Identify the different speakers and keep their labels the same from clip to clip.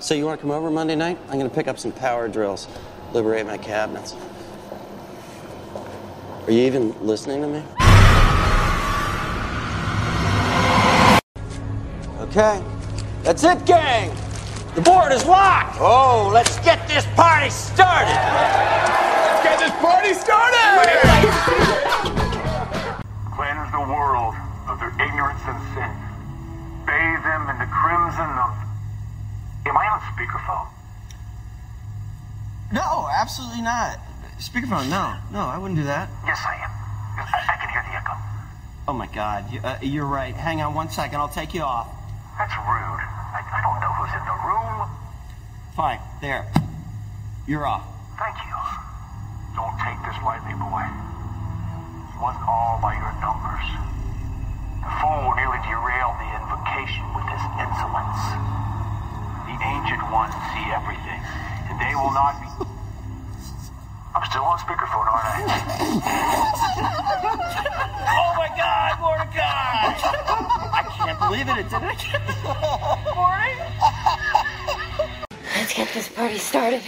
Speaker 1: So you want to come over Monday night? I'm going to pick up some power drills, liberate my cabinets. Are you even listening to me? Okay. That's it, gang. The board is locked. Oh, let's get this party started.
Speaker 2: Get this party started!
Speaker 3: Cleanse the world of their ignorance and sin. Bathe them in the crimson of. Am I on speakerphone?
Speaker 4: No, absolutely not. Speakerphone, no. No, I wouldn't do that.
Speaker 3: Yes, I am. I, I can hear the echo.
Speaker 4: Oh my god, you, uh, you're right. Hang on one second, I'll take you off.
Speaker 3: That's rude. I, I don't know who's in the room.
Speaker 4: Fine, there. You're off.
Speaker 3: Thank you. Don't take this lightly, boy. It wasn't all by your numbers. The fool nearly derailed the invocation with his insolence. The ancient ones see everything, and they will not be. I'm still on speakerphone, aren't I?
Speaker 4: Oh my god, Mordecai! I can't believe it, it did it.
Speaker 5: Let's get this party started.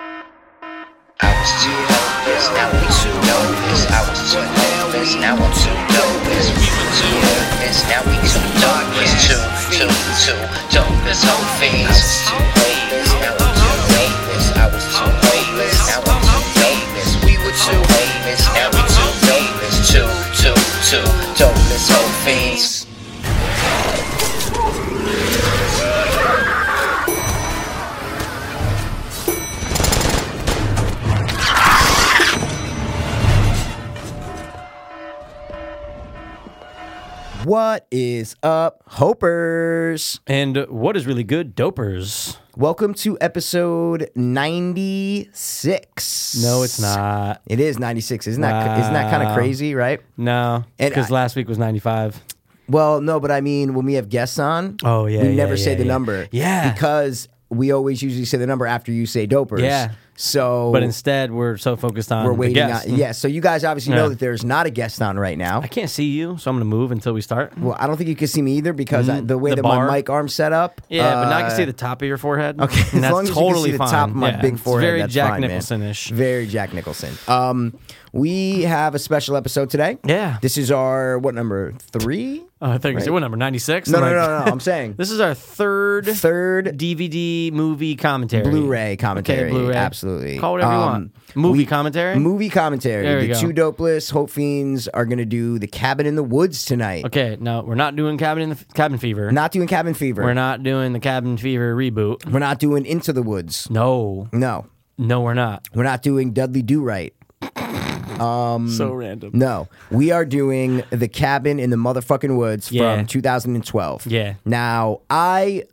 Speaker 6: I was too hopeless, now we too hopeless. I was too hopeless, now I'm too hopeless. We were too hopeless, now we too darkness. Too, too, too dopeless, whole fiends. I was too hopeless, now I'm too hopeless. I was too hopeless, now I'm too hopeless. We were too hopeless, now we too hopeless. Too, too, too dopeless, whole fiends.
Speaker 7: What is up, Hopers?
Speaker 8: And what is really good? Dopers.
Speaker 7: Welcome to episode 96.
Speaker 8: No, it's not.
Speaker 7: It is 96. Isn't that, isn't that kind of
Speaker 8: Wow.
Speaker 7: crazy, right?
Speaker 8: No,
Speaker 7: And
Speaker 8: because
Speaker 7: I-
Speaker 8: last week was 95.
Speaker 7: Well, no, but I mean, when we have guests on,
Speaker 8: Oh, yeah,
Speaker 7: we
Speaker 8: yeah,
Speaker 7: never say
Speaker 8: yeah,
Speaker 7: the
Speaker 8: yeah.
Speaker 7: number.
Speaker 8: Yeah.
Speaker 7: Because we always usually say the number after you say dopers.
Speaker 8: Yeah.
Speaker 7: So,
Speaker 8: But instead, we're so focused on
Speaker 7: we're
Speaker 8: the
Speaker 7: waiting
Speaker 8: guest.
Speaker 7: on. Yeah. So, you guys obviously know
Speaker 8: Yeah.
Speaker 7: that there's not a guest on right now.
Speaker 8: I can't see you, so I'm going to move until we start.
Speaker 7: well, I don't think you can see me either because I, the way
Speaker 8: Mm, the
Speaker 7: that
Speaker 8: bar.
Speaker 7: my mic arm's set up.
Speaker 8: Yeah, but now I can
Speaker 7: uh,
Speaker 8: see the top of your forehead.
Speaker 7: Okay, as
Speaker 8: and that's
Speaker 7: long as you can
Speaker 8: totally
Speaker 7: see the
Speaker 8: fine.
Speaker 7: top of my
Speaker 8: Yeah,
Speaker 7: big
Speaker 8: it's
Speaker 7: forehead,
Speaker 8: very
Speaker 7: that's
Speaker 8: Jack
Speaker 7: fine, man.
Speaker 8: Nicholson-ish.
Speaker 7: Very Jack Nicholson. Um, we have a special episode today.
Speaker 8: Yeah.
Speaker 7: this is our what number three?
Speaker 8: Oh, I think you said what number? 96?
Speaker 7: No,
Speaker 8: I'm
Speaker 7: no,
Speaker 8: like-
Speaker 7: no, no. I'm saying
Speaker 8: This is our third
Speaker 7: third
Speaker 8: DVD movie commentary.
Speaker 7: Blu-ray commentary.
Speaker 8: Okay, Blu-ray.
Speaker 7: absolutely.
Speaker 8: Call it whatever you
Speaker 7: Um,
Speaker 8: want. Movie
Speaker 7: we-
Speaker 8: commentary?
Speaker 7: Movie commentary.
Speaker 8: There we
Speaker 7: the
Speaker 8: go.
Speaker 7: two dopeless hope fiends are going to do the Cabin in the Woods tonight.
Speaker 8: Okay, no, we're not doing Cabin in the Cabin Fever.
Speaker 7: Not doing Cabin Fever.
Speaker 8: We're not doing the Cabin Fever reboot.
Speaker 7: We're not doing Into the Woods.
Speaker 8: No,
Speaker 7: No,
Speaker 8: no, we're not.
Speaker 7: we're not doing Dudley Do Right.
Speaker 8: so
Speaker 7: Mm.
Speaker 8: random.
Speaker 7: No, we are doing the cabin in the motherfucking woods
Speaker 8: Yeah.
Speaker 7: from 2012.
Speaker 8: Yeah.
Speaker 7: Now, I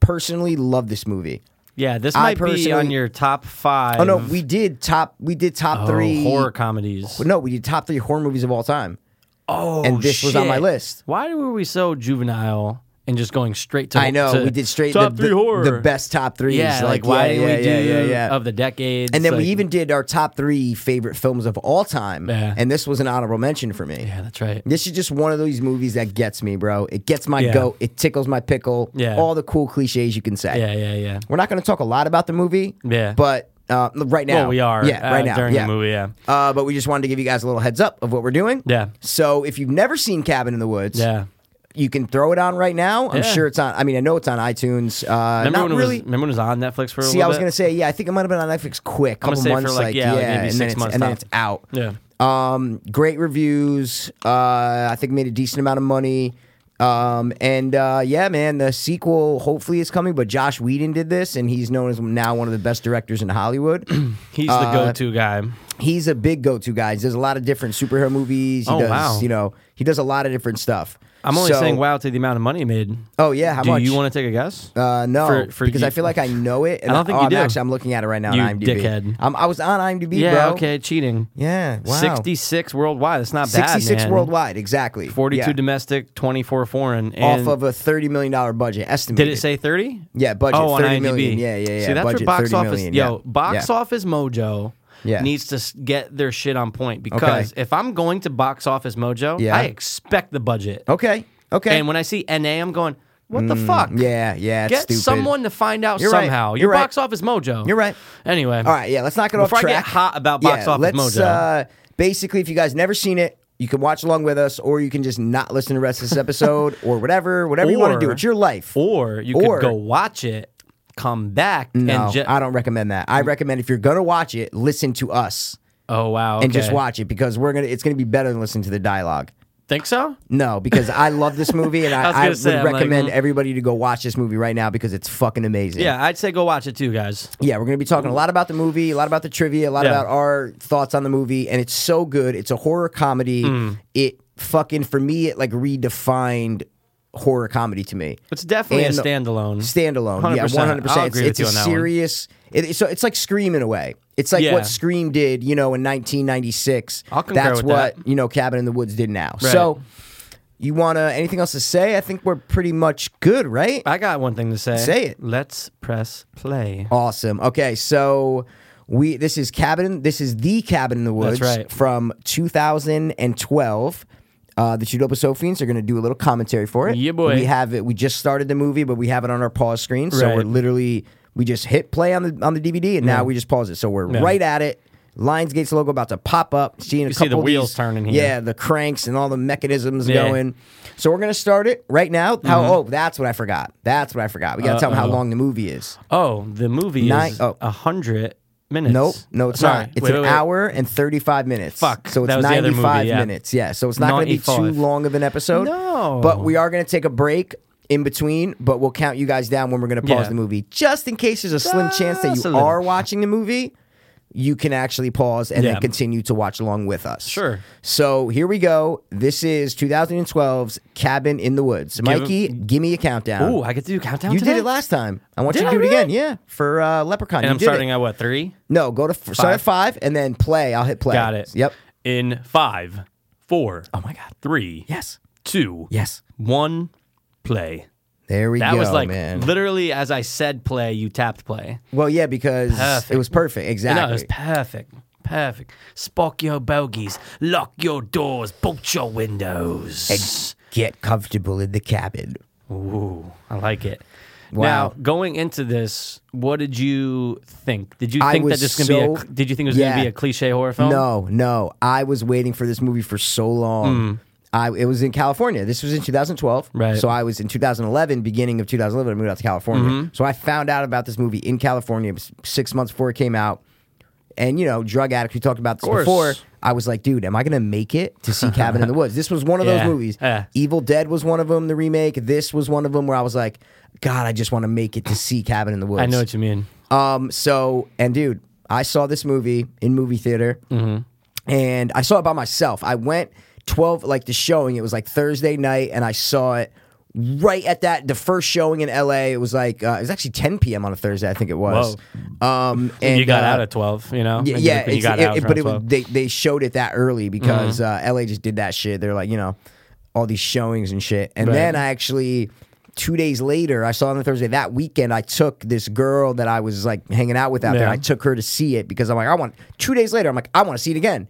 Speaker 7: personally love this movie.
Speaker 8: Yeah, this
Speaker 7: I
Speaker 8: might be on
Speaker 7: personally-
Speaker 8: your top five.
Speaker 7: Oh no, we did top. We did top
Speaker 8: oh,
Speaker 7: three
Speaker 8: horror comedies.
Speaker 7: No, we did top three horror movies of all time.
Speaker 8: Oh,
Speaker 7: and this was on my
Speaker 8: shit.
Speaker 7: list.
Speaker 8: Why were we so juvenile and just going straight to?
Speaker 7: I know
Speaker 8: to
Speaker 7: we did straight
Speaker 8: top
Speaker 7: the,
Speaker 8: three
Speaker 7: the-
Speaker 8: horror.
Speaker 7: the best top threes.
Speaker 8: Yeah, like, why
Speaker 7: yeah,
Speaker 8: didn't we
Speaker 7: yeah,
Speaker 8: do
Speaker 7: yeah, yeah, yeah.
Speaker 8: of the decades?
Speaker 7: and then
Speaker 8: like-
Speaker 7: we even did our top three favorite films of all time.
Speaker 8: Yeah.
Speaker 7: And this was an honorable mention for me.
Speaker 8: Yeah, that's right.
Speaker 7: This is just one of those movies that gets me, bro. It gets my
Speaker 8: Yeah.
Speaker 7: goat. It tickles my pickle.
Speaker 8: Yeah.
Speaker 7: All the cool cliches you can say.
Speaker 8: Yeah, yeah, yeah.
Speaker 7: We're not going to talk a lot about the movie.
Speaker 8: Yeah.
Speaker 7: But uh, right now.
Speaker 8: Well, we are.
Speaker 7: Yeah,
Speaker 8: uh,
Speaker 7: right now.
Speaker 8: during
Speaker 7: yeah.
Speaker 8: the movie. Yeah,
Speaker 7: Uh, but we just wanted to give you guys a little heads up of what we're doing.
Speaker 8: Yeah.
Speaker 7: So if you've never seen Cabin in the Woods,
Speaker 8: yeah.
Speaker 7: you can throw it on right now. I'm
Speaker 8: Yeah.
Speaker 7: sure it's on. I mean, I know it's on iTunes. Uh,
Speaker 8: Remember
Speaker 7: not
Speaker 8: when
Speaker 7: really.
Speaker 8: it was? Remember when it was on Netflix for a
Speaker 7: See,
Speaker 8: little
Speaker 7: I was
Speaker 8: bit?
Speaker 7: gonna say, yeah, I think it might have been on Netflix quick,
Speaker 8: gonna
Speaker 7: couple
Speaker 8: say for
Speaker 7: months,
Speaker 8: like, yeah, like maybe
Speaker 7: and
Speaker 8: six
Speaker 7: then it's,
Speaker 8: months
Speaker 7: and then
Speaker 8: top.
Speaker 7: it's out.
Speaker 8: Yeah.
Speaker 7: Um, great reviews. Uh, I think made a decent amount of money. Um, and uh, yeah, man, the sequel hopefully is coming. But Josh Whedon did this, and he's known as now one of the best directors in Hollywood.
Speaker 8: He's
Speaker 7: Uh,
Speaker 8: the go-to guy.
Speaker 7: he's a big go-to guy. He does a lot of different superhero movies. He
Speaker 8: Oh,
Speaker 7: does,
Speaker 8: wow.
Speaker 7: you know, he does a lot of different stuff.
Speaker 8: I'm only
Speaker 7: So-
Speaker 8: saying wow to the amount of money he made.
Speaker 7: Oh yeah, how
Speaker 8: Do
Speaker 7: much?
Speaker 8: you want to take a guess?
Speaker 7: Uh, no,
Speaker 8: For- for
Speaker 7: because
Speaker 8: you-
Speaker 7: I feel like I know it. And
Speaker 8: I don't think
Speaker 7: oh,
Speaker 8: you
Speaker 7: I'm
Speaker 8: do.
Speaker 7: Actually, I'm looking at it right now
Speaker 8: You
Speaker 7: on IMDb.
Speaker 8: dickhead.
Speaker 7: I'm, I was on IMDb,
Speaker 8: yeah.
Speaker 7: bro.
Speaker 8: Okay. Cheating.
Speaker 7: Yeah. Wow.
Speaker 8: 66 worldwide. That's not bad.
Speaker 7: 66
Speaker 8: man.
Speaker 7: worldwide, exactly.
Speaker 8: 42
Speaker 7: yeah.
Speaker 8: domestic, 24 foreign.
Speaker 7: off
Speaker 8: And
Speaker 7: of a thirty million dollar budget estimated.
Speaker 8: Did it say 30?
Speaker 7: Yeah, budget
Speaker 8: oh, on
Speaker 7: 30
Speaker 8: IMDb.
Speaker 7: million. Yeah, yeah, yeah,
Speaker 8: See, that's
Speaker 7: budget
Speaker 8: where box
Speaker 7: 30
Speaker 8: office.
Speaker 7: million,
Speaker 8: yo,
Speaker 7: yeah.
Speaker 8: box
Speaker 7: Yeah.
Speaker 8: office mojo
Speaker 7: Yeah.
Speaker 8: needs to s- get their shit on point because if I'm going to box office mojo,
Speaker 7: Yeah.
Speaker 8: I expect the budget.
Speaker 7: Okay. Okay. Mm,
Speaker 8: And when I see NA, I'm going, what the fuck?
Speaker 7: yeah, yeah. It's
Speaker 8: Get
Speaker 7: stupid.
Speaker 8: someone to find out
Speaker 7: You're right.
Speaker 8: somehow.
Speaker 7: You're
Speaker 8: Your
Speaker 7: right.
Speaker 8: box office mojo.
Speaker 7: You're right.
Speaker 8: Anyway.
Speaker 7: All right, yeah. Let's not get
Speaker 8: Before
Speaker 7: off
Speaker 8: I
Speaker 7: track.
Speaker 8: get hot about box
Speaker 7: yeah,
Speaker 8: office
Speaker 7: let's,
Speaker 8: mojo.
Speaker 7: Uh, basically, if you guys never seen it, you can watch along with us, or you can just not listen to the rest of this episode, or whatever, whatever you want to do.
Speaker 8: Or-
Speaker 7: It's your life.
Speaker 8: or you
Speaker 7: or-
Speaker 8: could go watch it, come back,
Speaker 7: no,
Speaker 8: and ju-
Speaker 7: I don't recommend that. I recommend if you're gonna watch it, listen to us
Speaker 8: oh wow,
Speaker 7: and just
Speaker 8: okay.
Speaker 7: watch it because we're gonna. It's gonna be better than listening to the dialogue.
Speaker 8: Think so?
Speaker 7: No, because I love this movie and
Speaker 8: I was
Speaker 7: I, I,
Speaker 8: gonna
Speaker 7: would
Speaker 8: say, I'm like,
Speaker 7: recommend
Speaker 8: mm.
Speaker 7: everybody to go watch this movie right now because it's fucking amazing.
Speaker 8: Yeah, I'd say go watch it too, guys.
Speaker 7: Yeah, we're going to be talking a lot about the movie, a lot about the trivia, a lot
Speaker 8: Yeah.
Speaker 7: about our thoughts on the movie, and it's so good. It's a horror comedy.
Speaker 8: Hmm.
Speaker 7: It fucking for me, it like redefined horror comedy to me.
Speaker 8: It's definitely
Speaker 7: And
Speaker 8: a
Speaker 7: the-
Speaker 8: standalone.
Speaker 7: Standalone, yeah,
Speaker 8: 100%.
Speaker 7: one hundred
Speaker 8: I'll
Speaker 7: percent.
Speaker 8: agree
Speaker 7: It's
Speaker 8: with you
Speaker 7: a
Speaker 8: on that one.
Speaker 7: serious. It, so it's like Scream in a way. It's like
Speaker 8: Yeah.
Speaker 7: what Scream did, you know, in nineteen ninety six.
Speaker 8: I'll concur
Speaker 7: That's
Speaker 8: with
Speaker 7: what
Speaker 8: that.
Speaker 7: you know, Cabin in the Woods did now.
Speaker 8: Right.
Speaker 7: So, you want to anything else to say? I think we're pretty much good, right?
Speaker 8: I got one thing to say.
Speaker 7: Say it. Oh.
Speaker 8: Let's press play.
Speaker 7: Awesome. Okay, so we this is cabin. This is the cabin in the woods
Speaker 8: right.
Speaker 7: from 2012. Uh, the Chudopasophians are going to do a little commentary for it.
Speaker 8: Yeah, boy.
Speaker 7: We have it. We just started the movie, but we have it on our pause screen. So
Speaker 8: Right.
Speaker 7: we're literally we just hit play on the on the DVD, and now we just pause it. So we're
Speaker 8: Yeah.
Speaker 7: right at it. Lionsgate's logo about to pop up. Seeing a
Speaker 8: You see
Speaker 7: couple
Speaker 8: the
Speaker 7: of
Speaker 8: wheels
Speaker 7: these-
Speaker 8: turning here.
Speaker 7: Yeah, the cranks and all the mechanisms
Speaker 8: Yeah. Mm-hmm.
Speaker 7: going. So we're gonna start it right now. How? Oh, that's what I forgot. That's what I forgot. We gotta tell them how
Speaker 8: Uh-oh.
Speaker 7: long the movie is.
Speaker 8: Oh, the movie
Speaker 7: Nine-
Speaker 8: is
Speaker 7: oh.
Speaker 8: a hundred minutes.
Speaker 7: Nope, no, it's
Speaker 8: Sorry.
Speaker 7: not. It's
Speaker 8: Wait,
Speaker 7: an
Speaker 8: wait, wait.
Speaker 7: hour and thirty-five minutes.
Speaker 8: Fuck,
Speaker 7: So it's
Speaker 8: that was the other movie,
Speaker 7: ninety-five
Speaker 8: yeah.
Speaker 7: minutes. Yeah. So it's not going to be too
Speaker 8: 95.
Speaker 7: long of an episode.
Speaker 8: No.
Speaker 7: But we are going to take a break in between. But we'll count you guys down when we're going to pause
Speaker 8: Yeah.
Speaker 7: the movie, just in case there's a slim chance that
Speaker 8: Just a
Speaker 7: you
Speaker 8: little.
Speaker 7: are watching the movie. You can actually pause and then
Speaker 8: Yeah.
Speaker 7: continue to watch along with us.
Speaker 8: Sure.
Speaker 7: So here we go. This is 2012's Cabin in the Woods. Mikey, give me a countdown.
Speaker 8: Ooh, I get to do countdown.
Speaker 7: you
Speaker 8: today?
Speaker 7: did it last time. I want
Speaker 8: Did
Speaker 7: you to
Speaker 8: I
Speaker 7: do it
Speaker 8: really?
Speaker 7: again. Yeah, for uh, Leprechaun.
Speaker 8: And
Speaker 7: You
Speaker 8: I'm
Speaker 7: did it.
Speaker 8: starting at what three?
Speaker 7: No, go to f- start at five and then play. I'll hit play.
Speaker 8: Got it.
Speaker 7: Yep.
Speaker 8: In five, four,
Speaker 7: Oh my god.
Speaker 8: three,
Speaker 7: Yes.
Speaker 8: two,
Speaker 7: Yes.
Speaker 8: one, play.
Speaker 7: There we
Speaker 8: That
Speaker 7: go,
Speaker 8: was like
Speaker 7: man.
Speaker 8: literally as I said play, you tapped play.
Speaker 7: well, yeah, because it
Speaker 8: Perfect.
Speaker 7: was perfect. Exactly.
Speaker 8: No, it was perfect. Perfect. Spock your bogies, lock your doors, bolt your windows.
Speaker 7: Get comfortable in the cabin.
Speaker 8: Ooh, I like it.
Speaker 7: Wow.
Speaker 8: Now, going into this, what did you think? Did you
Speaker 7: I
Speaker 8: think that
Speaker 7: was
Speaker 8: this was gonna
Speaker 7: so-
Speaker 8: be a did you think it was
Speaker 7: Yeah.
Speaker 8: gonna be a cliche horror film? Hmm.
Speaker 7: No, no. I was waiting for this movie for so long. I it was in California. This was in 2012.
Speaker 8: Right.
Speaker 7: So I was in 2011, beginning of 2011. I moved out to California.
Speaker 8: Mm-hmm.
Speaker 7: So I found out about this movie in California s- six months before it came out. And you know, drug addict. We talked about this
Speaker 8: course.
Speaker 7: before. I was like, dude, am I gonna make it to see Cabin in the Woods? This was one of
Speaker 8: Yeah.
Speaker 7: those movies.
Speaker 8: Yeah.
Speaker 7: Evil Dead was one of them. The remake. This was one of them where I was like, God, I just want to make it to see Cabin in the Woods.
Speaker 8: I know what you mean.
Speaker 7: Um, so and dude, I saw this movie in movie theater,
Speaker 8: Mm-hmm.
Speaker 7: and I saw it by myself. I went twelve like the showing. It was like Thursday night, and I saw it right at that the first showing in L.A. It was like uh, it was actually ten p.m. on a Thursday, I think it was. Um, and
Speaker 8: you got
Speaker 7: uh,
Speaker 8: out at twelve, you know?
Speaker 7: yeah,
Speaker 8: Like,
Speaker 7: yeah
Speaker 8: you
Speaker 7: it's-
Speaker 8: got
Speaker 7: it-
Speaker 8: out
Speaker 7: it- but it was,
Speaker 8: around 12.
Speaker 7: they they showed it that early because
Speaker 8: Mm-hmm.
Speaker 7: uh, LA just did that shit. They're like, you know, all these showings and shit. And
Speaker 8: Right.
Speaker 7: then I actually two days later, I saw it on the Thursday that weekend. I took this girl that I was like hanging out with out there.
Speaker 8: Yeah.
Speaker 7: I took her to see it because I'm like, I want. Two days later, I'm like, I want to see it again.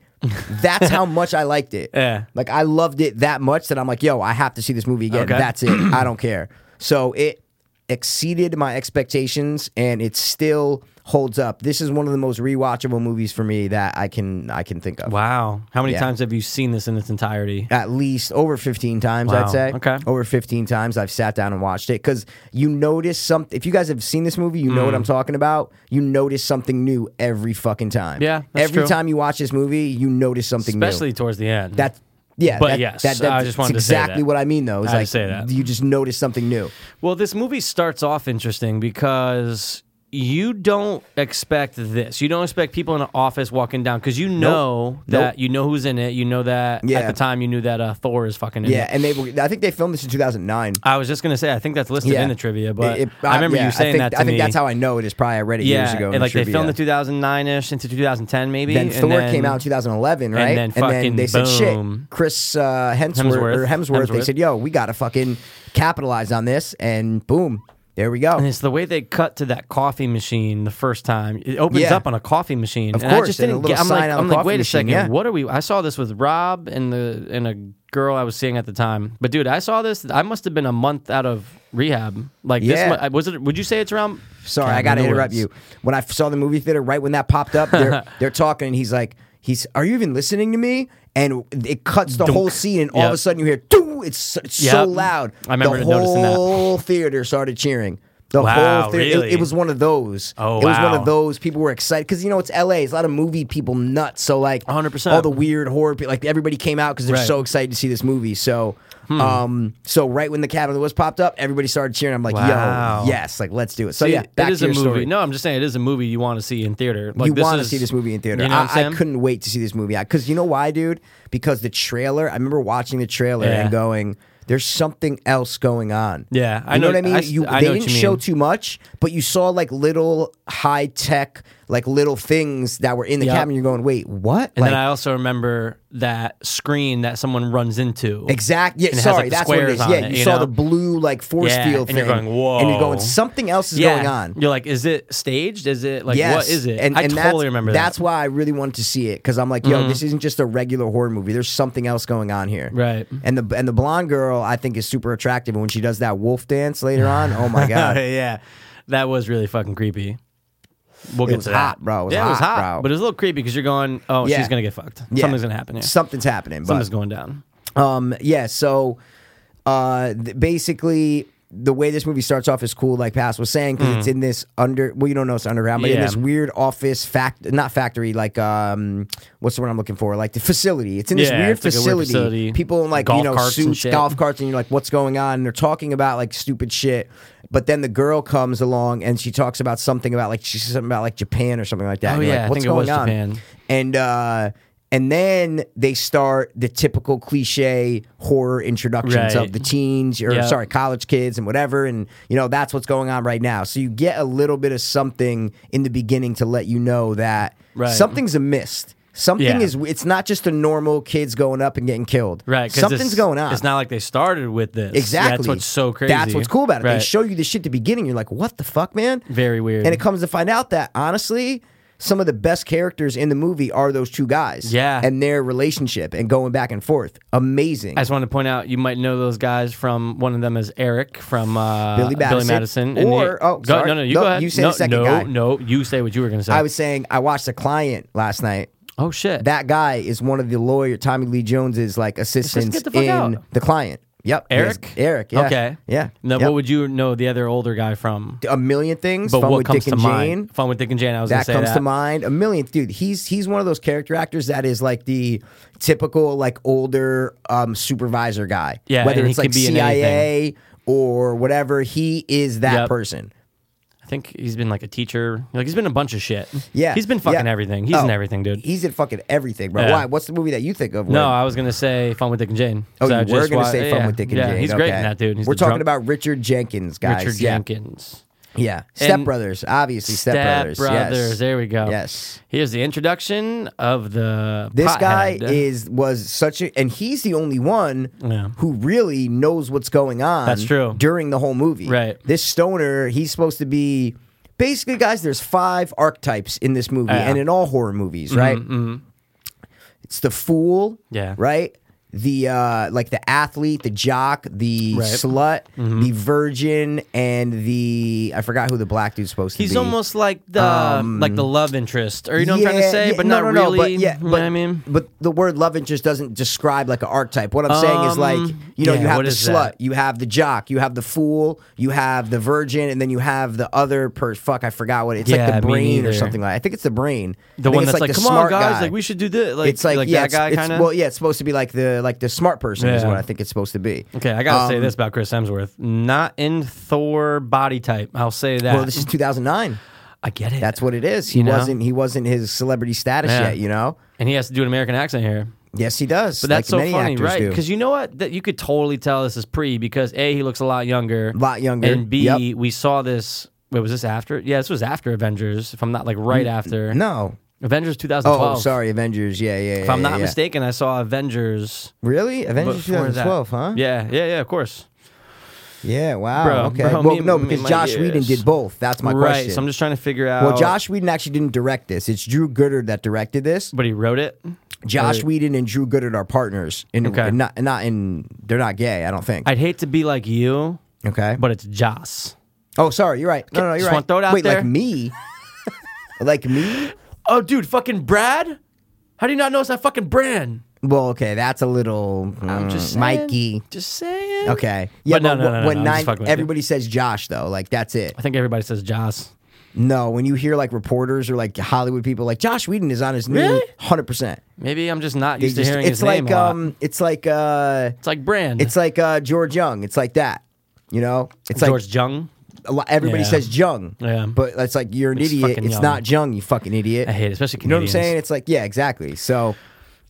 Speaker 7: That's how much I liked it.
Speaker 8: Yeah.
Speaker 7: Like I loved it that much that I'm like, yo, I have to see this movie again.
Speaker 8: Okay.
Speaker 7: That's it. I don't care. So it exceeded my expectations and it still holds up. This is one of the most rewatchable movies for me that I can I can think of.
Speaker 8: Wow. How many
Speaker 7: Yeah.
Speaker 8: times have you seen this in its entirety?
Speaker 7: At least over 15 times,
Speaker 8: Wow.
Speaker 7: I'd say.
Speaker 8: Okay.
Speaker 7: Over 15 times I've sat down and watched it cuz you notice something if you guys have seen this movie, you know
Speaker 8: Mm.
Speaker 7: what I'm talking about. You notice something new every fucking time.
Speaker 8: Yeah, that's
Speaker 7: every
Speaker 8: true.
Speaker 7: time you watch this movie, you notice something new.
Speaker 8: Especially towards the end.
Speaker 7: That yeah,
Speaker 8: But
Speaker 7: that,
Speaker 8: yes,
Speaker 7: that, that,
Speaker 8: I just wanted
Speaker 7: that's
Speaker 8: to say
Speaker 7: exactly
Speaker 8: that.
Speaker 7: what I mean though. Is
Speaker 8: I
Speaker 7: like
Speaker 8: say that.
Speaker 7: you just notice something new.
Speaker 8: Well, this movie starts off interesting because you don't expect this. You don't expect people in an office walking down because you know that
Speaker 7: Nope.
Speaker 8: you know who's in it. You know that at
Speaker 7: Yeah.
Speaker 8: the time you knew that uh, Thor is fucking in
Speaker 7: Yeah,
Speaker 8: it.
Speaker 7: and they were, I think they filmed this in 2009.
Speaker 8: I was just gonna say I think that's listed
Speaker 7: yeah.
Speaker 8: in the trivia, but
Speaker 7: It- it-
Speaker 8: I remember
Speaker 7: yeah,
Speaker 8: you saying
Speaker 7: I think,
Speaker 8: that. To
Speaker 7: I think
Speaker 8: me.
Speaker 7: that's how I know it is. Probably I read it
Speaker 8: yeah,
Speaker 7: years ago. in
Speaker 8: and, like they
Speaker 7: trivia.
Speaker 8: filmed the 2009 ish into 2010 maybe.
Speaker 7: Then
Speaker 8: and
Speaker 7: Thor came out in 2011, right?
Speaker 8: then fucking
Speaker 7: they said,
Speaker 8: boom.
Speaker 7: "Shit, Chris uh, Hemsworth, or
Speaker 8: Hemsworth,
Speaker 7: Hemsworth." They
Speaker 8: Hemsworth.
Speaker 7: said, "Yo, we gotta fucking capitalize on this," and boom, there we go.
Speaker 8: And it's the way they cut to that coffee machine the first time. It opens
Speaker 7: Yeah.
Speaker 8: up on a coffee machine.
Speaker 7: Of
Speaker 8: and I
Speaker 7: course,
Speaker 8: just
Speaker 7: and a
Speaker 8: didn't
Speaker 7: little
Speaker 8: get. I'm
Speaker 7: sign
Speaker 8: like,
Speaker 7: on
Speaker 8: I'm
Speaker 7: the
Speaker 8: like,
Speaker 7: coffee
Speaker 8: wait a
Speaker 7: machine,
Speaker 8: second.
Speaker 7: yeah.
Speaker 8: What are we? I saw this with Rob and the and a girl I was seeing at the time. But dude, I saw this. I must have been a month out of rehab. Like
Speaker 7: Yeah.
Speaker 8: this mu- was it? Would you say it's around?
Speaker 7: Sorry,
Speaker 8: God,
Speaker 7: I gotta
Speaker 8: know
Speaker 7: interrupt
Speaker 8: it's-
Speaker 7: you. When I f- saw the movie theater, right when that popped up, they're, they're talking, and he's like, "He's, are you even listening to me?" And it cuts the whole scene, and all of a
Speaker 8: Yep.
Speaker 7: sudden you hear, "Doo!" It's, so- it's so
Speaker 8: Yep.
Speaker 7: loud.
Speaker 8: I remember
Speaker 7: the
Speaker 8: noticing that.
Speaker 7: whole theater started cheering. The
Speaker 8: Wow,
Speaker 7: whole theater. it- It,
Speaker 8: really?
Speaker 7: was one of those.
Speaker 8: Oh,
Speaker 7: it was one
Speaker 8: wow.
Speaker 7: of those. People were excited because you know it's L.A. It's a lot of movie people nuts. So like,
Speaker 8: 100%.
Speaker 7: all the weird horror. pe- Like everybody came out because they're
Speaker 8: Right. Hmm.
Speaker 7: so excited to see this movie. So. Um. So right when the Capitol was popped up, everybody started cheering. I'm like,
Speaker 8: Wow.
Speaker 7: "Yo, yes! Like, let's do it." So
Speaker 8: See,
Speaker 7: yeah, back
Speaker 8: it is
Speaker 7: to
Speaker 8: a
Speaker 7: your
Speaker 8: movie.
Speaker 7: story.
Speaker 8: No, I'm just saying it is a movie you want to see in theater. Like,
Speaker 7: you
Speaker 8: this
Speaker 7: want to
Speaker 8: is-
Speaker 7: see this movie in theater.
Speaker 8: You know what I'm
Speaker 7: I, I
Speaker 8: saying?
Speaker 7: couldn't wait to see this movie because you know why, dude? Because the trailer. I remember watching the trailer
Speaker 8: Yeah.
Speaker 7: and going, "There's something else going on."
Speaker 8: Yeah, I
Speaker 7: you know,
Speaker 8: know-
Speaker 7: what I mean.
Speaker 8: I s-
Speaker 7: you,
Speaker 8: I
Speaker 7: they
Speaker 8: know what
Speaker 7: didn't
Speaker 8: you
Speaker 7: show
Speaker 8: mean.
Speaker 7: too much, but you saw like little high tech, like little things that were in the
Speaker 8: Yep.
Speaker 7: cabin. You're going, "Wait, what?"
Speaker 8: And
Speaker 7: like,
Speaker 8: then I also remember that screen that someone runs into.
Speaker 7: Exactly. Yeah,
Speaker 8: And it has,
Speaker 7: sorry,
Speaker 8: like, the
Speaker 7: that's what it
Speaker 8: squares
Speaker 7: is.
Speaker 8: on
Speaker 7: Yeah,
Speaker 8: it,
Speaker 7: you,
Speaker 8: you
Speaker 7: saw
Speaker 8: know?
Speaker 7: the blue like force
Speaker 8: Yeah,
Speaker 7: field
Speaker 8: and
Speaker 7: thing,
Speaker 8: you're going,
Speaker 7: and you're
Speaker 8: "Whoa."
Speaker 7: going, something else is going on.
Speaker 8: You're like, is it staged? Is it like
Speaker 7: Yes.
Speaker 8: what is it?
Speaker 7: And,
Speaker 8: I
Speaker 7: and
Speaker 8: totally
Speaker 7: that's,
Speaker 8: remember
Speaker 7: That's
Speaker 8: that. Mm-hmm.
Speaker 7: why I really wanted to see it because I'm like, yo, this isn't just a regular horror movie. There's something else going on here.
Speaker 8: Right.
Speaker 7: And the and the blonde girl I think is super attractive. And when she does that wolf dance later on, oh my god,
Speaker 8: yeah, that was really fucking creepy. We'll
Speaker 7: It
Speaker 8: get
Speaker 7: was
Speaker 8: to that.
Speaker 7: hot, bro. It was
Speaker 8: yeah, it was
Speaker 7: hot,
Speaker 8: hot,
Speaker 7: bro.
Speaker 8: but it was a little creepy because you're going, oh,
Speaker 7: Yeah.
Speaker 8: she's gonna get fucked.
Speaker 7: Yeah.
Speaker 8: Something's gonna happen here.
Speaker 7: something's happening. But
Speaker 8: Something's going down.
Speaker 7: Um, yeah, so uh, th- basically, the way this movie starts off is cool, like Pass was saying, because it's in this under, well, you don't know it's underground, but in
Speaker 8: Mm. Yeah.
Speaker 7: this weird office fact, not factory, like um, what's the word I'm looking for? Like the facility. It's in this
Speaker 8: Yeah,
Speaker 7: weird,
Speaker 8: it's like a weird
Speaker 7: facility.
Speaker 8: facility.
Speaker 7: People in like you
Speaker 8: Golf
Speaker 7: know
Speaker 8: carts and
Speaker 7: suits,
Speaker 8: shit.
Speaker 7: golf carts, and you're like, what's going on? And they're talking about like stupid shit. But then the girl comes along and she talks about something about like she says something about like Japan or something like that.
Speaker 8: Oh,
Speaker 7: And you're
Speaker 8: yeah,
Speaker 7: like,
Speaker 8: I
Speaker 7: what's
Speaker 8: think it
Speaker 7: going
Speaker 8: was
Speaker 7: on?
Speaker 8: Japan.
Speaker 7: and uh and then they start the typical cliche horror introductions of
Speaker 8: Right.
Speaker 7: the teens or
Speaker 8: Yep.
Speaker 7: sorry college kids and whatever and you know that's what's going on right now so you get a little bit of something in the beginning to let you know that
Speaker 8: Right.
Speaker 7: something's amiss something
Speaker 8: Yeah.
Speaker 7: is it's not just the normal kids going up and getting killed
Speaker 8: Right. 'cause
Speaker 7: something's
Speaker 8: it's-
Speaker 7: going on
Speaker 8: It's not like they started with this.
Speaker 7: Exactly.
Speaker 8: That's what's so crazy.
Speaker 7: That's what's cool about it. They
Speaker 8: Right.
Speaker 7: show you the shit at the beginning. You're like, what the fuck, man?
Speaker 8: Very weird.
Speaker 7: And it comes to find out that honestly, some of the best characters in the movie are those two guys.
Speaker 8: Yeah.
Speaker 7: And their relationship and going back and forth. Amazing.
Speaker 8: I just wanted to point out you might know those guys from one of them is Eric from uh,
Speaker 7: Billy Madison.
Speaker 8: Madison, and
Speaker 7: Or-
Speaker 8: the-
Speaker 7: oh,
Speaker 8: go-
Speaker 7: sorry.
Speaker 8: no no you
Speaker 7: No,
Speaker 8: go ahead
Speaker 7: you say
Speaker 8: no,
Speaker 7: the second
Speaker 8: no,
Speaker 7: guy.
Speaker 8: no you say what you were gonna say
Speaker 7: I was saying I watched a client last night.
Speaker 8: oh shit
Speaker 7: That guy is one of the lawyer Tommy Lee Jones's like assistants
Speaker 8: get the fuck
Speaker 7: in
Speaker 8: out.
Speaker 7: the client. Yep. he has-
Speaker 8: Eric
Speaker 7: Eric, yeah.
Speaker 8: okay
Speaker 7: Yeah.
Speaker 8: now
Speaker 7: Yep.
Speaker 8: what would you know the other older guy from
Speaker 7: a million things.
Speaker 8: but
Speaker 7: Fun
Speaker 8: what
Speaker 7: with
Speaker 8: comes
Speaker 7: Dick
Speaker 8: to
Speaker 7: and
Speaker 8: mind
Speaker 7: Jane.
Speaker 8: fun with Dick and Jane I was gonna
Speaker 7: that
Speaker 8: say
Speaker 7: comes
Speaker 8: that
Speaker 7: to mind. A million, dude. He's he's one of those character actors that is like the typical like older um, supervisor guy.
Speaker 8: Yeah,
Speaker 7: whether
Speaker 8: and he
Speaker 7: it's like
Speaker 8: could be in
Speaker 7: CIA or whatever, he is that
Speaker 8: Yep.
Speaker 7: person.
Speaker 8: I think he's been like a teacher like he's been a bunch of shit
Speaker 7: Yeah,
Speaker 8: he's been fucking
Speaker 7: yeah.
Speaker 8: everything he's
Speaker 7: Oh,
Speaker 8: in everything dude
Speaker 7: He's in fucking everything, bro.
Speaker 8: Yeah.
Speaker 7: Why? What's the movie that you think of?
Speaker 8: no
Speaker 7: Wade?
Speaker 8: I was gonna say fun with Dick and Jane
Speaker 7: Oh,
Speaker 8: So
Speaker 7: you
Speaker 8: I
Speaker 7: were
Speaker 8: just
Speaker 7: gonna
Speaker 8: wa-
Speaker 7: say
Speaker 8: yeah,
Speaker 7: fun with Dick and
Speaker 8: yeah
Speaker 7: Jane.
Speaker 8: he's great
Speaker 7: okay.
Speaker 8: in that dude he's
Speaker 7: We're
Speaker 8: the
Speaker 7: talking
Speaker 8: drunk-
Speaker 7: about Richard Jenkins, guys.
Speaker 8: Richard
Speaker 7: yeah.
Speaker 8: Jenkins
Speaker 7: Yeah, Step
Speaker 8: And-
Speaker 7: Brothers, obviously Step, Brothers.
Speaker 8: Brothers,
Speaker 7: Yes.
Speaker 8: There we go.
Speaker 7: Yes.
Speaker 8: Here's the introduction of the.
Speaker 7: This guy
Speaker 8: pothead.
Speaker 7: is was such a, and he's the only one
Speaker 8: Yeah.
Speaker 7: who really knows what's going on.
Speaker 8: That's true.
Speaker 7: During the whole movie,
Speaker 8: Right.
Speaker 7: This stoner, he's supposed to be basically, guys. There's five archetypes in this movie,
Speaker 8: Yeah. Mm-hmm,
Speaker 7: and in all horror movies, right? It's the fool,
Speaker 8: Yeah.
Speaker 7: right. The uh, like the athlete, the jock, the
Speaker 8: Right. Mm-hmm.
Speaker 7: slut, the virgin, and the I forgot who the black dude's supposed to
Speaker 8: He's
Speaker 7: be.
Speaker 8: almost like the like the love interest, or you know what I'm trying to
Speaker 7: Yeah,
Speaker 8: say,
Speaker 7: yeah,
Speaker 8: but
Speaker 7: no,
Speaker 8: not
Speaker 7: no, no,
Speaker 8: really.
Speaker 7: but yeah,
Speaker 8: you know
Speaker 7: but,
Speaker 8: what I mean?
Speaker 7: but the word love interest doesn't describe like an archetype. What I'm saying is like
Speaker 8: Um,
Speaker 7: you know
Speaker 8: yeah,
Speaker 7: you have
Speaker 8: what
Speaker 7: the
Speaker 8: is
Speaker 7: slut,
Speaker 8: that?
Speaker 7: you have the jock, you have the fool, you have the virgin, and then you have the other per fuck I forgot what it's
Speaker 8: Yeah,
Speaker 7: like
Speaker 8: me
Speaker 7: the brain or
Speaker 8: neither.
Speaker 7: something like. I think it's the brain. I
Speaker 8: The
Speaker 7: think
Speaker 8: one
Speaker 7: it's
Speaker 8: that's like,
Speaker 7: the
Speaker 8: come on,
Speaker 7: smart
Speaker 8: guys,
Speaker 7: guy.
Speaker 8: like we should do this. Like
Speaker 7: it's like, yeah,
Speaker 8: that
Speaker 7: it's-
Speaker 8: guy
Speaker 7: it's-
Speaker 8: kind of.
Speaker 7: Well, yeah, it's supposed to be like the like the smart person is
Speaker 8: Yeah.
Speaker 7: what I think it's supposed to be.
Speaker 8: Okay, I gotta say
Speaker 7: Um,
Speaker 8: this about Chris Hemsworth. Not in Thor body type. I'll say that.
Speaker 7: Well, this is 2009.
Speaker 8: I get it.
Speaker 7: That's what it is. He
Speaker 8: You know?
Speaker 7: wasn't he wasn't his celebrity status
Speaker 8: Yeah.
Speaker 7: yet, you know?
Speaker 8: and he has to do an American accent here.
Speaker 7: Yes, he does.
Speaker 8: But that's
Speaker 7: like
Speaker 8: so
Speaker 7: many
Speaker 8: funny,
Speaker 7: actors
Speaker 8: right?
Speaker 7: do.
Speaker 8: Because you know what? That you could totally tell this is pre because a he looks a lot younger,
Speaker 7: Lot younger.
Speaker 8: and b
Speaker 7: Yep.
Speaker 8: we saw this. Wait, was this after? Yeah, this was after Avengers. If I'm not like right after.
Speaker 7: Mm, No.
Speaker 8: Avengers
Speaker 7: Oh,
Speaker 8: 2012.
Speaker 7: sorry, Avengers. Yeah, yeah, yeah.
Speaker 8: If I'm
Speaker 7: yeah,
Speaker 8: not
Speaker 7: yeah.
Speaker 8: mistaken, I saw Avengers.
Speaker 7: Really? Avengers
Speaker 8: before that.
Speaker 7: 2012, huh?
Speaker 8: Yeah, yeah, yeah. Of course.
Speaker 7: Yeah, wow.
Speaker 8: Bro,
Speaker 7: okay.
Speaker 8: bro,
Speaker 7: well,
Speaker 8: me-
Speaker 7: no,
Speaker 8: me-
Speaker 7: because
Speaker 8: my
Speaker 7: Josh Whedon
Speaker 8: ears.
Speaker 7: did both. That's my
Speaker 8: right.
Speaker 7: question.
Speaker 8: So I'm just trying to figure out.
Speaker 7: well, Josh Whedon actually didn't direct this. It's Drew Goddard that directed this.
Speaker 8: but he wrote it.
Speaker 7: Josh Whedon and Drew Goddard are partners. In,
Speaker 8: Okay.
Speaker 7: and not, not in, they're not gay, I don't think.
Speaker 8: I'd hate to be like you,
Speaker 7: okay.
Speaker 8: but it's Joss.
Speaker 7: oh, sorry, you're right. No, no, no, you're
Speaker 8: Just
Speaker 7: right.
Speaker 8: wanna throw it out
Speaker 7: Wait,
Speaker 8: there.
Speaker 7: like me? like me?
Speaker 8: Oh, dude, fucking Brad. How do you not know it's that fucking brand?
Speaker 7: Well, okay, that's a little
Speaker 8: I'm
Speaker 7: mm,
Speaker 8: just saying,
Speaker 7: Mikey.
Speaker 8: Just saying.
Speaker 7: Okay. Yeah,
Speaker 8: But no, no,
Speaker 7: when-
Speaker 8: no, no,
Speaker 7: when
Speaker 8: no, I'm just
Speaker 7: nine,
Speaker 8: fucking with you.
Speaker 7: everybody says Josh though, like that's it.
Speaker 8: I think everybody says Joss.
Speaker 7: No, when you hear like reporters or like Hollywood people, like Josh Whedon is on his new
Speaker 8: Really?
Speaker 7: hundred percent.
Speaker 8: Maybe I'm just not
Speaker 7: They
Speaker 8: used to
Speaker 7: just-
Speaker 8: hearing
Speaker 7: it's
Speaker 8: his
Speaker 7: like
Speaker 8: name a lot.
Speaker 7: um it's like uh
Speaker 8: It's like brand.
Speaker 7: it's like uh George Young. It's like that. You know? It's
Speaker 8: George
Speaker 7: like
Speaker 8: Jung.
Speaker 7: a lot, everybody
Speaker 8: Yeah.
Speaker 7: says Jung.
Speaker 8: Yeah.
Speaker 7: But it's like you're an
Speaker 8: It's
Speaker 7: idiot.
Speaker 8: fucking
Speaker 7: It's
Speaker 8: Jung.
Speaker 7: not Jung, you fucking idiot.
Speaker 8: I hate it, especially
Speaker 7: You know what I'm
Speaker 8: Canadians.
Speaker 7: saying? It's like, yeah, exactly. So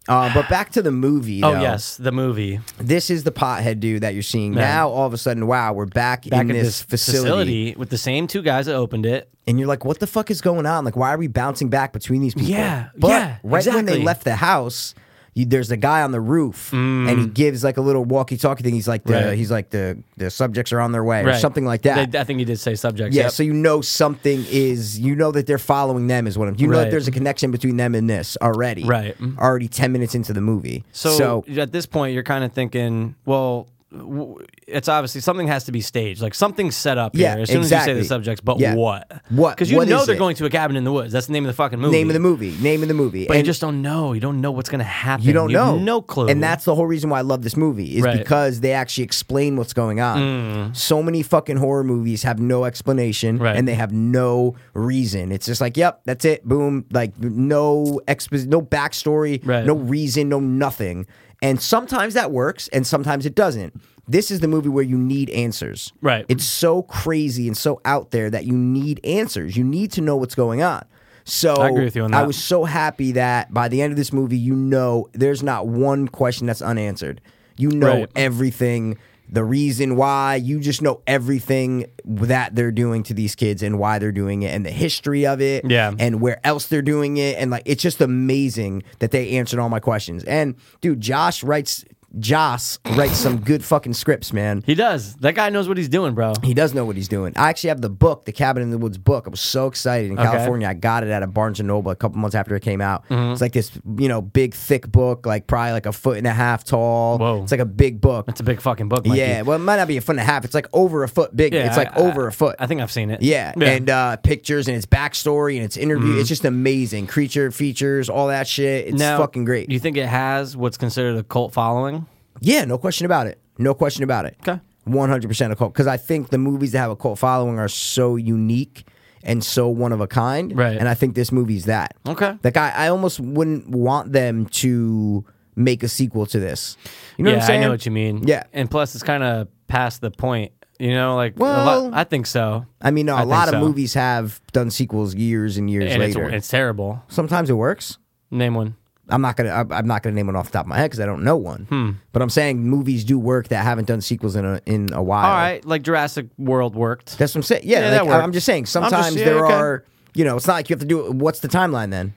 Speaker 7: uh, but back to the movie.
Speaker 8: Oh
Speaker 7: though.
Speaker 8: yes, the movie.
Speaker 7: this is the pothead dude that you're seeing
Speaker 8: Yeah.
Speaker 7: now. All of a sudden, wow, we're back,
Speaker 8: Back
Speaker 7: in
Speaker 8: at
Speaker 7: this, facility.
Speaker 8: with the same two guys that opened it.
Speaker 7: and you're like, what the fuck is going on? Like, why are we bouncing back between these people?
Speaker 8: Yeah,
Speaker 7: but
Speaker 8: yeah,
Speaker 7: right when they
Speaker 8: exactly.
Speaker 7: left the house. You, there's the guy on the roof, and he gives like a little walkie-talkie thing. He's like, the,
Speaker 8: Mm. Right.
Speaker 7: he's like the the subjects are on their way, or something like that.
Speaker 8: They- I think you did say subjects.
Speaker 7: yeah,
Speaker 8: yep.
Speaker 7: so you know something is, you know that they're following them is what I'm. You know that
Speaker 8: Right.
Speaker 7: there's a connection between them and this already,
Speaker 8: Right.
Speaker 7: Already ten minutes into the movie,
Speaker 8: So, at this point, you're kind of thinking, well, w- it's obviously something has to be staged. Like something's set up
Speaker 7: Yeah,
Speaker 8: here as soon as you
Speaker 7: exactly.
Speaker 8: say the subjects, but
Speaker 7: Yeah.
Speaker 8: what?
Speaker 7: What-
Speaker 8: Because you
Speaker 7: what
Speaker 8: know
Speaker 7: is
Speaker 8: they're
Speaker 7: it?
Speaker 8: going to a cabin in the woods. That's the name of the fucking movie.
Speaker 7: name of the movie, name of the movie,
Speaker 8: But
Speaker 7: And-
Speaker 8: you just don't know. You don't know what's going to happen.
Speaker 7: You don't know.
Speaker 8: have no clue.
Speaker 7: And that's the whole reason why I love this movie is
Speaker 8: Right. Mm.
Speaker 7: because they actually explain what's going on. So many fucking horror movies have no explanation
Speaker 8: Right.
Speaker 7: and they have no reason. It's just like, yep, that's it. Boom. Like no expo- no backstory,
Speaker 8: Right.
Speaker 7: no reason, no nothing. And sometimes that works and sometimes it doesn't. This is the movie where you need answers.
Speaker 8: Right.
Speaker 7: It's so crazy and so out there that you need answers. You need to know what's going on. So
Speaker 8: I agree with you on
Speaker 7: I
Speaker 8: that.
Speaker 7: was so happy that by the end of this movie, you know there's not one question that's unanswered. You know
Speaker 8: Right.
Speaker 7: everything, the reason why. You just know everything that they're doing to these kids and why they're doing it and the history of it.
Speaker 8: Yeah.
Speaker 7: And where else they're doing it. And like, it's just amazing that they answered all my questions. And dude, Josh writes, Josh writes some good fucking scripts, man.
Speaker 8: he does. That guy knows what he's doing, bro.
Speaker 7: He does know what he's doing. I actually have the book, the Cabin in the Woods book. I was so excited in
Speaker 8: Okay.
Speaker 7: California. I got it at a Barnes and Noble a couple months after it came out.
Speaker 8: Mm-hmm.
Speaker 7: It's like this, you know, big thick book, like probably like a foot and a half tall.
Speaker 8: Whoa.
Speaker 7: It's like a big book.
Speaker 8: That's a big fucking book. Mikey.
Speaker 7: Yeah, well, it might not be a foot and a half. It's like over a foot big.
Speaker 8: Yeah,
Speaker 7: it's like
Speaker 8: I-
Speaker 7: over a foot.
Speaker 8: I think I've seen it.
Speaker 7: Yeah, and uh, pictures and its backstory and its interview. It's just amazing. Creature features, all that shit. It's
Speaker 8: Mm-hmm. Now,
Speaker 7: fucking great.
Speaker 8: You think it has what's considered a cult following?
Speaker 7: Yeah, no question about it. No question about it.
Speaker 8: Okay.
Speaker 7: 100% a cult. Because I think the movies that have a cult following are so unique and so one of a kind.
Speaker 8: Right.
Speaker 7: And I think this movie's that.
Speaker 8: Okay.
Speaker 7: Like, I, I almost wouldn't want them to make a sequel to this. You know
Speaker 8: yeah,
Speaker 7: what I'm saying?
Speaker 8: I know what you mean.
Speaker 7: Yeah.
Speaker 8: and plus, it's kind of past the point. You know, like a
Speaker 7: Well-
Speaker 8: lot- I think so.
Speaker 7: I mean, no,
Speaker 8: I
Speaker 7: a
Speaker 8: think
Speaker 7: lot of
Speaker 8: so.
Speaker 7: movies have done sequels years and years
Speaker 8: and it's,
Speaker 7: later.
Speaker 8: it's terrible.
Speaker 7: Sometimes it works.
Speaker 8: Name one.
Speaker 7: I'm not gonna. I'm I'm not gonna name one off the top of my head because I don't know one.
Speaker 8: Hmm.
Speaker 7: But I'm saying movies do work that haven't done sequels in a in a while.
Speaker 8: All right, like Jurassic World worked.
Speaker 7: That's what I'm saying. Yeah,
Speaker 8: Yeah, that
Speaker 7: like, I- I'm
Speaker 8: worked.
Speaker 7: just saying.
Speaker 8: just-
Speaker 7: Sometimes
Speaker 8: yeah,
Speaker 7: there
Speaker 8: okay.
Speaker 7: are, you know, it's not like you have to do. it. What's the timeline then?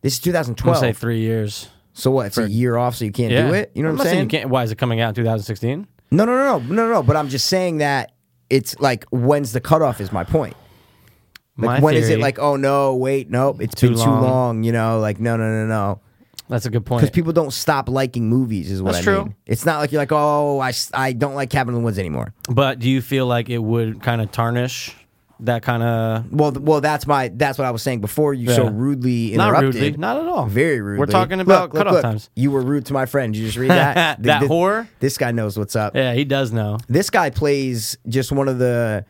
Speaker 7: This is
Speaker 8: I'm gonna
Speaker 7: 2012.
Speaker 8: say three years.
Speaker 7: so what? It's a year off, so you can't
Speaker 8: Yeah,
Speaker 7: do it. You know
Speaker 8: I'm
Speaker 7: what
Speaker 8: not
Speaker 7: I'm saying?
Speaker 8: You can't, why is it coming out in 2016?
Speaker 7: No, no, no, no, no, no. But I'm just saying that it's like when's the cutoff is my point.
Speaker 8: My
Speaker 7: Like when is it?
Speaker 8: theory-
Speaker 7: Like oh no, wait, nope, it's
Speaker 8: Too
Speaker 7: been too
Speaker 8: long.
Speaker 7: long. You know, like no, no, no, no.
Speaker 8: That's a good
Speaker 7: Because
Speaker 8: point.
Speaker 7: people don't stop liking movies, is what
Speaker 8: That's
Speaker 7: I
Speaker 8: true.
Speaker 7: mean. It's not like you're like, oh, I, s- I don't like Cabin in the Woods anymore.
Speaker 8: but do you feel like it would kind of tarnish that kind of?
Speaker 7: Well, th- well, that's my that's what I was saying before you so
Speaker 8: Yeah.
Speaker 7: rudely
Speaker 8: Not
Speaker 7: interrupted.
Speaker 8: rudely, not at all.
Speaker 7: Very rudely.
Speaker 8: Oh. We're talking
Speaker 7: Look,
Speaker 8: about
Speaker 7: look,
Speaker 8: cutoff
Speaker 7: look.
Speaker 8: times.
Speaker 7: You were rude to my friend. Did you just read that? Th-
Speaker 8: That
Speaker 7: th-
Speaker 8: whore?
Speaker 7: This guy knows what's up.
Speaker 8: Yeah, he does know.
Speaker 7: This guy plays just one of the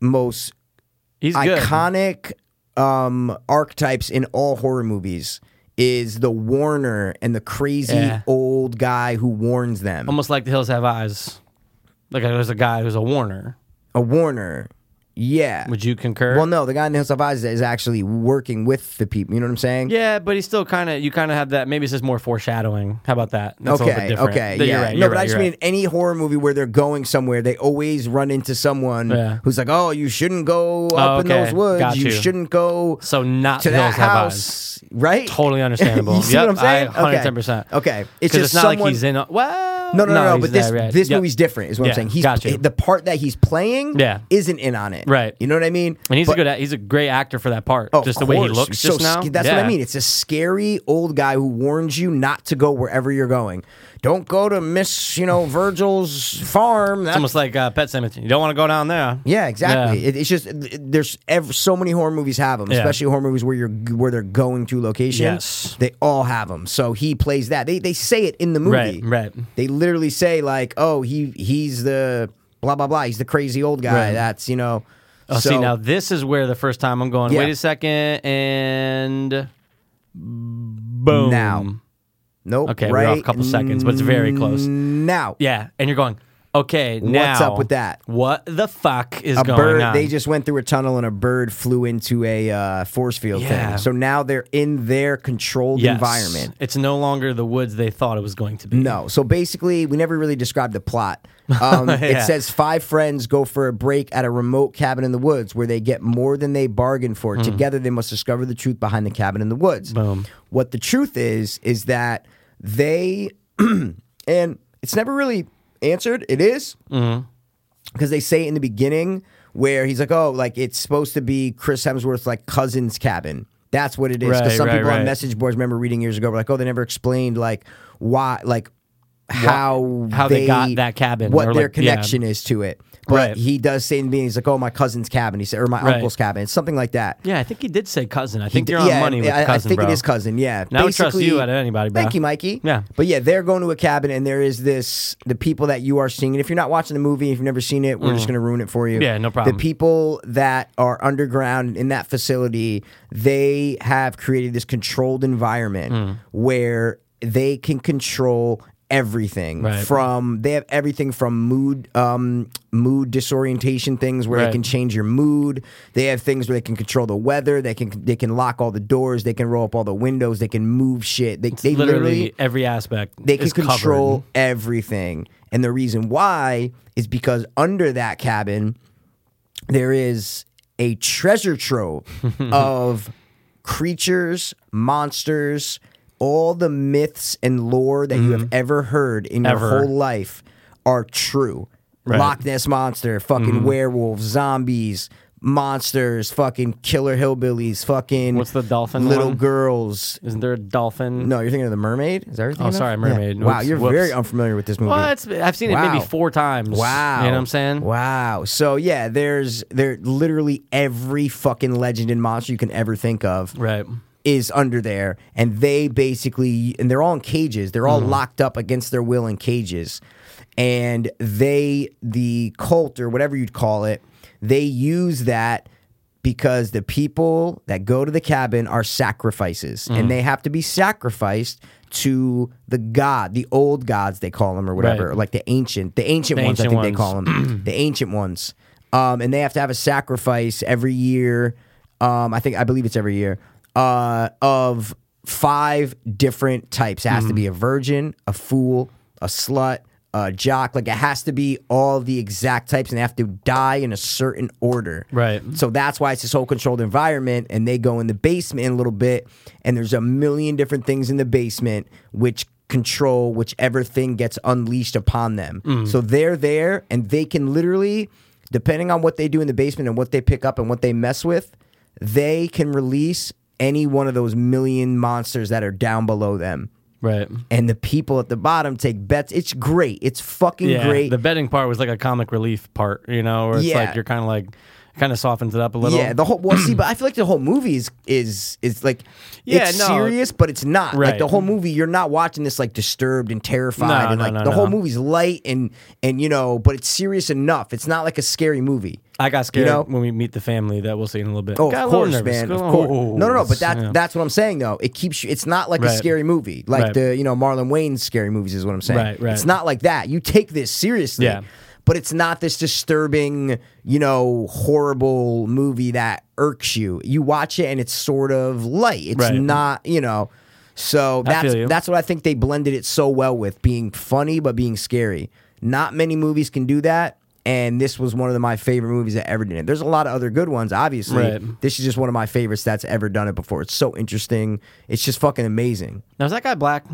Speaker 7: most
Speaker 8: He's good.
Speaker 7: iconic um, archetypes in all horror movies. Is the warner and the crazy
Speaker 8: Yeah.
Speaker 7: old guy who warns them?
Speaker 8: Almost like The Hills Have Eyes. Like there's a guy who's a Warner.
Speaker 7: a warner. Yeah.
Speaker 8: Would you concur?
Speaker 7: Well, no, the guy in the Hills Have Eyes is actually working with the people. You know what I'm saying?
Speaker 8: Yeah, but he's still kind of you kind of have that. Maybe it's just more foreshadowing. How about that? That's a little bit
Speaker 7: Okay.
Speaker 8: different.
Speaker 7: Okay.
Speaker 8: But
Speaker 7: yeah.
Speaker 8: You're right,
Speaker 7: no,
Speaker 8: you're
Speaker 7: but
Speaker 8: right,
Speaker 7: I just
Speaker 8: you're
Speaker 7: mean
Speaker 8: right.
Speaker 7: any horror movie where they're going somewhere, they always run into someone
Speaker 8: Yeah.
Speaker 7: who's like, "Oh, you shouldn't go up in
Speaker 8: okay,
Speaker 7: those woods.
Speaker 8: got
Speaker 7: you.
Speaker 8: you.
Speaker 7: shouldn't go
Speaker 8: So not
Speaker 7: to that
Speaker 8: Hills Have
Speaker 7: house." Right?
Speaker 8: Totally understandable.
Speaker 7: you see
Speaker 8: Yep,
Speaker 7: what I'm saying?
Speaker 8: I 110%.
Speaker 7: Okay. It's
Speaker 8: 'Cause
Speaker 7: just
Speaker 8: it's not
Speaker 7: someone,
Speaker 8: like he's in. A, well,
Speaker 7: No, no, no, no,
Speaker 8: he's
Speaker 7: But this
Speaker 8: there, right.
Speaker 7: this
Speaker 8: Yep.
Speaker 7: movie's different, is what
Speaker 8: Yeah,
Speaker 7: I'm saying. He's
Speaker 8: got you.
Speaker 7: the part that he's playing.
Speaker 8: Yeah.
Speaker 7: isn't in on it.
Speaker 8: Right.
Speaker 7: You know what I mean?
Speaker 8: And he's
Speaker 7: But-
Speaker 8: a good. act- He's a great actor for that part.
Speaker 7: Oh, of
Speaker 8: just the way he
Speaker 7: course.
Speaker 8: looks
Speaker 7: So
Speaker 8: just now.
Speaker 7: sc- That's what I
Speaker 8: Yeah.
Speaker 7: mean. It's a scary old guy who warns you not to go wherever you're going. Don't go to Miss, you know, Virgil's farm. That's
Speaker 8: It's almost like uh, Pet Cemetery. You don't want to go down there.
Speaker 7: yeah, exactly.
Speaker 8: Yeah.
Speaker 7: It, it's just it- there's ev- so many horror movies have them,
Speaker 8: Yeah.
Speaker 7: especially horror movies where you're where they're going to location.
Speaker 8: Yes.
Speaker 7: they all have them. So he plays that. They they say it in the movie.
Speaker 8: Right, right.
Speaker 7: They literally say like, "Oh, he he's the blah blah blah. He's the crazy old guy.
Speaker 8: Right.
Speaker 7: That's you know."
Speaker 8: Oh, see,
Speaker 7: So-
Speaker 8: now this is where the first time I'm going.
Speaker 7: Yeah.
Speaker 8: Wait a second, and boom.
Speaker 7: Now. nope.
Speaker 8: Okay,
Speaker 7: right
Speaker 8: we're off a couple seconds, but it's very close.
Speaker 7: now.
Speaker 8: Yeah, and you're going. Okay, now
Speaker 7: up with that?
Speaker 8: What the fuck is
Speaker 7: a
Speaker 8: going
Speaker 7: bird
Speaker 8: on?
Speaker 7: they just went through a tunnel and a bird flew into a uh, force field
Speaker 8: Yeah.
Speaker 7: thing so now they're in their controlled
Speaker 8: Yes.
Speaker 7: environment
Speaker 8: It's no longer the woods they thought it was going to be.
Speaker 7: no so basically we never really described the plot um, it
Speaker 8: Yeah.
Speaker 7: says five friends go for a break at a remote cabin in the woods where they get more than they bargained for together they must discover the truth behind the cabin in the woods
Speaker 8: Hmm. Boom.
Speaker 7: what the truth is is that they and it's never really answered it is because they say it in the beginning where he's like, oh, like it's supposed to be Chris Hemsworth's like cousin's cabin. That's what it is. Because
Speaker 8: Right,
Speaker 7: some
Speaker 8: right,
Speaker 7: people on
Speaker 8: right.
Speaker 7: message boards remember reading years ago were like, oh, they never explained like why, like how
Speaker 8: how they got that cabin,
Speaker 7: what
Speaker 8: or,
Speaker 7: their
Speaker 8: like, yeah.
Speaker 7: connection is to it. But
Speaker 8: Right.
Speaker 7: he does say in the beginning, he's like, oh, my cousin's cabin. He said, or my
Speaker 8: Right.
Speaker 7: uncle's cabin. It's something like that.
Speaker 8: Yeah, I think he did say cousin. I think
Speaker 7: He-
Speaker 8: you're on
Speaker 7: yeah,
Speaker 8: money with
Speaker 7: I, I
Speaker 8: cousin,
Speaker 7: think
Speaker 8: bro.
Speaker 7: it is cousin. Yeah,
Speaker 8: And I would trust
Speaker 7: Basically-
Speaker 8: you out of anybody, bro.
Speaker 7: Thank you, Mikey.
Speaker 8: Yeah.
Speaker 7: but yeah, they're going to a cabin, and there is this the people that you are seeing. And if you're not watching the movie, if you've never seen it, we're just going to ruin it for you.
Speaker 8: Mm. Yeah, no problem.
Speaker 7: The people that are underground in that facility, they have created this controlled environment
Speaker 8: Mm.
Speaker 7: where they can control everything
Speaker 8: Right.
Speaker 7: from they have everything from mood um mood disorientation things where they
Speaker 8: Right.
Speaker 7: can change your mood they have things where they can control the weather they can they can lock all the doors they can roll up all the windows they can move shit they, they
Speaker 8: literally,
Speaker 7: literally
Speaker 8: every aspect.
Speaker 7: they can
Speaker 8: is covered.
Speaker 7: control everything. And the reason why is because under that cabin, there is a treasure trove of creatures, monsters, all the myths and lore that you have ever heard in your
Speaker 8: Mm-hmm. Ever.
Speaker 7: whole life are true. Loch Ness monster, fucking
Speaker 8: Mm-hmm.
Speaker 7: werewolves, zombies, monsters, fucking killer hillbillies, fucking
Speaker 8: What's the dolphin
Speaker 7: little
Speaker 8: one?
Speaker 7: girls,
Speaker 8: Isn't there a dolphin?
Speaker 7: no, you're thinking of the mermaid. Is that everything?
Speaker 8: Oh, sorry, Mermaid.
Speaker 7: Wow,
Speaker 8: Whoops,
Speaker 7: you're
Speaker 8: whoops.
Speaker 7: very unfamiliar with this movie.
Speaker 8: Well, it's, I've seen it
Speaker 7: Wow.
Speaker 8: maybe four times.
Speaker 7: Wow,
Speaker 8: You know what I'm saying?
Speaker 7: Wow. So yeah, there's there literally every fucking legend and monster you can ever think of
Speaker 8: Right.
Speaker 7: is under there, and they basically and they're all in cages. They're
Speaker 8: Mm-hmm.
Speaker 7: all locked up against their will in cages, and they the cult or whatever you'd call it, they use that. Because the people that go to the cabin are sacrifices,
Speaker 8: Mm.
Speaker 7: and they have to be sacrificed to the god, the old gods they call them, or whatever,
Speaker 8: Right.
Speaker 7: like the ancient, the ancient ones. I
Speaker 8: ancient
Speaker 7: think they
Speaker 8: ones.
Speaker 7: call them them, the ancient ones. Um, and they have to have a sacrifice every year. Um, I think I believe it's every year uh, of five different types. It has to be a virgin, a fool, a slut, a jock. Like it has to be all the exact types, and they have to die in a certain order.
Speaker 8: Right.
Speaker 7: So that's why it's this whole controlled environment, and they go in the basement a little bit, and there's a million different things in the basement which control whichever thing gets unleashed upon them.
Speaker 8: Mm.
Speaker 7: So they're there, and they can literally, depending on what they do in the basement and what they pick up and what they mess with, they can release any one of those million monsters that are down below them.
Speaker 8: Right.
Speaker 7: And the people at the bottom take bets. It's great. It's fucking
Speaker 8: Yeah.
Speaker 7: great.
Speaker 8: The betting part was like a comic relief part, you know, where it's
Speaker 7: Yeah.
Speaker 8: like you're kind of like, kind of softens it up a little.
Speaker 7: Yeah, the whole well, see, but I feel like the whole movie is is is like
Speaker 8: Yeah,
Speaker 7: it's
Speaker 8: no.
Speaker 7: serious, but it's not. Like
Speaker 8: Right.
Speaker 7: the whole movie, you're not watching this like disturbed and terrified,
Speaker 8: No,
Speaker 7: and
Speaker 8: no,
Speaker 7: like
Speaker 8: no,
Speaker 7: the whole
Speaker 8: no.
Speaker 7: movie's light and and you know, but it's serious enough. It's not like a scary movie.
Speaker 8: I got scared
Speaker 7: know?
Speaker 8: when we meet the family that we'll see in a little bit.
Speaker 7: Oh,
Speaker 8: Got a
Speaker 7: of
Speaker 8: little
Speaker 7: course,
Speaker 8: nervous.
Speaker 7: man. Of
Speaker 8: Oh,
Speaker 7: course. No, no, no. But that
Speaker 8: yeah.
Speaker 7: that's what I'm saying though. It keeps you. It's not like a
Speaker 8: Right.
Speaker 7: scary movie, like
Speaker 8: Right.
Speaker 7: the you know Marlon Wayne's scary movies is what I'm saying.
Speaker 8: Right, right.
Speaker 7: It's not like that. You take this seriously.
Speaker 8: Yeah.
Speaker 7: but it's not this disturbing, you know, horrible movie that irks you. You watch it and it's sort of light. It's
Speaker 8: Right.
Speaker 7: not, you know. So that's
Speaker 8: feel you.
Speaker 7: that's what I think they blended it so well with being funny but being scary. Not many movies can do that. And this was one of the- my favorite movies that ever did it. There's a lot of other good ones, obviously.
Speaker 8: Right.
Speaker 7: This is just one of my favorites that's ever done it before. It's so interesting. It's just fucking amazing.
Speaker 8: Now is that guy black?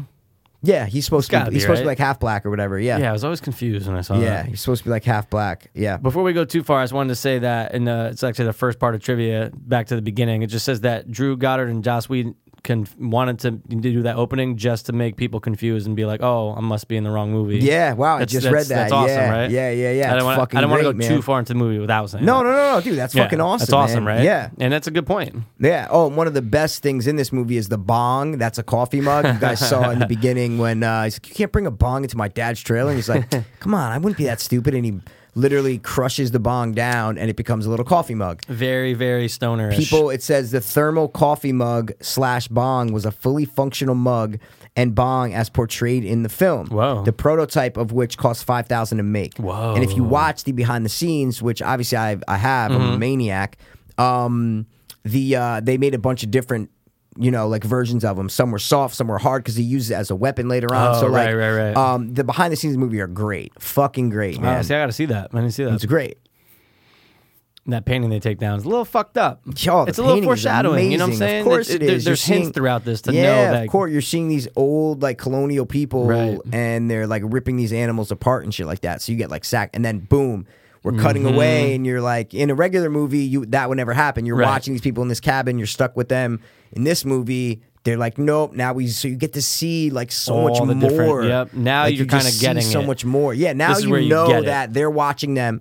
Speaker 7: Yeah, he's supposed to
Speaker 8: gotta
Speaker 7: be,
Speaker 8: be,
Speaker 7: he's supposed to be like
Speaker 8: right?
Speaker 7: half black or whatever. Yeah.
Speaker 8: Yeah, I was always confused when I saw
Speaker 7: Yeah,
Speaker 8: that.
Speaker 7: he's supposed to be like half black. Yeah.
Speaker 8: Before we go too far, I just wanted to say that, and uh, it's actually the first part of trivia back to the beginning. It just says that Drew Goddard and Joss Whedon con- wanted to do that opening just to make people confused and be like, "Oh, I must be in the wrong movie."
Speaker 7: Yeah, wow, I just read that.
Speaker 8: That's awesome,
Speaker 7: Yeah,
Speaker 8: right?
Speaker 7: yeah, yeah, yeah.
Speaker 8: I
Speaker 7: It's
Speaker 8: don't wanna-
Speaker 7: fucking
Speaker 8: I don't want to
Speaker 7: great, man.
Speaker 8: go too far into the movie without saying.
Speaker 7: No,
Speaker 8: that.
Speaker 7: no, no, no, dude. That's
Speaker 8: Yeah,
Speaker 7: fucking awesome.
Speaker 8: That's awesome,
Speaker 7: man.
Speaker 8: right?
Speaker 7: Yeah.
Speaker 8: and that's a good point.
Speaker 7: Yeah. Oh, and one of the best things in this movie is the bong. That's a coffee mug. You guys saw in the beginning when uh, he's like, "You can't bring a bong into my dad's trailer." And he's like, "Come on, I wouldn't be that stupid." And he literally crushes the bong down, and it becomes a little coffee mug.
Speaker 8: Very, very stonerish.
Speaker 7: People, it says the thermal coffee mug slash bong was a fully functional mug and bong as portrayed in the film.
Speaker 8: Whoa.
Speaker 7: The prototype of which cost five thousand to make.
Speaker 8: Whoa.
Speaker 7: And if you watch the behind the scenes, which obviously I, I have,
Speaker 8: Mm-hmm.
Speaker 7: I'm a maniac. Um, the uh, they made a bunch of different. You know, like versions of them. Some were soft, some were hard because he used it as a weapon later on.
Speaker 8: Oh,
Speaker 7: so, like,
Speaker 8: right, right, right.
Speaker 7: Um, the behind the scenes movie are great, fucking great,
Speaker 8: Wow,
Speaker 7: man.
Speaker 8: see, I got to see that. I didn't see that.
Speaker 7: it's great.
Speaker 8: that painting they take down is a little fucked up.
Speaker 7: Oh, the
Speaker 8: it's a little
Speaker 7: painting is
Speaker 8: foreshadowing. You know what I'm
Speaker 7: amazing.
Speaker 8: saying?
Speaker 7: Of course
Speaker 8: It-
Speaker 7: it
Speaker 8: it- there-
Speaker 7: is.
Speaker 8: There's
Speaker 7: You're
Speaker 8: hints
Speaker 7: seeing-
Speaker 8: throughout this to
Speaker 7: yeah,
Speaker 8: know that.
Speaker 7: of course, you're seeing these old like colonial people,
Speaker 8: Right.
Speaker 7: and they're like ripping these animals apart and shit like that. So you get like sack, and then boom, we're cutting
Speaker 8: Mm-hmm.
Speaker 7: away, and you're like in a regular movie, you that would never happen. You're
Speaker 8: Right.
Speaker 7: watching these people in this cabin, you're stuck with them. In this movie. They're like, nope. Now we so you get to see like so
Speaker 8: All
Speaker 7: much
Speaker 8: the different-
Speaker 7: more.
Speaker 8: yep, now
Speaker 7: Like,
Speaker 8: you're
Speaker 7: you just
Speaker 8: kinda
Speaker 7: see
Speaker 8: getting
Speaker 7: so
Speaker 8: it.
Speaker 7: much more. Yeah, now
Speaker 8: This is
Speaker 7: you
Speaker 8: where you
Speaker 7: know
Speaker 8: get it.
Speaker 7: that they're watching them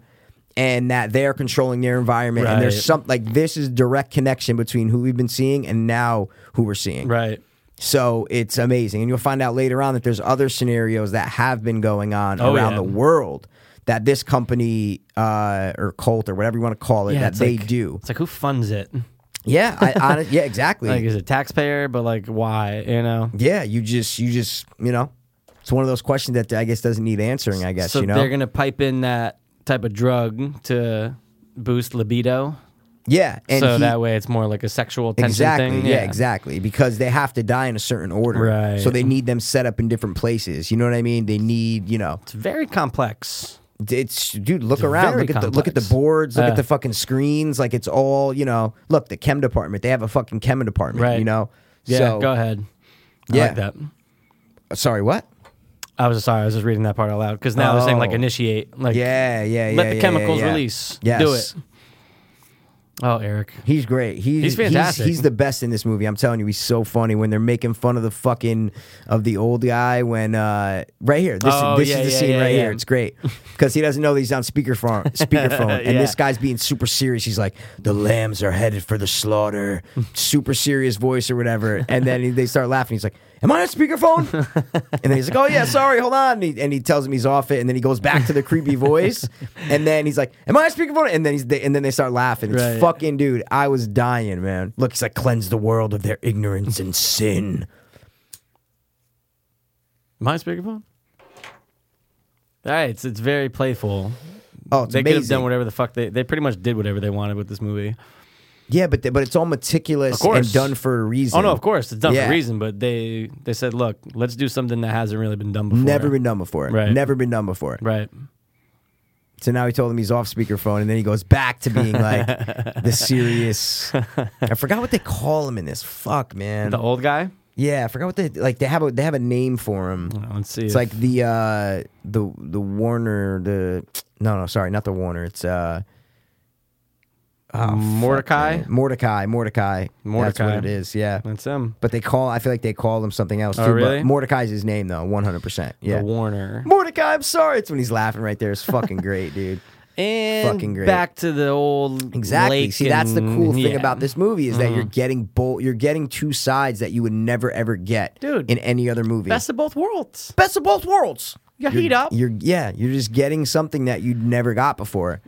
Speaker 7: and that they're controlling their environment. And
Speaker 8: Right.
Speaker 7: there's some like this is direct connection between who we've been seeing and now who we're seeing.
Speaker 8: Right.
Speaker 7: So it's amazing. And you'll find out later on that there's other scenarios that have been going on
Speaker 8: Oh,
Speaker 7: around
Speaker 8: yeah.
Speaker 7: the world that this company uh, or cult or whatever you want to call it
Speaker 8: Yeah,
Speaker 7: that
Speaker 8: it's
Speaker 7: they
Speaker 8: like-
Speaker 7: do.
Speaker 8: It's like who funds it?
Speaker 7: Yeah, I, honest- yeah, exactly.
Speaker 8: Like is it taxpayer? But like why? You know.
Speaker 7: yeah, you just you just you know, it's one of those questions that I guess doesn't need answering. I guess
Speaker 8: So
Speaker 7: you know.
Speaker 8: they're gonna pipe in that type of drug to boost libido,
Speaker 7: yeah, and
Speaker 8: so
Speaker 7: he-
Speaker 8: that way it's more like a sexual tension
Speaker 7: exactly
Speaker 8: thing.
Speaker 7: yeah. exactly because they have to die in a certain order
Speaker 8: Right.
Speaker 7: so they need them set up in different places you know what i mean they need you know
Speaker 8: It's very complex.
Speaker 7: it's dude look around
Speaker 8: very
Speaker 7: look at, the, look at the
Speaker 8: complex.
Speaker 7: boards look
Speaker 8: Yeah.
Speaker 7: at the fucking screens like it's all you know look the chem department they have a fucking chem department
Speaker 8: Right.
Speaker 7: you know
Speaker 8: Yeah.
Speaker 7: so,
Speaker 8: go ahead. I
Speaker 7: Yeah.
Speaker 8: like that.
Speaker 7: sorry what
Speaker 8: I was sorry. I was just reading that part out loud because now they're saying like
Speaker 7: Oh.
Speaker 8: initiate, like
Speaker 7: yeah yeah yeah
Speaker 8: let the
Speaker 7: yeah,
Speaker 8: chemicals
Speaker 7: yeah, yeah.
Speaker 8: release.
Speaker 7: yes.
Speaker 8: Do it. Oh, Eric.
Speaker 7: He's great. He's,
Speaker 8: He's fantastic.
Speaker 7: He's, the best in this movie. I'm telling you, he's so funny when they're making fun of the fucking of the old guy. When uh, right here, this,
Speaker 8: Oh,
Speaker 7: this
Speaker 8: yeah,
Speaker 7: is the
Speaker 8: yeah,
Speaker 7: scene
Speaker 8: yeah,
Speaker 7: right
Speaker 8: yeah.
Speaker 7: here. It's great because he doesn't know that he's on speakerphone. Speakerphone, and
Speaker 8: Yeah.
Speaker 7: this guy's being super serious. He's like, "The lambs are headed for the slaughter." super serious voice or whatever, and then they start laughing. He's like, "Am I on speakerphone?" and then he's like, "Oh yeah, sorry, hold on." And he, and he tells him he's off it, and then he goes back to the creepy voice, and then he's like, "Am I on speakerphone?" And then he's and then they start laughing. It's
Speaker 8: Right.
Speaker 7: fucking dude. I was dying, man. Look, he's like, "Cleanse the world of their ignorance and sin."
Speaker 8: My speakerphone. All right, it's, it's very playful.
Speaker 7: Oh, it's
Speaker 8: They could have
Speaker 7: amazing.
Speaker 8: done whatever the fuck they they pretty much did whatever they wanted with this movie.
Speaker 7: yeah, but but it's all
Speaker 8: Of
Speaker 7: meticulous
Speaker 8: course.
Speaker 7: and done for a reason.
Speaker 8: Oh no, of course it's done for
Speaker 7: Yeah.
Speaker 8: a reason, but they they said, look, let's do something that hasn't really been done before.
Speaker 7: Never been done before.
Speaker 8: Right.
Speaker 7: Never been done before.
Speaker 8: right.
Speaker 7: So now he told him he's off speakerphone, and then he goes back to being like the serious. I forgot what they call him in this. Fuck, man.
Speaker 8: The old guy.
Speaker 7: Yeah, I forgot what they like. They have a they have a name for him.
Speaker 8: Oh, Let's see.
Speaker 7: It's
Speaker 8: if-
Speaker 7: like the uh the the Warner the no no sorry not the Warner it's uh oh,
Speaker 8: Mordecai.
Speaker 7: Mordecai Mordecai that's
Speaker 8: Mordecai.
Speaker 7: what it is yeah
Speaker 8: That's him.
Speaker 7: but they call I feel like they call him something else
Speaker 8: Oh,
Speaker 7: too
Speaker 8: really?
Speaker 7: but Mordecai's his name though one hundred percent yeah
Speaker 8: The Warner.
Speaker 7: Mordecai I'm sorry it's when he's laughing right there it's fucking great dude
Speaker 8: And
Speaker 7: Fucking great.
Speaker 8: back to the old
Speaker 7: exactly
Speaker 8: lake
Speaker 7: see that's the
Speaker 8: and-
Speaker 7: cool thing
Speaker 8: yeah. Mm-hmm.
Speaker 7: about this movie is that you're getting both you're getting two sides that you would never ever get
Speaker 8: Dude.
Speaker 7: in any other movie
Speaker 8: Best of both worlds.
Speaker 7: best of both worlds.
Speaker 8: You
Speaker 7: You're-
Speaker 8: heat up.
Speaker 7: You're yeah. You're just getting something that you'd never got before.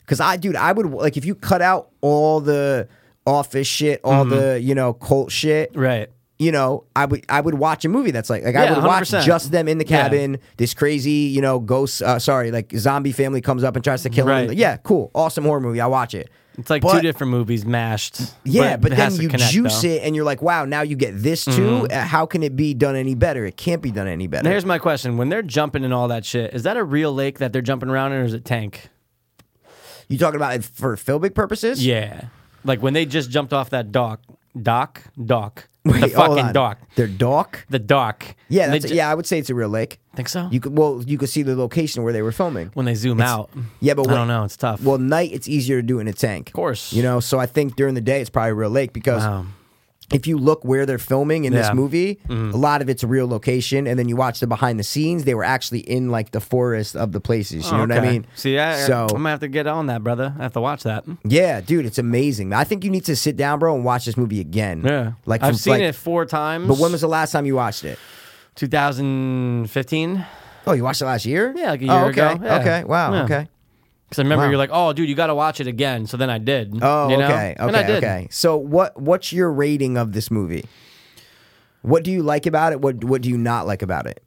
Speaker 7: Because I, dude, I would like if you cut out all the office shit, all the you know cult shit.
Speaker 8: Mm-hmm. Right.
Speaker 7: you know, I would I would watch a movie that's like like I
Speaker 8: Yeah,
Speaker 7: would watch
Speaker 8: 100%.
Speaker 7: just them in the
Speaker 8: Yeah.
Speaker 7: cabin. This crazy, you know, ghost. Uh, sorry, like zombie family comes up and tries to kill him.
Speaker 8: Right.
Speaker 7: Yeah, cool, awesome horror movie. I watch it.
Speaker 8: It's like
Speaker 7: But-
Speaker 8: two different movies mashed.
Speaker 7: Yeah, but,
Speaker 8: it
Speaker 7: then
Speaker 8: has to
Speaker 7: you
Speaker 8: connect,
Speaker 7: juice
Speaker 8: though. Mm-hmm.
Speaker 7: it and you're like, wow, now you get this too. Uh, How can it be done any better? It can't be done any better.
Speaker 8: And here's my question: When they're jumping and all that shit, is that a real lake that they're jumping around in, or is it tank?
Speaker 7: you talking about it for filmic purposes?
Speaker 8: Yeah, like when they just jumped off that dock, dock, dock, the
Speaker 7: Wait, hold
Speaker 8: fucking
Speaker 7: on.
Speaker 8: dock,
Speaker 7: Their dock.
Speaker 8: the dock.
Speaker 7: Yeah,
Speaker 8: And they
Speaker 7: that's,
Speaker 8: ju-
Speaker 7: yeah, I would say it's a real lake.
Speaker 8: Think so?
Speaker 7: You could well, you could see the location where they were filming.
Speaker 8: when they zoom out.
Speaker 7: Yeah, but
Speaker 8: I
Speaker 7: when-
Speaker 8: don't know. It's tough.
Speaker 7: Well, night it's easier to do in a tank. Of
Speaker 8: course.
Speaker 7: You know, so I think during the day it's probably a real lake because
Speaker 8: Wow.
Speaker 7: if you look where they're filming in this
Speaker 8: Yeah. Mm-hmm.
Speaker 7: movie, a lot of it's a real location, and then you watch the behind the scenes, they were actually in like the forest of the places. You know what I
Speaker 8: Okay.
Speaker 7: mean?
Speaker 8: See, I,
Speaker 7: so
Speaker 8: I'm gonna have to get on that, brother. I have to watch that.
Speaker 7: yeah, dude, it's amazing. I think you need to sit down, bro, and watch this movie again.
Speaker 8: Yeah,
Speaker 7: like
Speaker 8: I've
Speaker 7: from-
Speaker 8: seen
Speaker 7: like-
Speaker 8: it four times.
Speaker 7: But when was the last time you watched it?
Speaker 8: 2015?
Speaker 7: Oh, you watched it last year?
Speaker 8: Yeah, like a
Speaker 7: oh,
Speaker 8: year
Speaker 7: okay.
Speaker 8: ago. Yeah.
Speaker 7: Okay, wow,
Speaker 8: Yeah.
Speaker 7: okay.
Speaker 8: Because I remember
Speaker 7: Wow.
Speaker 8: you're like, "Oh, dude, you got to watch it again." So then I did.
Speaker 7: Oh,
Speaker 8: you know?
Speaker 7: okay, okay,
Speaker 8: and I did.
Speaker 7: okay. So what what's your rating of this movie? What do you like about it? What what do you not like about it?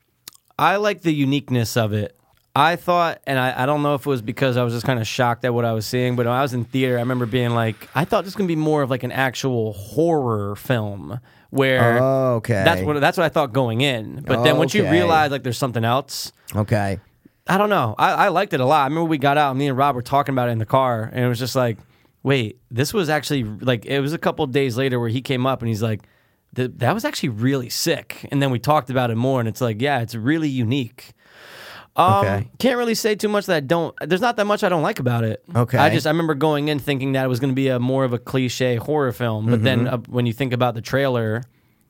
Speaker 8: I like the uniqueness of it. I thought, and I, I don't know if it was because I was just kind of shocked at what I was seeing, but when I was in theater, I remember being like, I thought this was gonna be more of like an actual horror film where
Speaker 7: Oh, Okay.
Speaker 8: that's what that's what I thought going in. But then once you
Speaker 7: Okay.
Speaker 8: realize like there's something else,
Speaker 7: Okay.
Speaker 8: I don't know. I, I liked it a lot. I remember we got out, me and Rob were talking about it in the car, and it was just like, wait, this was actually like, it was a couple days later where he came up and he's like, "Th- that was actually really sick. And then we talked about it more, and it's like, yeah, it's really unique. Um,
Speaker 7: Okay.
Speaker 8: Can't really say too much that I don't. There's not that much I don't like about it.
Speaker 7: Okay.
Speaker 8: I just I remember going in thinking that it was going to be a more of a cliche horror film, but then
Speaker 7: Mm-hmm.
Speaker 8: uh, when you think about the trailer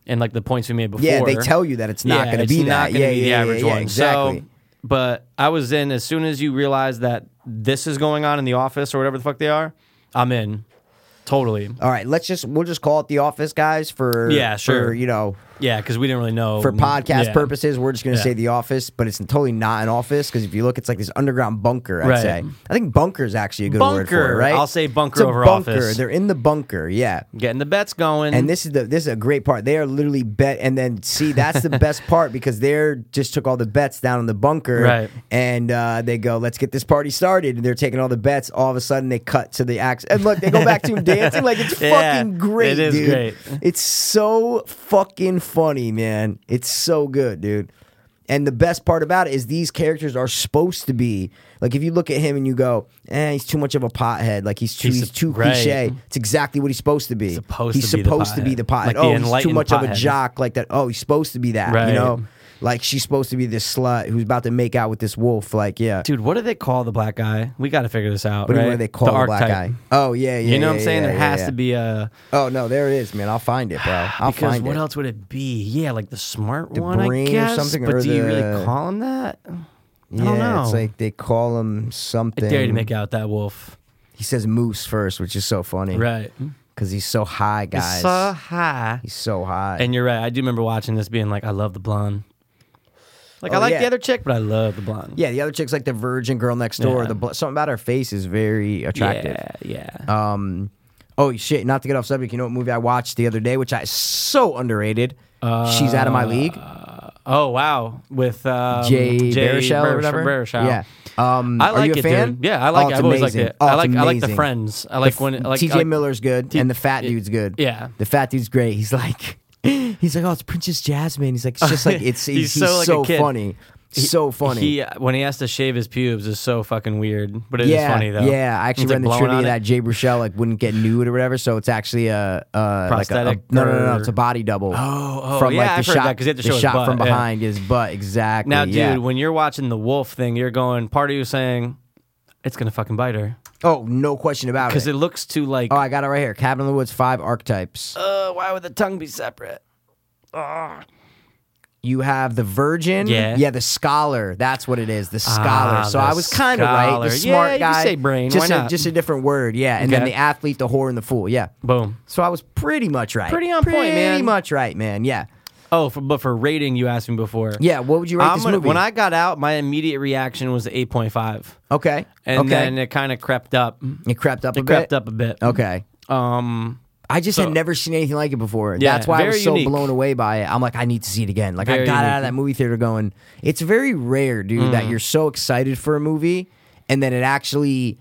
Speaker 8: and like the points we made before,
Speaker 7: Yeah, they tell you that it's not
Speaker 8: yeah,
Speaker 7: going to
Speaker 8: it's
Speaker 7: be
Speaker 8: not
Speaker 7: that.
Speaker 8: gonna
Speaker 7: yeah,
Speaker 8: be
Speaker 7: yeah,
Speaker 8: the
Speaker 7: yeah,
Speaker 8: average
Speaker 7: yeah,
Speaker 8: one.
Speaker 7: Exactly.
Speaker 8: So, but I was in as soon as you realize that this is going on in the office or whatever the fuck they are. I'm in, totally.
Speaker 7: All right, let's just we'll just call it the office guys for
Speaker 8: Yeah, sure.
Speaker 7: for, you know
Speaker 8: Yeah, because we didn't really know
Speaker 7: for podcast
Speaker 8: yeah.
Speaker 7: purposes we're just going to
Speaker 8: Yeah.
Speaker 7: say the office, but it's totally not an office because if you look, it's like this underground bunker. I'd
Speaker 8: Right.
Speaker 7: say I think bunker is actually a good word for it,
Speaker 8: Bunker.
Speaker 7: right?
Speaker 8: I'll say bunker
Speaker 7: It's a
Speaker 8: over
Speaker 7: bunker.
Speaker 8: office.
Speaker 7: They're in the bunker. Yeah.
Speaker 8: Getting the bets going,
Speaker 7: And this is the this is a great part. They are literally bet, and then see that's the best part because they're just took all the bets down in the bunker,
Speaker 8: Right.
Speaker 7: And uh, they go, let's get this party started, and they're taking all the bets. All of a sudden, they cut to the act, and look, they go back to him dancing like it's
Speaker 8: Yeah,
Speaker 7: fucking great.
Speaker 8: it is
Speaker 7: dude.
Speaker 8: great.
Speaker 7: It's so fucking funny, man. It's so good, dude. And the best part about it is these characters are supposed to be like if you look at him and you go, eh, he's too much of a pothead. Like he's too
Speaker 8: He's
Speaker 7: he's,
Speaker 8: a-
Speaker 7: too
Speaker 8: right.
Speaker 7: cliche. It's exactly what he's supposed to be.
Speaker 8: Supposed
Speaker 7: he's
Speaker 8: to be the
Speaker 7: supposed to be
Speaker 8: pothead.
Speaker 7: the pothead.
Speaker 8: Like the
Speaker 7: oh, he's too
Speaker 8: enlightened
Speaker 7: much of a
Speaker 8: pothead.
Speaker 7: jock like that. Oh, he's supposed to be that. You
Speaker 8: Right.
Speaker 7: know, like she's supposed to be this slut who's about to make out with this wolf. Like yeah,
Speaker 8: dude. What do they call the black guy? We got to figure this out.
Speaker 7: what do
Speaker 8: right?
Speaker 7: you- what do they call the, black
Speaker 8: archetype.
Speaker 7: guy? Oh yeah, yeah.
Speaker 8: you know
Speaker 7: yeah,
Speaker 8: what I'm saying?
Speaker 7: yeah,
Speaker 8: there
Speaker 7: yeah,
Speaker 8: has
Speaker 7: yeah.
Speaker 8: to be a
Speaker 7: Oh no, there it is, man. I'll find it, bro. I'll
Speaker 8: because
Speaker 7: find
Speaker 8: what
Speaker 7: it.
Speaker 8: else would it be? Yeah, like the smart
Speaker 7: The
Speaker 8: one,
Speaker 7: brain or
Speaker 8: I guess.
Speaker 7: something,
Speaker 8: but
Speaker 7: or
Speaker 8: do you
Speaker 7: the-
Speaker 8: really call him that?
Speaker 7: Yeah,
Speaker 8: I don't know.
Speaker 7: it's like they call him
Speaker 8: I
Speaker 7: something.
Speaker 8: dare you to make out that wolf.
Speaker 7: He says moose first, which is so funny,
Speaker 8: Right.
Speaker 7: Because he's so high, guys.
Speaker 8: So high.
Speaker 7: He's so high.
Speaker 8: And you're right. I do remember watching this being like, I love the blonde. Like, I
Speaker 7: Oh,
Speaker 8: like
Speaker 7: yeah.
Speaker 8: the other chick, but I love the blonde.
Speaker 7: yeah, the other chick's like the virgin girl next door.
Speaker 8: Yeah.
Speaker 7: The bl- something about her face is very attractive.
Speaker 8: Yeah. Yeah.
Speaker 7: Um, oh shit! Not to get off subject, you know what movie I watched the other day, which I so underrated. She's out of my league.
Speaker 8: oh, wow. With um,
Speaker 7: Jay, Baruchel
Speaker 8: Baruch-
Speaker 7: or whatever.
Speaker 8: Baruchel.
Speaker 7: Yeah. Um,
Speaker 8: I like
Speaker 7: are you a
Speaker 8: it,
Speaker 7: fan?
Speaker 8: dude. Yeah, I like
Speaker 7: Oh,
Speaker 8: it.
Speaker 7: it's
Speaker 8: I've always liked
Speaker 7: amazing.
Speaker 8: it.
Speaker 7: Oh,
Speaker 8: I
Speaker 7: it's
Speaker 8: like I like the
Speaker 7: amazing.
Speaker 8: friends. I
Speaker 7: The
Speaker 8: like
Speaker 7: f-
Speaker 8: when like
Speaker 7: TJ
Speaker 8: I like-
Speaker 7: Miller's good and the fat
Speaker 8: yeah.
Speaker 7: dude's good.
Speaker 8: Yeah.
Speaker 7: the fat dude's great. He's like, he's like, oh, it's Princess Jasmine. He's like, it's just like it's he's,
Speaker 8: He's
Speaker 7: he's so,
Speaker 8: so like a kid.
Speaker 7: funny, so funny.
Speaker 8: He uh, when he has to shave his pubes is so fucking weird, but it is
Speaker 7: yeah,
Speaker 8: funny though.
Speaker 7: Yeah, I actually
Speaker 8: It's, like,
Speaker 7: read the
Speaker 8: blowing
Speaker 7: trivia
Speaker 8: on it.
Speaker 7: that Jay Bruchel like wouldn't get nude or whatever, so it's actually a, a
Speaker 8: Prosthetic
Speaker 7: Like a, a, no, no, no, no,
Speaker 8: or-
Speaker 7: it's a body double. Oh,
Speaker 8: oh, yeah, I've heard that 'cause they have to
Speaker 7: the
Speaker 8: show his
Speaker 7: shot
Speaker 8: butt,
Speaker 7: from
Speaker 8: yeah.
Speaker 7: behind his butt exactly.
Speaker 8: Now, dude,
Speaker 7: yeah.
Speaker 8: when you're watching the wolf thing, you're going part of you saying it's gonna fucking bite her
Speaker 7: oh, no question about
Speaker 8: because
Speaker 7: it.
Speaker 8: it looks too like.
Speaker 7: Oh, I got it right here. Cabin in the Woods, five archetypes.
Speaker 8: uh, why would the tongue be separate?
Speaker 7: You have the virgin.
Speaker 8: Yeah.
Speaker 7: Yeah, the scholar. That's what it is. The scholar.
Speaker 8: Ah,
Speaker 7: so
Speaker 8: the
Speaker 7: I was kind of right.
Speaker 8: scholar.
Speaker 7: The smart
Speaker 8: Yeah, you
Speaker 7: guy.
Speaker 8: say brain.
Speaker 7: Just,
Speaker 8: Why
Speaker 7: a,
Speaker 8: not?
Speaker 7: just a different word. Yeah. And then
Speaker 8: Okay.
Speaker 7: the athlete, the whore, and the fool. Yeah.
Speaker 8: Boom.
Speaker 7: So I was pretty much right.
Speaker 8: Pretty on point,
Speaker 7: Pretty
Speaker 8: man.
Speaker 7: much right, man. Yeah.
Speaker 8: Oh, for, but for rating, you asked me before.
Speaker 7: Yeah. What would you rate
Speaker 8: I'm
Speaker 7: this
Speaker 8: gonna-
Speaker 7: movie?
Speaker 8: When I got out, my immediate reaction was 8.5,
Speaker 7: okay.
Speaker 8: and
Speaker 7: okay.
Speaker 8: then it kind of crept up.
Speaker 7: it crept up a
Speaker 8: It crept
Speaker 7: bit.
Speaker 8: up a bit.
Speaker 7: Okay.
Speaker 8: Um,
Speaker 7: I just
Speaker 8: So-
Speaker 7: had never seen anything like it before.
Speaker 8: Yeah,
Speaker 7: That's why I
Speaker 8: very
Speaker 7: was so
Speaker 8: unique.
Speaker 7: blown away by it. I'm like, I need to see it again. Like I
Speaker 8: Very
Speaker 7: got out
Speaker 8: unique. Mm.
Speaker 7: of that movie theater going. It's very rare, dude, that you're so excited for a movie and then it actually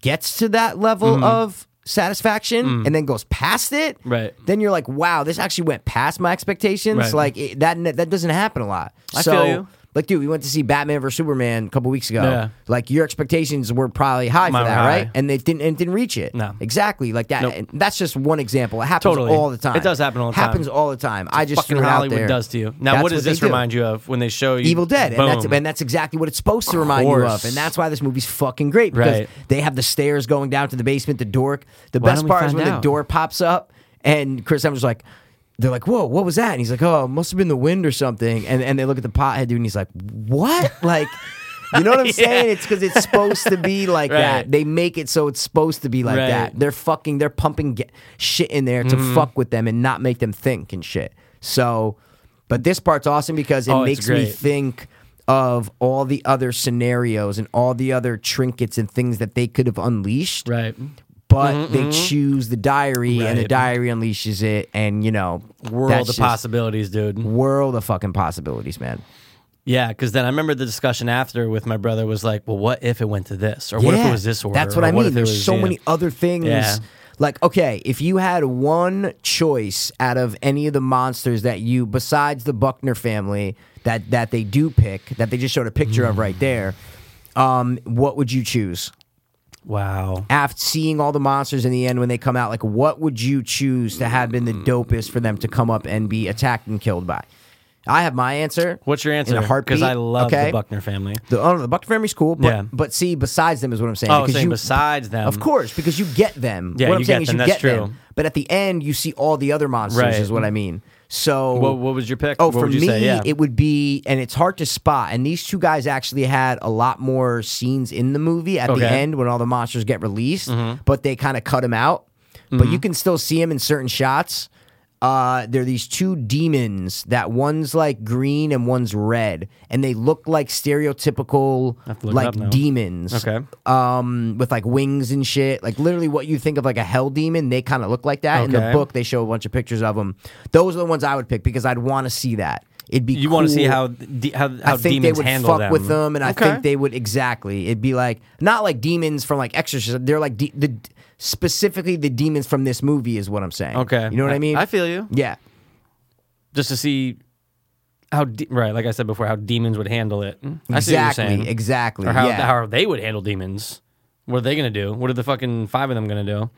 Speaker 7: gets to that level
Speaker 8: Mm-hmm.
Speaker 7: of satisfaction and then goes past it.
Speaker 8: Mm. Right.
Speaker 7: Then you're like, wow, this actually went past my expectations.
Speaker 8: Right.
Speaker 7: Like it, that that doesn't happen a lot.
Speaker 8: I
Speaker 7: so
Speaker 8: feel you.
Speaker 7: like dude, we went to see Batman vs Superman a couple weeks ago.
Speaker 8: Yeah.
Speaker 7: Like your expectations were probably high
Speaker 8: Mine
Speaker 7: for
Speaker 8: were
Speaker 7: that,
Speaker 8: high.
Speaker 7: right? And they didn't and it didn't reach it.
Speaker 8: No.
Speaker 7: Exactly. Like that
Speaker 8: Nope.
Speaker 7: and that's just one example. It happens
Speaker 8: Totally.
Speaker 7: all the time.
Speaker 8: It does happen all the time.
Speaker 7: Happens all the time. I just
Speaker 8: fucking
Speaker 7: threw it out
Speaker 8: Hollywood
Speaker 7: there.
Speaker 8: does to you. Now,
Speaker 7: That's
Speaker 8: what does
Speaker 7: they
Speaker 8: this
Speaker 7: do.
Speaker 8: revenge remind you of when they show you
Speaker 7: Evil Dead, and that's,
Speaker 8: Boom.
Speaker 7: and that's exactly what it's supposed to remind you of,
Speaker 8: course.
Speaker 7: and that's why this movie's fucking great because
Speaker 8: Right.
Speaker 7: they have the stairs going down to the basement. The door, the
Speaker 8: Why don't
Speaker 7: best
Speaker 8: we
Speaker 7: part is
Speaker 8: find
Speaker 7: when
Speaker 8: out?
Speaker 7: the door pops up, and Chris Evans is like, they're like, "Whoa, what was that?" And he's like, "Oh, it must have been the wind or something." And and they look at the pothead dude, and he's like, "What?" Like. You know what I'm saying? It's because it's supposed to be like
Speaker 8: Right.
Speaker 7: that. They make it so it's supposed to be like
Speaker 8: Right. Mm-hmm.
Speaker 7: that. They're fucking, they're pumping ge- shit in there to fuck with them and not make them think and shit. So, but this part's awesome because it
Speaker 8: Oh, it's
Speaker 7: makes me
Speaker 8: great.
Speaker 7: think of all the other scenarios and all the other trinkets and things that they could have unleashed.
Speaker 8: right. Mm-hmm.
Speaker 7: But they choose the diary, and the
Speaker 8: Right.
Speaker 7: diary unleashes it, and you know,
Speaker 8: World of
Speaker 7: just
Speaker 8: possibilities, dude.
Speaker 7: World of fucking possibilities, man.
Speaker 8: Yeah, because then I remember the discussion after with my brother was like, "Well, what if it went to this, or what if it was this order?"
Speaker 7: That's what
Speaker 8: or
Speaker 7: I mean.
Speaker 8: if it
Speaker 7: There's
Speaker 8: was,
Speaker 7: so
Speaker 8: you know-
Speaker 7: many other things.
Speaker 8: Yeah.
Speaker 7: Like, okay, if you had one choice out of any of the monsters that you, besides the Buckner family, that that they do pick, that they just showed a picture of right there, um, what would you choose?
Speaker 8: Wow.
Speaker 7: After seeing all the monsters in the end when they come out, like, what would you choose to have been the
Speaker 8: Mm.
Speaker 7: dopest for them to come up and be attacked and killed by? I have my answer.
Speaker 8: What's your answer?
Speaker 7: In a heartbeat.
Speaker 8: Because I love
Speaker 7: okay?
Speaker 8: the Buckner family.
Speaker 7: The, oh, no, the Buckner family's cool, but,
Speaker 8: Yeah.
Speaker 7: but see, besides them is what I'm saying.
Speaker 8: Oh,
Speaker 7: because
Speaker 8: saying
Speaker 7: you-
Speaker 8: besides them.
Speaker 7: Of course, because you get them.
Speaker 8: Yeah,
Speaker 7: what I'm
Speaker 8: you
Speaker 7: saying
Speaker 8: get
Speaker 7: is
Speaker 8: them,
Speaker 7: you
Speaker 8: that's
Speaker 7: get
Speaker 8: true.
Speaker 7: them. But at the end, you see all the other monsters,
Speaker 8: Right.
Speaker 7: is what I mean. So,
Speaker 8: What, what was your pick?
Speaker 7: oh,
Speaker 8: What
Speaker 7: for
Speaker 8: would you
Speaker 7: me,
Speaker 8: say? Yeah.
Speaker 7: it would be, and it's hard to spot. And these two guys actually had a lot more scenes in the movie at
Speaker 8: Okay. Mm-hmm.
Speaker 7: the end when all the monsters get released, but they kind of cut them out. But you can still see them in certain shots. Uh, they're these two demons that one's like green and one's red, and they look like stereotypical
Speaker 8: have to look it
Speaker 7: like
Speaker 8: up now.
Speaker 7: demons
Speaker 8: okay.
Speaker 7: um, with like wings and shit. Like literally what you think of like a hell demon, they kind of look like that. In the
Speaker 8: Okay.
Speaker 7: book, they show a bunch of pictures of them. Those are the ones I would pick because I'd want to see that. It'd be
Speaker 8: You want to see
Speaker 7: cool.
Speaker 8: how de- how, how
Speaker 7: I think they
Speaker 8: demons
Speaker 7: would
Speaker 8: handle
Speaker 7: fuck
Speaker 8: them.
Speaker 7: with them, and
Speaker 8: Okay.
Speaker 7: I think they would exactly. It'd be like not like demons from like Exorcist. They're like de- the specifically the demons from this movie is what I'm saying.
Speaker 8: Okay.
Speaker 7: you know what I,
Speaker 8: I-
Speaker 7: mean?
Speaker 8: I feel you.
Speaker 7: Yeah,
Speaker 8: just to see how de- right, like I said before, how demons would handle it. I see what you're
Speaker 7: exactly,
Speaker 8: saying.
Speaker 7: exactly.
Speaker 8: Or how,
Speaker 7: yeah.
Speaker 8: how they would handle demons. What are they gonna do? What are the fucking five of them gonna do?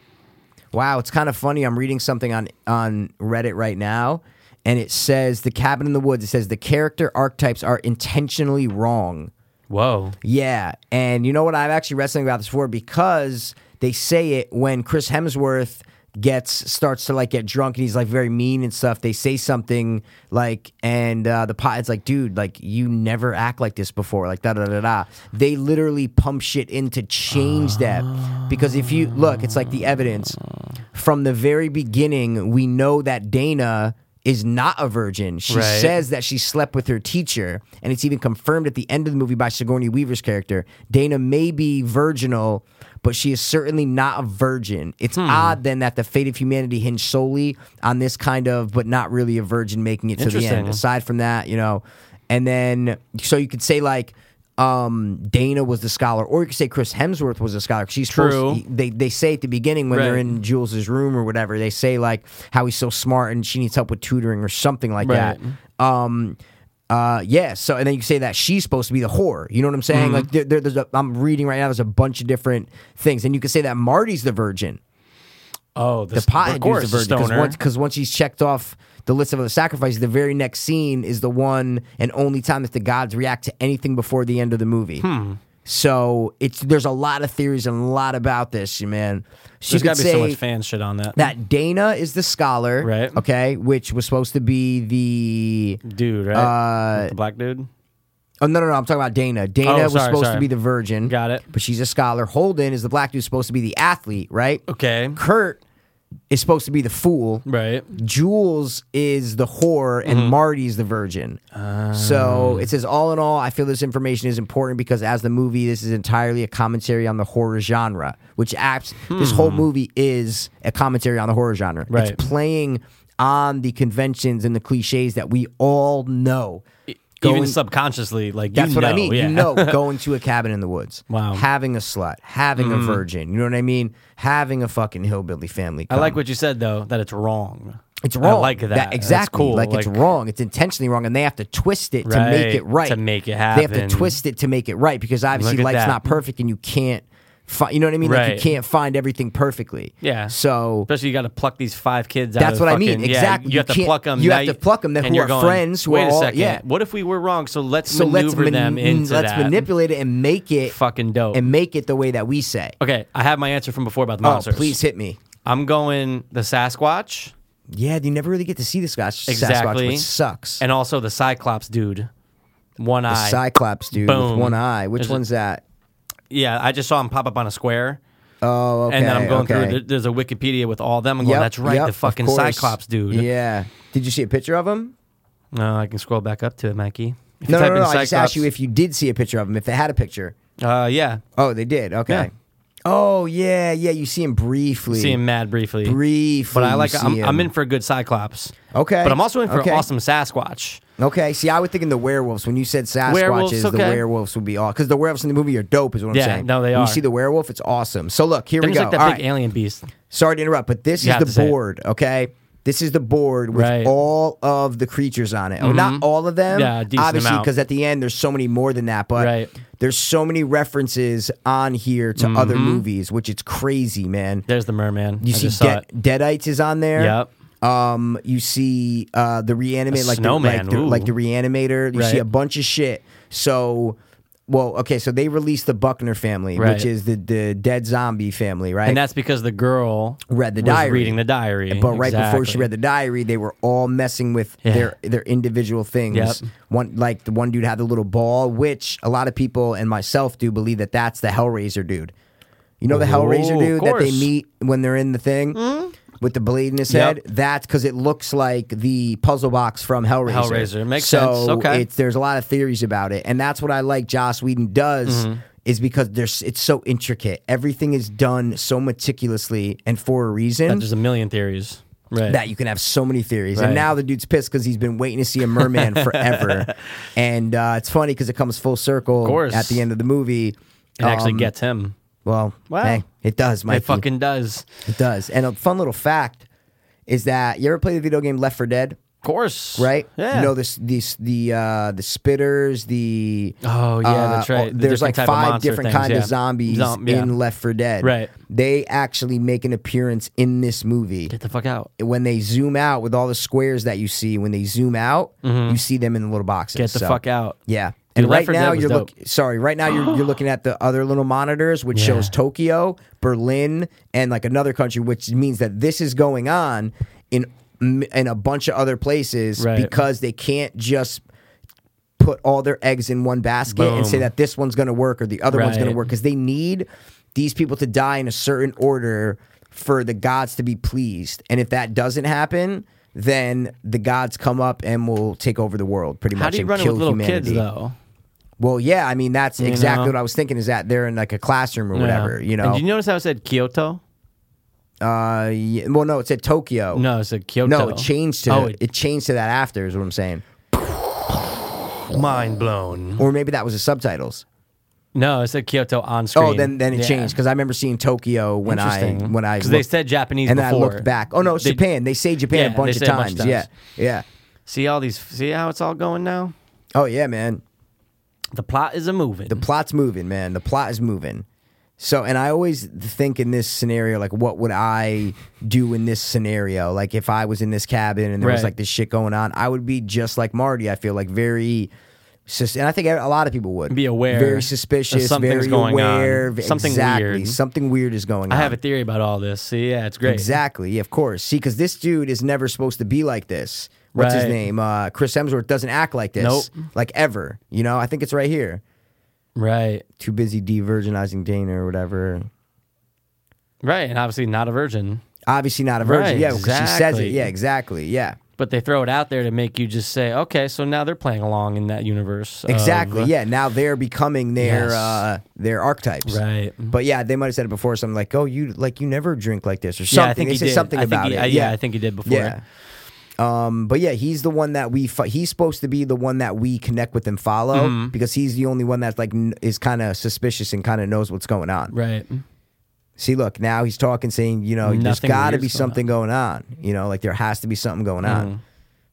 Speaker 7: Wow, it's kind of funny. I'm reading something on on Reddit right now, and it says the cabin in the woods. It says the character archetypes are intentionally wrong.
Speaker 8: Whoa.
Speaker 7: Yeah, and you know what? I've actually read something about this before because they say it when Chris Hemsworth gets starts to like get drunk and he's like very mean and stuff. They say something like, and uh, the pot. It's like, dude, like you never act like this before. Like da da da da. They literally pump shit in to change that because if you look, it's like the evidence from the very beginning. We know that Dana. Is not a virgin. She
Speaker 8: Right.
Speaker 7: says says that she slept with her teacher, and it's even confirmed at the end of the movie by Sigourney Weaver's character. Dana may be virginal, but she is certainly not a virgin. It's
Speaker 8: Hmm.
Speaker 7: odd then that the fate of humanity hinged solely on this kind of, but not really a virgin making it to the
Speaker 8: Interesting.
Speaker 7: end. Aside from that, you know, and then so you could say like. Um, Dana was the scholar, or you could say Chris Hemsworth was a scholar. 'cause She's
Speaker 8: True.
Speaker 7: supposed they they say at the beginning when they're
Speaker 8: Right.
Speaker 7: in Jules's room or whatever, they say like how he's so smart and she needs help with tutoring or something like
Speaker 8: Right.
Speaker 7: that. Um, uh, yeah. So and then you say that she's supposed to be the whore. You know what I'm saying?
Speaker 8: Mm-hmm.
Speaker 7: Like there, there, there's a, I'm reading right now. There's a bunch of different things, and you could say that Marty's the virgin.
Speaker 8: Oh, the,
Speaker 7: The pot
Speaker 8: of course,
Speaker 7: is the virgin
Speaker 8: stoner.
Speaker 7: because once, once he's checked off the list of the sacrifices, the very next scene is the one and only time that the gods react to anything before the end of the movie.
Speaker 8: Hmm.
Speaker 7: So it's there's a lot of theories and a lot about this, man. So you
Speaker 8: There's
Speaker 7: could
Speaker 8: gotta be so
Speaker 7: say-
Speaker 8: much fan shit on that.
Speaker 7: that Dana is the scholar,
Speaker 8: Right.
Speaker 7: Okay, which was supposed to be the.
Speaker 8: dude,
Speaker 7: uh,
Speaker 8: right? the black dude.
Speaker 7: Oh no, no, no! I'm talking about Dana. Dana
Speaker 8: Oh,
Speaker 7: was
Speaker 8: sorry,
Speaker 7: supposed
Speaker 8: sorry.
Speaker 7: to be the virgin.
Speaker 8: Got it.
Speaker 7: But she's a scholar. Holden is the black dude supposed to be the athlete, right?
Speaker 8: Okay.
Speaker 7: Kurt is supposed to be the fool.
Speaker 8: Right. Mm-hmm.
Speaker 7: Jules is the whore and Marty's the virgin.
Speaker 8: Ah.
Speaker 7: so it says, all in all, I feel this information is important because as the movie, this is entirely a commentary on the horror genre, which acts, this whole movie is a commentary on the horror genre.
Speaker 8: Hmm. Right.
Speaker 7: It's playing on the conventions and the cliches that we all know.
Speaker 8: Even
Speaker 7: Going-
Speaker 8: subconsciously, like you
Speaker 7: that's what I
Speaker 8: know,
Speaker 7: mean.
Speaker 8: Yeah.
Speaker 7: You know, going to a cabin in the woods,
Speaker 8: Wow. Mm-hmm.
Speaker 7: having a slut, having a virgin, you know what I mean? Having a fucking hillbilly family.
Speaker 8: I like what you said though, that it's wrong.
Speaker 7: Um, It's wrong.
Speaker 8: I like that. That's
Speaker 7: exactly.
Speaker 8: cool.
Speaker 7: Like, it's wrong. It's intentionally wrong, and they have to twist it to make
Speaker 8: Right,
Speaker 7: it right.
Speaker 8: to make it
Speaker 7: they
Speaker 8: happen.
Speaker 7: have to twist it to make it right because obviously
Speaker 8: Look at
Speaker 7: life's
Speaker 8: that.
Speaker 7: not perfect, and you can't. Fi- you know what I mean?
Speaker 8: Right.
Speaker 7: Like you can't find everything perfectly.
Speaker 8: Yeah.
Speaker 7: So
Speaker 8: Especially you got to pluck these five kids. out
Speaker 7: That's
Speaker 8: of
Speaker 7: what I
Speaker 8: fucking-
Speaker 7: mean.
Speaker 8: yeah,
Speaker 7: Exactly.
Speaker 8: you
Speaker 7: You
Speaker 8: have to
Speaker 7: can't-
Speaker 8: pluck them.
Speaker 7: you have to pluck 'em that who are friends, who
Speaker 8: Wait
Speaker 7: are
Speaker 8: a
Speaker 7: all-
Speaker 8: second.
Speaker 7: yeah.
Speaker 8: What if we were wrong? So let's
Speaker 7: so let's
Speaker 8: maneuver
Speaker 7: man-
Speaker 8: them into
Speaker 7: let's
Speaker 8: that.
Speaker 7: manipulate it and make it
Speaker 8: Fucking dope.
Speaker 7: and make it the way that we say.
Speaker 8: okay, I have my answer from before about the
Speaker 7: Oh,
Speaker 8: monsters.
Speaker 7: please hit me.
Speaker 8: I'm going the Sasquatch
Speaker 7: Yeah, you never really get to see the Scotch Sasquatch,
Speaker 8: Exactly.
Speaker 7: which sucks.
Speaker 8: and also the Cyclops dude, one
Speaker 7: the
Speaker 8: eye.
Speaker 7: Cyclops dude with
Speaker 8: Boom.
Speaker 7: one eye. Which
Speaker 8: There's a-
Speaker 7: one's that?
Speaker 8: yeah, I just saw him pop up on a square.
Speaker 7: Oh, okay.
Speaker 8: and then I'm going
Speaker 7: okay.
Speaker 8: through. there- There's a Wikipedia with all them. I'm going.
Speaker 7: Yep,
Speaker 8: That's right.
Speaker 7: yep,
Speaker 8: the
Speaker 7: of
Speaker 8: fucking
Speaker 7: course.
Speaker 8: Cyclops dude.
Speaker 7: Yeah. Did you see a picture of him?
Speaker 8: No, I can scroll back up to it, Mikey. If you
Speaker 7: No, no,
Speaker 8: type
Speaker 7: no. no,
Speaker 8: in
Speaker 7: I just asked
Speaker 8: Cyclops-
Speaker 7: you if you did see a picture of him, if they had a picture.
Speaker 8: Uh, yeah.
Speaker 7: Oh, they did. Okay.
Speaker 8: Yeah.
Speaker 7: Oh, yeah, yeah. You see him briefly.
Speaker 8: See him mad briefly.
Speaker 7: briefly.
Speaker 8: But I like.
Speaker 7: you see
Speaker 8: I'm, I'm
Speaker 7: him.
Speaker 8: in for a good Cyclops.
Speaker 7: Okay.
Speaker 8: But I'm also in for
Speaker 7: Okay.
Speaker 8: an awesome Sasquatch.
Speaker 7: Okay. See, I was thinking the werewolves. When you said Sasquatches,
Speaker 8: Werewolves,
Speaker 7: the
Speaker 8: okay.
Speaker 7: werewolves would be all because the werewolves in the movie are dope, is what I'm
Speaker 8: Yeah,
Speaker 7: saying.
Speaker 8: no, they
Speaker 7: When
Speaker 8: are.
Speaker 7: You see the werewolf, it's awesome. So look, here
Speaker 8: Then
Speaker 7: we
Speaker 8: there's
Speaker 7: go.
Speaker 8: like that
Speaker 7: All
Speaker 8: big
Speaker 7: right.
Speaker 8: alien beast.
Speaker 7: Sorry to interrupt, but this
Speaker 8: You have to
Speaker 7: is the
Speaker 8: say it.
Speaker 7: board, okay? This is the board with
Speaker 8: Right. Mm-hmm.
Speaker 7: all of the creatures on it. Oh, not all of them.
Speaker 8: Yeah, a decent
Speaker 7: obviously,
Speaker 8: amount.
Speaker 7: because at the end there's so many more than that, but
Speaker 8: Right.
Speaker 7: there's so many references on here to other movies, which it's crazy, man.
Speaker 8: There's the merman.
Speaker 7: You
Speaker 8: I
Speaker 7: see
Speaker 8: just saw
Speaker 7: Dead,
Speaker 8: it.
Speaker 7: Deadites is on there.
Speaker 8: Yep.
Speaker 7: Um, you see uh the reanimate
Speaker 8: A
Speaker 7: like
Speaker 8: snowman,
Speaker 7: the, like, the,
Speaker 8: ooh.
Speaker 7: like the reanimator. You see
Speaker 8: Right.
Speaker 7: a bunch of shit. So well, okay, so they released the Buckner family, which
Speaker 8: Right.
Speaker 7: is the, the dead zombie family, right?
Speaker 8: And that's because the girl
Speaker 7: Read the
Speaker 8: was
Speaker 7: diary.
Speaker 8: reading the diary.
Speaker 7: But right before she
Speaker 8: Exactly.
Speaker 7: read the diary, they were all messing with
Speaker 8: Yeah.
Speaker 7: their their individual things.
Speaker 8: Yep.
Speaker 7: One like the one dude had the little ball, which a lot of people and myself do believe that that's the Hellraiser dude. You know the Hellraiser
Speaker 8: Oh, of
Speaker 7: dude that they
Speaker 8: course.
Speaker 7: meet when they're in the thing with the blade in his
Speaker 8: Yep.
Speaker 7: head. That's because it looks like the puzzle box from Hellraiser.
Speaker 8: Hellraiser. Makes
Speaker 7: so
Speaker 8: sense. Okay.
Speaker 7: it's- there's a lot of theories about it, and that's what I like. Joss Whedon does.
Speaker 8: Mm-hmm.
Speaker 7: Is because there's it's so intricate. Everything is done so meticulously and for a reason
Speaker 8: There's a million theories. Right.
Speaker 7: that you can have so many theories.
Speaker 8: Right.
Speaker 7: And now the dude's pissed because he's been waiting to see a merman forever. And uh, it's funny because it comes full circle
Speaker 8: course.
Speaker 7: at the end of the movie.
Speaker 8: it actually
Speaker 7: Um,
Speaker 8: gets him.
Speaker 7: well.
Speaker 8: Wow.
Speaker 7: Hey, it does, Mikey.
Speaker 8: It fucking does.
Speaker 7: it does. And a fun little fact is that you ever play the video game Left for Dead,
Speaker 8: Of course.
Speaker 7: right?
Speaker 8: Yeah.
Speaker 7: You know this, these, the uh, the spitters, the
Speaker 8: Oh, yeah,
Speaker 7: uh,
Speaker 8: that's right. The
Speaker 7: there's
Speaker 8: different
Speaker 7: like
Speaker 8: type of
Speaker 7: five
Speaker 8: monster
Speaker 7: different
Speaker 8: things,
Speaker 7: kind of
Speaker 8: yeah.
Speaker 7: zombies
Speaker 8: Zom- yeah.
Speaker 7: in Left for Dead.
Speaker 8: Right.
Speaker 7: They actually make an appearance in this movie
Speaker 8: Get the fuck out.
Speaker 7: when they zoom out with all the squares that you see, when they zoom out, you see them in the little boxes.
Speaker 8: Mm-hmm. Get the
Speaker 7: So,
Speaker 8: fuck out.
Speaker 7: Yeah.
Speaker 8: Dude,
Speaker 7: And
Speaker 8: Left
Speaker 7: right
Speaker 8: 4 Dead
Speaker 7: now
Speaker 8: was
Speaker 7: you're look,
Speaker 8: dope.
Speaker 7: sorry, right now you're you're looking at the other little monitors which
Speaker 8: Yeah.
Speaker 7: shows Tokyo, Berlin, and like another country, which means that this is going on in in a bunch of other places
Speaker 8: Right.
Speaker 7: because they can't just put all their eggs in one basket and say
Speaker 8: Boom.
Speaker 7: that this one's going to work or the other one's going to
Speaker 8: Right.
Speaker 7: work because they need these people to die in a certain order for the gods to be pleased. And if that doesn't happen, then the gods come up and will take over the world pretty
Speaker 8: How
Speaker 7: much
Speaker 8: do you
Speaker 7: and
Speaker 8: run it
Speaker 7: kill
Speaker 8: with little
Speaker 7: humanity.
Speaker 8: kids though?
Speaker 7: Well, yeah, I mean that's exactly
Speaker 8: know?
Speaker 7: what I was thinking is that they're in like a classroom or whatever,
Speaker 8: Yeah.
Speaker 7: you know.
Speaker 8: And did you notice how it said Kyoto?
Speaker 7: uh, yeah, well, no, it said Tokyo.
Speaker 8: No, it said Kyoto.
Speaker 7: No, it changed to
Speaker 8: Oh,
Speaker 7: it,
Speaker 8: it-
Speaker 7: changed to that after is what I'm saying.
Speaker 8: Mind blown.
Speaker 7: Or maybe that was the subtitles.
Speaker 8: No, it said Kyoto on screen.
Speaker 7: Oh, then then it
Speaker 8: Yeah.
Speaker 7: changed because I remember seeing Tokyo when I
Speaker 8: Interesting.
Speaker 7: when I
Speaker 8: 'Cause they
Speaker 7: looked-
Speaker 8: said Japanese
Speaker 7: and then I
Speaker 8: before.
Speaker 7: looked back. Oh no, it's
Speaker 8: They-
Speaker 7: Japan. They say Japan a
Speaker 8: Yeah,
Speaker 7: bunch
Speaker 8: they
Speaker 7: of
Speaker 8: say a bunch
Speaker 7: times.
Speaker 8: of
Speaker 7: Yeah,
Speaker 8: times.
Speaker 7: yeah.
Speaker 8: See all these. See how it's all going now.
Speaker 7: Oh yeah, man.
Speaker 8: The plot is a moving.
Speaker 7: The plot's moving, man. The plot is moving. So, and I always think in this scenario, like, what would I do in this scenario? Like, if I was in this cabin and there was
Speaker 8: Right.
Speaker 7: like this shit going on, I would be just like Marty. I feel like very, sus- and I think a lot of people would
Speaker 8: Be aware
Speaker 7: very
Speaker 8: that
Speaker 7: suspicious,
Speaker 8: something's
Speaker 7: very
Speaker 8: going on.
Speaker 7: aware, v-
Speaker 8: Something
Speaker 7: exactly,
Speaker 8: weird.
Speaker 7: something weird is going
Speaker 8: I
Speaker 7: on.
Speaker 8: have a theory about all this. See, yeah, it's great.
Speaker 7: Exactly. Yeah, of course. See, because this dude is never supposed to be like this. What's his
Speaker 8: Right.
Speaker 7: name? Uh, Chris Hemsworth doesn't act like this.
Speaker 8: Nope.
Speaker 7: Like ever. You know, I think it's right here.
Speaker 8: Right.
Speaker 7: Too busy de-virginizing Dana or whatever.
Speaker 8: Right. And obviously not a virgin.
Speaker 7: obviously not a virgin.
Speaker 8: Right,
Speaker 7: yeah, because she says it.
Speaker 8: exactly.
Speaker 7: Yeah, exactly. Yeah.
Speaker 8: But they throw it out there to make you just say, okay, so now they're playing along in that universe. of-
Speaker 7: Exactly. yeah. Now they're becoming their
Speaker 8: Yes.
Speaker 7: uh, their archetypes.
Speaker 8: Right. Mm-hmm.
Speaker 7: But yeah, they might have said it before. Something like, "Oh, you like you never drink like this," or something.
Speaker 8: Yeah, I think
Speaker 7: they
Speaker 8: he
Speaker 7: say
Speaker 8: did.
Speaker 7: something
Speaker 8: I think
Speaker 7: about
Speaker 8: he-
Speaker 7: it.
Speaker 8: uh,
Speaker 7: yeah.
Speaker 8: yeah, I think he did before.
Speaker 7: Yeah. Um, but yeah, he's the one that we fo- he's supposed to be the one that we connect with and follow
Speaker 8: Mm-hmm.
Speaker 7: because he's the only one that's like n- is kind of suspicious and kind of knows what's going on.
Speaker 8: Right.
Speaker 7: See, look, now he's talking, saying, you know, there's
Speaker 8: Nothing
Speaker 7: got to be
Speaker 8: weird's going Mm-hmm.
Speaker 7: something going on. You know, like there has to be something going on.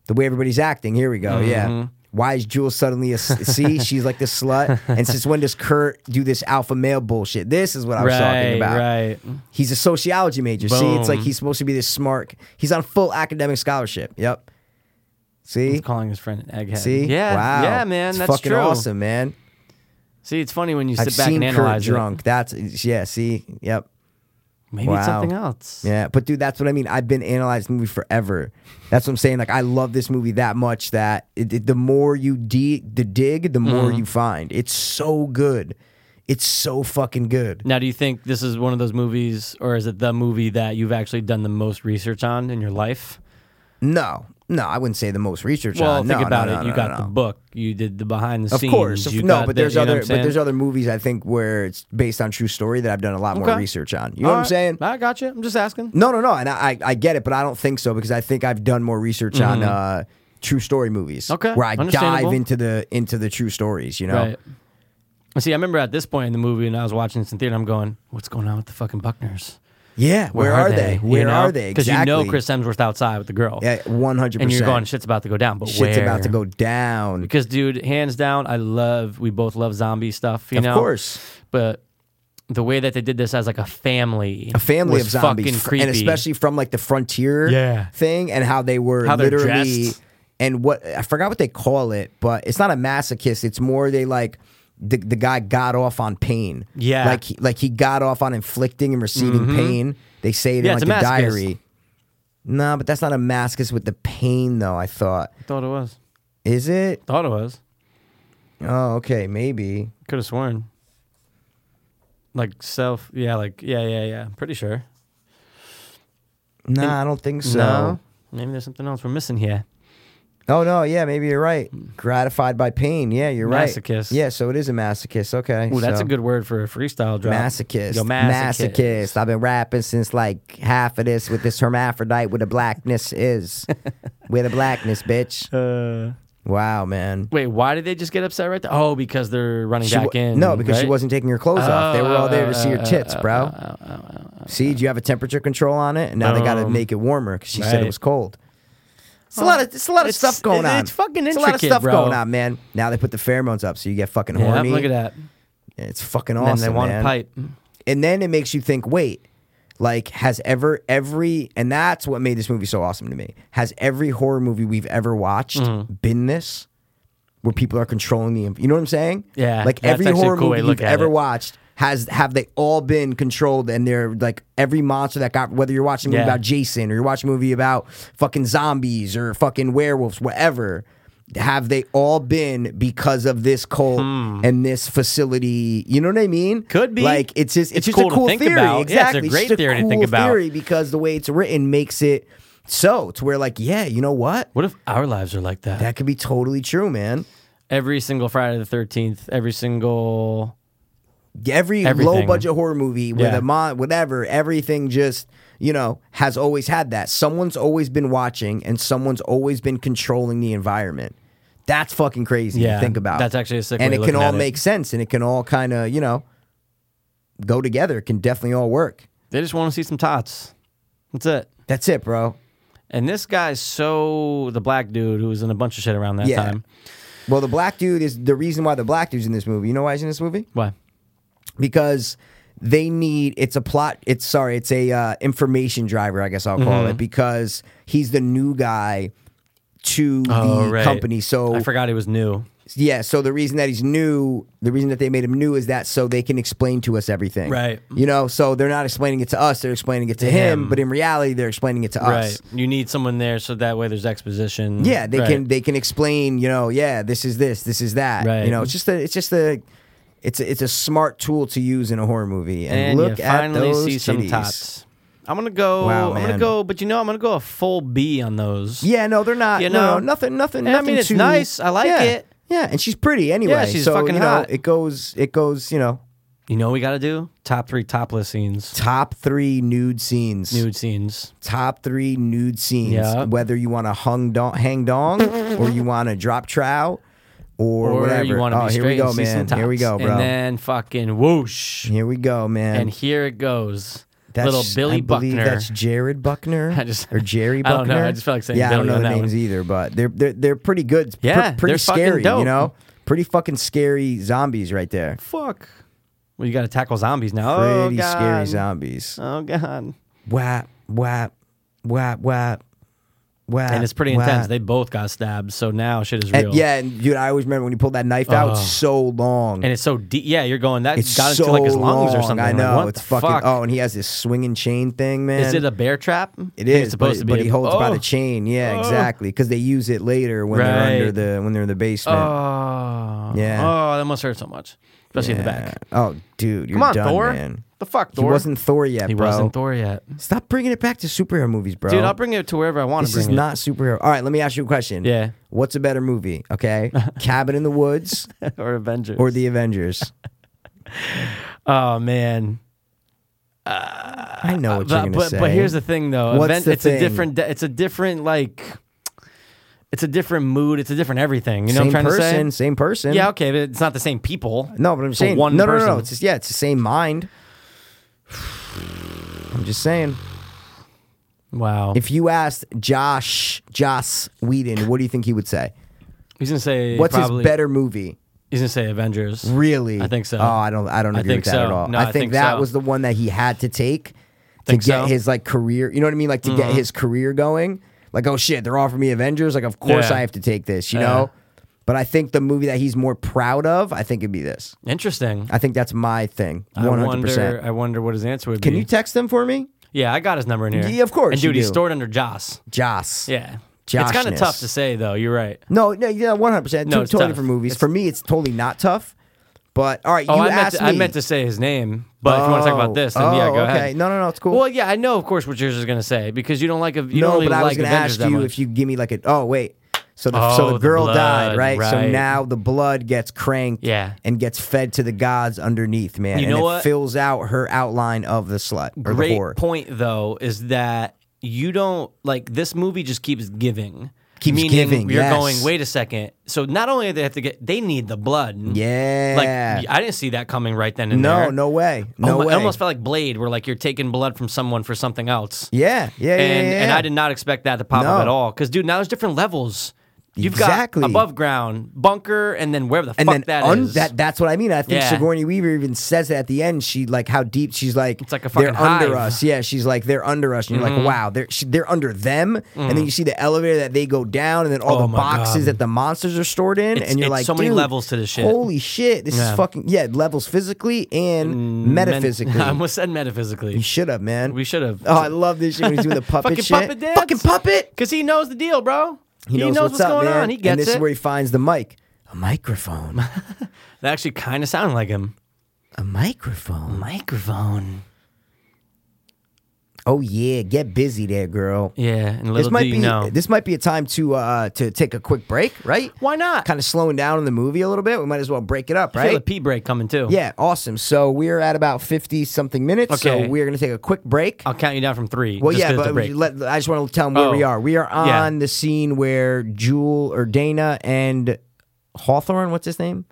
Speaker 7: The way everybody's acting. Here we go. Yeah. Why is Jules suddenly a s- see? She's like this slut. And since when does Kurt do this alpha male bullshit? This is what I was
Speaker 8: Right.
Speaker 7: talking about.
Speaker 8: Right.
Speaker 7: He's a sociology major. See, it's like
Speaker 8: Boom.
Speaker 7: he's supposed to be this smart. He's on full academic scholarship. Yep. See,
Speaker 8: He's calling his friend an egghead.
Speaker 7: see,
Speaker 8: Yeah.
Speaker 7: wow,
Speaker 8: Yeah, man.
Speaker 7: It's
Speaker 8: that's
Speaker 7: fucking
Speaker 8: true.
Speaker 7: awesome, man.
Speaker 8: See, it's funny when you sit
Speaker 7: I've
Speaker 8: back
Speaker 7: seen
Speaker 8: and
Speaker 7: Kurt
Speaker 8: analyze it.
Speaker 7: drunk. That's yeah. See, yep.
Speaker 8: Maybe
Speaker 7: Wow.
Speaker 8: it's something else.
Speaker 7: Yeah, but dude, that's what I mean. I've been analyzing the movie forever. That's what I'm saying. Like, I love this movie that much that it, it- the more you de- the dig, the more
Speaker 8: Mm-hmm.
Speaker 7: you find. It's so good. It's so fucking good.
Speaker 8: Now, do you think this is one of those movies, or is it the movie that you've actually done the most research on in your life?
Speaker 7: No, no, I wouldn't say the most research.
Speaker 8: Well,
Speaker 7: on.
Speaker 8: think
Speaker 7: No, no,
Speaker 8: about
Speaker 7: no,
Speaker 8: it.
Speaker 7: no,
Speaker 8: you
Speaker 7: no,
Speaker 8: got
Speaker 7: no.
Speaker 8: the book. You did the behind the
Speaker 7: Of
Speaker 8: scenes.
Speaker 7: course, of-
Speaker 8: you
Speaker 7: no,
Speaker 8: got
Speaker 7: but
Speaker 8: the-
Speaker 7: there's
Speaker 8: you know
Speaker 7: other,
Speaker 8: what I'm
Speaker 7: but there's
Speaker 8: saying?
Speaker 7: other movies I think where it's based on true story that I've done a lot more
Speaker 8: Okay.
Speaker 7: research on. You know
Speaker 8: All
Speaker 7: what I'm
Speaker 8: right.
Speaker 7: saying?
Speaker 8: I got you. I'm just asking.
Speaker 7: No, no, no, and I, I I get it, but I don't think so because I think I've done more research on uh, true story movies.
Speaker 8: Mm-hmm. Okay,
Speaker 7: where I dive
Speaker 8: understandable.
Speaker 7: into the into the true stories. You know,
Speaker 8: Right. See, I remember at this point in the movie, and I was watching this in theater. I'm going, "What's going on with the fucking Buckners?
Speaker 7: yeah, where, are they?
Speaker 8: You
Speaker 7: Where
Speaker 8: know?
Speaker 7: are they?
Speaker 8: Because
Speaker 7: Exactly.
Speaker 8: you know Chris Hemsworth outside with the girl,
Speaker 7: yeah, one hundred
Speaker 8: and you're going,
Speaker 7: percent.
Speaker 8: "Shit's about to go down." But
Speaker 7: Shit's
Speaker 8: where?
Speaker 7: about to go down.
Speaker 8: Because, dude, hands down, I love. We both love zombie stuff. You
Speaker 7: Of
Speaker 8: know,
Speaker 7: course.
Speaker 8: But the way that they did this as like a family,
Speaker 7: A family
Speaker 8: was
Speaker 7: of zombies,
Speaker 8: fucking
Speaker 7: f-
Speaker 8: creepy,
Speaker 7: and especially from like the frontier
Speaker 8: Yeah.
Speaker 7: thing, and how they were
Speaker 8: How they're
Speaker 7: literally
Speaker 8: dressed.
Speaker 7: and what I forgot what they call it, but it's not a masochist. It's more they like the, the guy got off on pain.
Speaker 8: Yeah. Mm-hmm.
Speaker 7: like he, like he got off on inflicting and receiving pain. They say it
Speaker 8: Yeah,
Speaker 7: in
Speaker 8: it's
Speaker 7: like the
Speaker 8: a masochist.
Speaker 7: diary. No, but that's not a masochist with the pain though. I thought
Speaker 8: Thought it was.
Speaker 7: is it?
Speaker 8: Thought it was.
Speaker 7: Oh, okay, maybe.
Speaker 8: Could have sworn. Like self, yeah, like yeah, yeah, yeah. Pretty sure.
Speaker 7: No, I don't think so.
Speaker 8: no, maybe there's something else we're missing here.
Speaker 7: Oh no, yeah, maybe you're right. Gratified by pain. Yeah, you're right.
Speaker 8: Hmm. Masochist.
Speaker 7: Yeah, so it is a masochist. Okay.
Speaker 8: Ooh, that's
Speaker 7: so-
Speaker 8: a good word for a freestyle drop.
Speaker 7: masochist.
Speaker 8: Yo, masochist.
Speaker 7: Masochist. I've been rapping since like half of this with this hermaphrodite where the blackness is. where the blackness, bitch.
Speaker 8: Uh,
Speaker 7: Wow, man.
Speaker 8: wait, why did they just get upset right there? Oh, because they're running
Speaker 7: She
Speaker 8: back
Speaker 7: wa-
Speaker 8: in.
Speaker 7: no, because she
Speaker 8: right?
Speaker 7: wasn't taking her clothes off. They were all there to see her
Speaker 8: Oh,
Speaker 7: tits,
Speaker 8: oh,
Speaker 7: bro.
Speaker 8: oh, oh, oh, oh, oh.
Speaker 7: See, do you have a temperature control on it? And now they got to
Speaker 8: Um,
Speaker 7: make it warmer because she said it
Speaker 8: right.
Speaker 7: was cold. It's a lot of it's a lot of
Speaker 8: It's-
Speaker 7: stuff going
Speaker 8: it-
Speaker 7: on.
Speaker 8: it's fucking
Speaker 7: It's a lot of
Speaker 8: intricate,
Speaker 7: stuff
Speaker 8: bro.
Speaker 7: going on, man. Now they put the pheromones up, so you get fucking
Speaker 8: Yeah,
Speaker 7: horny.
Speaker 8: look at that.
Speaker 7: It's fucking
Speaker 8: And
Speaker 7: awesome.
Speaker 8: then they want
Speaker 7: man.
Speaker 8: a pipe.
Speaker 7: and then it makes you think wait like has ever every and that's what made this movie so awesome to me has every horror movie we've ever watched
Speaker 8: Mm-hmm.
Speaker 7: been this where people are controlling the you know what i'm saying
Speaker 8: Yeah,
Speaker 7: like
Speaker 8: that's
Speaker 7: every
Speaker 8: actually a
Speaker 7: horror
Speaker 8: cool way
Speaker 7: movie
Speaker 8: to look
Speaker 7: you've
Speaker 8: at
Speaker 7: ever
Speaker 8: it.
Speaker 7: watched has have they all been controlled and they're like every monster that got whether you're watching a movie
Speaker 8: Yeah.
Speaker 7: about jason or you're watching a movie about fucking zombies or fucking werewolves whatever have they all been because of this cult and this facility you know what i mean
Speaker 8: Hmm. Could be.
Speaker 7: like it's just it's,
Speaker 8: It's
Speaker 7: just
Speaker 8: cool
Speaker 7: a
Speaker 8: to
Speaker 7: cool
Speaker 8: think
Speaker 7: theory.
Speaker 8: about.
Speaker 7: Exactly,
Speaker 8: Yeah, it's a great
Speaker 7: just
Speaker 8: theory to think
Speaker 7: cool
Speaker 8: about.
Speaker 7: Theory because the way it's written makes it so to where like yeah, you know what?
Speaker 8: What if our lives are like that?
Speaker 7: That could be totally true, man.
Speaker 8: Every single Friday the 13th, every single.
Speaker 7: Every
Speaker 8: Everything.
Speaker 7: low budget horror movie with
Speaker 8: Yeah.
Speaker 7: a mon, whatever, everything just you know has always had that. Someone's always been watching, and someone's always been controlling the environment. That's fucking crazy
Speaker 8: Yeah,
Speaker 7: to think about.
Speaker 8: that's actually a sick
Speaker 7: and
Speaker 8: way
Speaker 7: it
Speaker 8: of
Speaker 7: can
Speaker 8: looking
Speaker 7: all
Speaker 8: at it.
Speaker 7: make sense, and it can all kind of you know go together. It can definitely all work.
Speaker 8: They just want to see some tots. That's it.
Speaker 7: That's it, bro.
Speaker 8: And this guy's so the black dude who was in a bunch of shit around that
Speaker 7: Yeah.
Speaker 8: time.
Speaker 7: Well, the black dude is the reason why the black dude's in this movie. You know why he's in this movie?
Speaker 8: Why?
Speaker 7: Because they need it's a plot. It's sorry, it's a uh, information driver. I guess I'll call
Speaker 8: Mm-hmm.
Speaker 7: it because he's the new guy to the company. So
Speaker 8: Oh, I forgot he was new.
Speaker 7: yeah, so the reason that he's new, the reason that they made him new is that so they can explain to us everything.
Speaker 8: Right.
Speaker 7: You know, so they're not explaining it to us, they're explaining it to, him,
Speaker 8: him.
Speaker 7: but in reality they're explaining it to us.
Speaker 8: Right. You need someone there so that way there's exposition.
Speaker 7: Yeah, they
Speaker 8: Right.
Speaker 7: can they can explain. You know, yeah, this is this, this is that.
Speaker 8: Right.
Speaker 7: You know, it's just a it's just a it's a, it's a smart tool to use in a horror movie. And,
Speaker 8: and
Speaker 7: look
Speaker 8: you
Speaker 7: at
Speaker 8: finally
Speaker 7: those
Speaker 8: see some
Speaker 7: titties.
Speaker 8: tots. I'm gonna go.
Speaker 7: Wow,
Speaker 8: I'm gonna
Speaker 7: man.
Speaker 8: go. But you know, I'm gonna go a full B on those.
Speaker 7: Yeah, no, they're not.
Speaker 8: You
Speaker 7: no,
Speaker 8: know?
Speaker 7: no, nothing, nothing.
Speaker 8: I mean,
Speaker 7: nothing
Speaker 8: it's
Speaker 7: too-
Speaker 8: nice. I like
Speaker 7: Yeah.
Speaker 8: it.
Speaker 7: Yeah, and she's pretty anyway.
Speaker 8: she's
Speaker 7: so,
Speaker 8: fucking
Speaker 7: you know,
Speaker 8: hot.
Speaker 7: It goes, it goes. You know,
Speaker 8: You know, what we gotta do top three topless scenes,
Speaker 7: top three nude scenes.
Speaker 8: nude scenes.
Speaker 7: Top three nude scenes.
Speaker 8: Yeah.
Speaker 7: Whether you want to hung dong, hang dong, or you want to drop trout, or,
Speaker 8: Or
Speaker 7: whatever.
Speaker 8: you want to
Speaker 7: oh,
Speaker 8: be
Speaker 7: here
Speaker 8: straight?
Speaker 7: we go,
Speaker 8: and see some
Speaker 7: man. Here we go,
Speaker 8: tops.
Speaker 7: bro.
Speaker 8: And then fucking whoosh,
Speaker 7: here we go, man.
Speaker 8: and here it goes.
Speaker 7: That's,
Speaker 8: Little Billy
Speaker 7: I believe
Speaker 8: Buckner.
Speaker 7: That's Jared Buckner.
Speaker 8: I just-
Speaker 7: or Jerry
Speaker 8: I
Speaker 7: Buckner.
Speaker 8: don't know. I just felt like saying
Speaker 7: yeah, I don't
Speaker 8: Billy
Speaker 7: know
Speaker 8: on
Speaker 7: the
Speaker 8: that one.
Speaker 7: names either, but they're they're they're pretty good. Pr-
Speaker 8: Yeah,
Speaker 7: pretty
Speaker 8: they're fucking
Speaker 7: scary. You
Speaker 8: dope.
Speaker 7: know, pretty fucking scary zombies right there.
Speaker 8: Fuck. Well, you gotta tackle zombies now. oh,
Speaker 7: Pretty
Speaker 8: God.
Speaker 7: scary Ah, zombies.
Speaker 8: Oh god.
Speaker 7: Whap whap whap whap whap.
Speaker 8: And it's pretty
Speaker 7: whap.
Speaker 8: intense. They both got stabbed, so now shit is real.
Speaker 7: And, yeah, and dude, I always remember when you pulled that knife out. It's so long.
Speaker 8: And it's so deep. Yeah, you're going that
Speaker 7: it's
Speaker 8: got
Speaker 7: so
Speaker 8: into like his lungs or
Speaker 7: long.
Speaker 8: something.
Speaker 7: I
Speaker 8: Like,
Speaker 7: know.
Speaker 8: what
Speaker 7: it's
Speaker 8: the
Speaker 7: fucking.
Speaker 8: fuck?
Speaker 7: Oh, and he has this swinging chain thing, man.
Speaker 8: Is it a bear trap?
Speaker 7: It is
Speaker 8: It's
Speaker 7: but,
Speaker 8: supposed to be.
Speaker 7: but he holds by
Speaker 8: Oh,
Speaker 7: the chain. Yeah, exactly. Because they use it later when
Speaker 8: Right.
Speaker 7: they're under the when they're in the basement.
Speaker 8: Oh.
Speaker 7: Yeah.
Speaker 8: Oh, that must hurt so much, especially in the
Speaker 7: Yeah.
Speaker 8: back.
Speaker 7: Oh, dude, you're
Speaker 8: Come on,
Speaker 7: done,
Speaker 8: Thor.
Speaker 7: man.
Speaker 8: The fuck,
Speaker 7: He
Speaker 8: Thor.
Speaker 7: wasn't Thor yet,
Speaker 8: He
Speaker 7: bro.
Speaker 8: wasn't Thor yet.
Speaker 7: Stop bringing it back to superhero movies, bro.
Speaker 8: Dude, I'll bring it to wherever I want to
Speaker 7: this is
Speaker 8: bring it.
Speaker 7: not superhero. All right, let me ask you a question.
Speaker 8: Yeah.
Speaker 7: What's a better movie? Okay, Cabin in the Woods
Speaker 8: or Avengers.
Speaker 7: or The Avengers?
Speaker 8: oh man.
Speaker 7: I know what you're
Speaker 8: But
Speaker 7: gonna
Speaker 8: but,
Speaker 7: say.
Speaker 8: but here's the thing though.
Speaker 7: What's the
Speaker 8: it's
Speaker 7: thing?
Speaker 8: a different. de- It's a different like. It's a different mood. It's a different everything. You know
Speaker 7: same
Speaker 8: what I'm trying
Speaker 7: person,
Speaker 8: to say?
Speaker 7: same person.
Speaker 8: Yeah, okay, but it's not the same people.
Speaker 7: No, but I'm
Speaker 8: It's
Speaker 7: saying
Speaker 8: one
Speaker 7: no,
Speaker 8: person.
Speaker 7: no, no, no. It's just, yeah, it's the same mind. I'm just saying.
Speaker 8: wow.
Speaker 7: If you asked Josh Joss Whedon, what do you think he would say?
Speaker 8: he's gonna say
Speaker 7: What's
Speaker 8: probably,
Speaker 7: his better movie?
Speaker 8: He's gonna say Avengers.
Speaker 7: Really?
Speaker 8: I think so.
Speaker 7: Oh, I don't. I don't
Speaker 8: I
Speaker 7: agree
Speaker 8: think
Speaker 7: with that at
Speaker 8: so.
Speaker 7: all.
Speaker 8: No,
Speaker 7: I,
Speaker 8: I
Speaker 7: think
Speaker 8: think
Speaker 7: that
Speaker 8: so.
Speaker 7: was the one that he had to take to
Speaker 8: Think
Speaker 7: get
Speaker 8: so? Mm-hmm.
Speaker 7: his like career. You know what I mean? Like to get his career going. Like, oh shit, they're offering me Avengers. Like, of course
Speaker 8: Yeah.
Speaker 7: I have to take this. You know. But I think the movie that he's more proud of, I think it'd be this.
Speaker 8: Interesting.
Speaker 7: I think that's my thing.
Speaker 8: I
Speaker 7: One hundred
Speaker 8: wonder.
Speaker 7: percent.
Speaker 8: I wonder what his answer would
Speaker 7: Can
Speaker 8: be.
Speaker 7: you text them for me,
Speaker 8: yeah, I got his number in here.
Speaker 7: Yeah, of course
Speaker 8: And dude,
Speaker 7: you
Speaker 8: he's
Speaker 7: do.
Speaker 8: stored under Joss.
Speaker 7: Joss?
Speaker 8: Yeah. It's kind
Speaker 7: Joshness.
Speaker 8: of tough to say though. You're right.
Speaker 7: No, no, yeah, one hundred percent.
Speaker 8: No,
Speaker 7: Two
Speaker 8: it's
Speaker 7: totally
Speaker 8: tough.
Speaker 7: different movies.
Speaker 8: It's-
Speaker 7: for me, it's totally not tough. But all right,
Speaker 8: Oh,
Speaker 7: you
Speaker 8: I meant,
Speaker 7: asked
Speaker 8: to,
Speaker 7: me.
Speaker 8: I meant to say his name, but if you want to talk
Speaker 7: Oh.
Speaker 8: about this, then yeah,
Speaker 7: Oh,
Speaker 8: go
Speaker 7: okay.
Speaker 8: ahead.
Speaker 7: No, no, no, it's cool.
Speaker 8: Well, yeah, I know, of course, what yours is gonna say because you don't like. av- You
Speaker 7: no,
Speaker 8: don't really
Speaker 7: but I was
Speaker 8: like
Speaker 7: going to
Speaker 8: Avengers
Speaker 7: ask
Speaker 8: that
Speaker 7: you
Speaker 8: much.
Speaker 7: if you give me like a oh wait, so the
Speaker 8: Oh,
Speaker 7: so the
Speaker 8: the
Speaker 7: girl died
Speaker 8: blood,
Speaker 7: right? so
Speaker 8: right.
Speaker 7: now the blood gets cranked
Speaker 8: Yeah.
Speaker 7: and gets fed to the gods underneath man,
Speaker 8: You
Speaker 7: and
Speaker 8: know
Speaker 7: it
Speaker 8: what?
Speaker 7: fills out her outline of the slut or the
Speaker 8: great
Speaker 7: whore.
Speaker 8: point though is that you don't like this movie just keeps giving
Speaker 7: Keeps
Speaker 8: meaning
Speaker 7: giving,
Speaker 8: you're
Speaker 7: yes.
Speaker 8: going wait a second so not only do they have to get they need the blood
Speaker 7: Yeah.
Speaker 8: like i didn't see that coming right then and
Speaker 7: no,
Speaker 8: there
Speaker 7: no way,
Speaker 8: Oh
Speaker 7: no
Speaker 8: my-
Speaker 7: way.
Speaker 8: it almost felt like blade where like you're taking blood from someone for something else
Speaker 7: yeah, yeah, yeah,
Speaker 8: and,
Speaker 7: yeah,
Speaker 8: and
Speaker 7: yeah.
Speaker 8: I did not expect that to pop
Speaker 7: No.
Speaker 8: up at all. Because dude, now there's different levels. You've
Speaker 7: Exactly.
Speaker 8: got above ground, bunker, and then wherever the
Speaker 7: And
Speaker 8: fuck
Speaker 7: then
Speaker 8: that
Speaker 7: un-
Speaker 8: is.
Speaker 7: that that's what I mean. I think
Speaker 8: Yeah.
Speaker 7: Sigourney Weaver even says it at the end. She like how deep she's like.
Speaker 8: It's like a
Speaker 7: they're
Speaker 8: fucking
Speaker 7: under
Speaker 8: hive." Mm-hmm.
Speaker 7: us. Yeah, she's like they're under us, and you're like wow, they're she, they're under them. And
Speaker 8: Mm.
Speaker 7: then you see the elevator that they go down, and then all
Speaker 8: Oh
Speaker 7: the
Speaker 8: my
Speaker 7: boxes
Speaker 8: God.
Speaker 7: that the monsters are stored in,
Speaker 8: It's-
Speaker 7: and you're
Speaker 8: it's
Speaker 7: like
Speaker 8: so many
Speaker 7: "Dude,
Speaker 8: levels to this shit."
Speaker 7: Holy shit, this is
Speaker 8: Yeah. Mm,
Speaker 7: fucking yeah levels physically and
Speaker 8: Men-
Speaker 7: metaphysically.
Speaker 8: I almost said
Speaker 7: you
Speaker 8: metaphysically.
Speaker 7: should have man.
Speaker 8: We should have.
Speaker 7: Oh, I love this shit when he's doing the puppet
Speaker 8: Fucking
Speaker 7: shit.
Speaker 8: puppet dance.
Speaker 7: Fucking puppet.
Speaker 8: Because he knows the deal, bro. He knows, what's,
Speaker 7: up,
Speaker 8: going
Speaker 7: man.
Speaker 8: on. He gets
Speaker 7: and this
Speaker 8: it.
Speaker 7: is where he finds the mic. A microphone.
Speaker 8: that actually kind of sounded like him.
Speaker 7: A microphone.
Speaker 8: Microphone.
Speaker 7: Oh yeah, get busy there, girl.
Speaker 8: Yeah, and
Speaker 7: This
Speaker 8: little
Speaker 7: might
Speaker 8: do you
Speaker 7: be
Speaker 8: know.
Speaker 7: this might be a time to uh to take a quick break, right?
Speaker 8: Why not?
Speaker 7: Kind of slowing down in the movie a little bit. We might as well break it up,
Speaker 8: I feel
Speaker 7: right?
Speaker 8: a pee break coming too.
Speaker 7: Yeah, awesome. So we're at about fifty something minutes. So
Speaker 8: Okay.
Speaker 7: we're gonna take a quick break.
Speaker 8: I'll count you down from three.
Speaker 7: well,
Speaker 8: just
Speaker 7: yeah,
Speaker 8: 'cause it's
Speaker 7: but
Speaker 8: a break.
Speaker 7: let, I just want to tell them where we
Speaker 8: Oh.
Speaker 7: are. We are
Speaker 8: Yeah.
Speaker 7: on the scene where Jewel or Dana and Hawthorne, what's his name?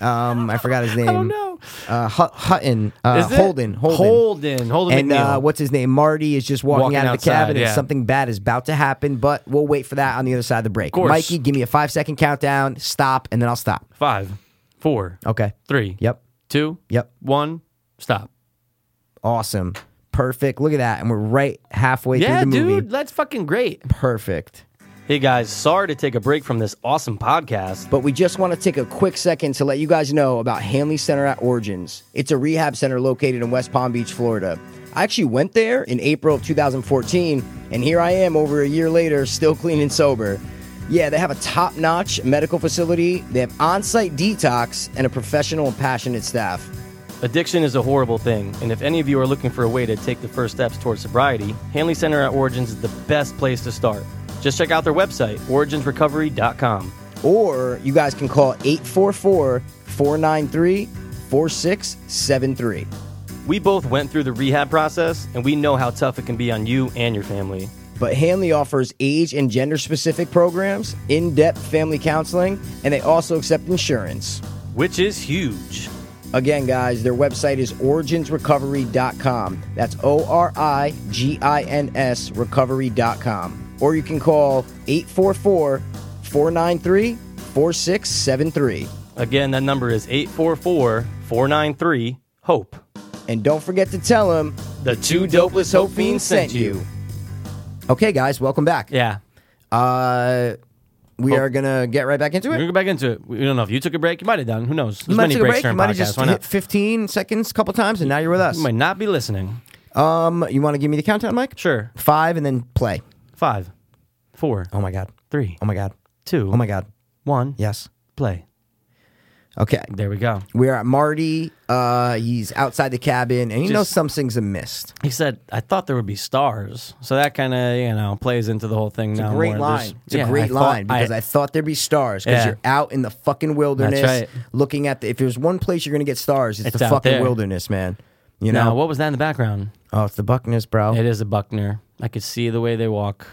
Speaker 7: Um, I forgot his name. I
Speaker 8: don't know.
Speaker 7: Uh, Hut- Hutton, uh,
Speaker 8: Is it?
Speaker 7: Holden, Holden,
Speaker 8: Holden, Holden
Speaker 7: and
Speaker 8: McNeil.
Speaker 7: uh, what's his name? Marty is just walking,
Speaker 8: Walking
Speaker 7: out of the
Speaker 8: outside,
Speaker 7: cabin, and
Speaker 8: yeah.
Speaker 7: something bad is about to happen. But we'll wait for that on the other side of the break.
Speaker 8: course.
Speaker 7: Mikey, give me a five second countdown. Stop, and then I'll stop.
Speaker 8: Five, four,
Speaker 7: Okay.
Speaker 8: three,
Speaker 7: Yep.
Speaker 8: two,
Speaker 7: Yep.
Speaker 8: one, stop.
Speaker 7: Awesome. Perfect. Look at that, and we're right halfway
Speaker 8: Yeah,
Speaker 7: through the movie.
Speaker 8: dude, that's fucking great.
Speaker 7: Perfect.
Speaker 8: Hey guys, sorry to take a break from this awesome podcast.
Speaker 7: But we just want to take a quick second to let you guys know about Hanley Center at Origins. It's a rehab center located in West Palm Beach, Florida. I actually went there in April of 2014, and here I am over a year later, still clean and sober. Yeah, they have a top notch medical facility, they have on site detox, and a professional and passionate staff.
Speaker 8: Addiction is a horrible thing, and if any of you are looking for a way to take the first steps towards sobriety, Hanley Center at Origins is the best place to start. Just check out their website, originsrecovery.com.
Speaker 7: Or you guys can call 844 493 4673.
Speaker 8: We both went through the rehab process, and we know how tough it can be on you and your family.
Speaker 7: But Hanley offers age and gender specific programs, in depth family counseling, and they also accept insurance.
Speaker 8: which is huge.
Speaker 7: Again, guys, their website is originsrecovery.com. That's O R I G I N S recovery.com. Or you can call 844 493 4673.
Speaker 8: Again, that number is 844 493 HOPE.
Speaker 7: And don't forget to tell them
Speaker 8: The two dopeless
Speaker 7: E
Speaker 8: Hope Fiends sent you.
Speaker 7: Okay, guys, welcome back.
Speaker 8: Yeah.
Speaker 7: Uh, we
Speaker 8: Oh.
Speaker 7: are going to get right back into
Speaker 8: We're
Speaker 7: it.
Speaker 8: going to go back into it. We don't know if you took a break. You might have done. Who knows? There's
Speaker 7: might
Speaker 8: many
Speaker 7: take a
Speaker 8: breaks
Speaker 7: break.
Speaker 8: during
Speaker 7: You might have
Speaker 8: podcasts.
Speaker 7: just
Speaker 8: Why
Speaker 7: hit
Speaker 8: not?
Speaker 7: 15 seconds a couple times, and now you're with us.
Speaker 8: You might not be listening.
Speaker 7: Um, you want to give me the countdown, Mike?
Speaker 8: Sure.
Speaker 7: Five and then play.
Speaker 8: Five, four,
Speaker 7: Oh my god.
Speaker 8: three,
Speaker 7: Oh my god.
Speaker 8: two,
Speaker 7: Oh my god.
Speaker 8: one.
Speaker 7: Yes.
Speaker 8: Play.
Speaker 7: Okay.
Speaker 8: There we go.
Speaker 7: We are at Marty. Uh, he's outside the cabin, and he knows
Speaker 8: Just-
Speaker 7: something's amiss.
Speaker 8: He said, I thought there would be stars. So that kind of, you know, plays into the whole thing now.
Speaker 7: Great
Speaker 8: more.
Speaker 7: line.
Speaker 8: There's-
Speaker 7: It's a
Speaker 8: Yeah,
Speaker 7: great
Speaker 8: I thought-
Speaker 7: line because I, thought there'd be stars because
Speaker 8: Yeah.
Speaker 7: you're out in the fucking wilderness,
Speaker 8: right.
Speaker 7: looking at the. If there's one place you're gonna get stars, it's,
Speaker 8: It's
Speaker 7: the
Speaker 8: out
Speaker 7: fucking
Speaker 8: there.
Speaker 7: wilderness, man. You know.
Speaker 8: Now, what was that in the background?
Speaker 7: oh, it's the Buckness, bro.
Speaker 8: It is a Buckner. I could see the way they walk.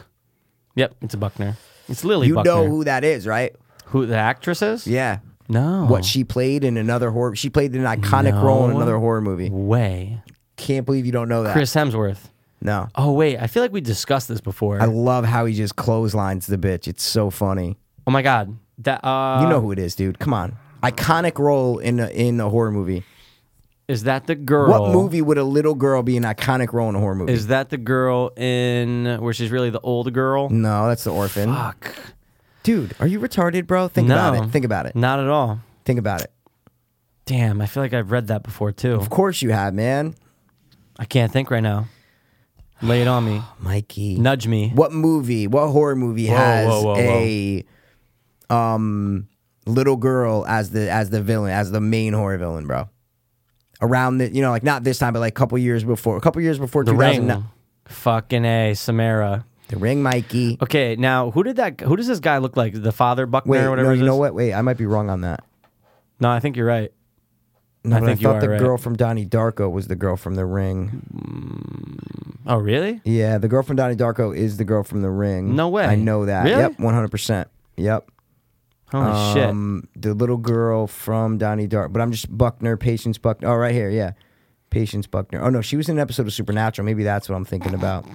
Speaker 8: Yep, it's a Buckner. It's Lily
Speaker 7: you
Speaker 8: Buckner.
Speaker 7: know who that is, right?
Speaker 8: Who the actress is?
Speaker 7: Yeah.
Speaker 8: No.
Speaker 7: What she played in another horror. She played an iconic
Speaker 8: Oh. No
Speaker 7: role in another horror movie.
Speaker 8: way?
Speaker 7: Can't believe you don't know that.
Speaker 8: Chris Hemsworth.
Speaker 7: no.
Speaker 8: Oh wait, I feel like we discussed this before.
Speaker 7: I love how he just clotheslines the bitch. It's so funny.
Speaker 8: oh my god. That uh
Speaker 7: You know who it is, dude. Come on. Iconic role in a, in a horror movie.
Speaker 8: is that the girl?
Speaker 7: What movie would a little girl be an iconic role in a horror movie?
Speaker 8: Is that the girl in where she's really the old girl?
Speaker 7: no, that's the orphan.
Speaker 8: Fuck.
Speaker 7: Dude, are you retarded, bro? Think
Speaker 8: No.
Speaker 7: about it. Think about it.
Speaker 8: Not at all.
Speaker 7: Think about it.
Speaker 8: Damn, I feel like I've read that before too.
Speaker 7: Of course you have, man.
Speaker 8: I can't think right now. Lay it on me.
Speaker 7: Mikey.
Speaker 8: Nudge me.
Speaker 7: What movie? What horror movie has
Speaker 8: whoa, whoa, whoa.
Speaker 7: a um little girl as the as the villain, as the main horror villain, bro? Around the you know, like not this time, but like a couple years before, a couple years before
Speaker 8: The
Speaker 7: 2009.
Speaker 8: ring. Fucking a Samara.
Speaker 7: The ring, Mikey.
Speaker 8: Okay, now who did that? Who does this guy look like? The father Buckner
Speaker 7: Wait,
Speaker 8: or
Speaker 7: no,
Speaker 8: whatever.
Speaker 7: you
Speaker 8: his
Speaker 7: know
Speaker 8: is?
Speaker 7: what? Wait, I might be wrong on that.
Speaker 8: No, I think you're right.
Speaker 7: No,
Speaker 8: I
Speaker 7: but
Speaker 8: think
Speaker 7: I
Speaker 8: you
Speaker 7: thought
Speaker 8: are
Speaker 7: the
Speaker 8: right.
Speaker 7: girl from Donnie Darko was the girl from The Ring.
Speaker 8: Oh, really?
Speaker 7: Yeah, the girl from Donnie Darko is the girl from The Ring.
Speaker 8: No way.
Speaker 7: I know that.
Speaker 8: Really?
Speaker 7: Yep, one hundred percent. Yep.
Speaker 8: Holy shit!
Speaker 7: Um, the little girl from Donnie Dark, but I'm just Buckner, Patience Buckner. Oh, right here, yeah, Patience Buckner. Oh no, she was in an episode of Supernatural. Maybe that's what I'm thinking about.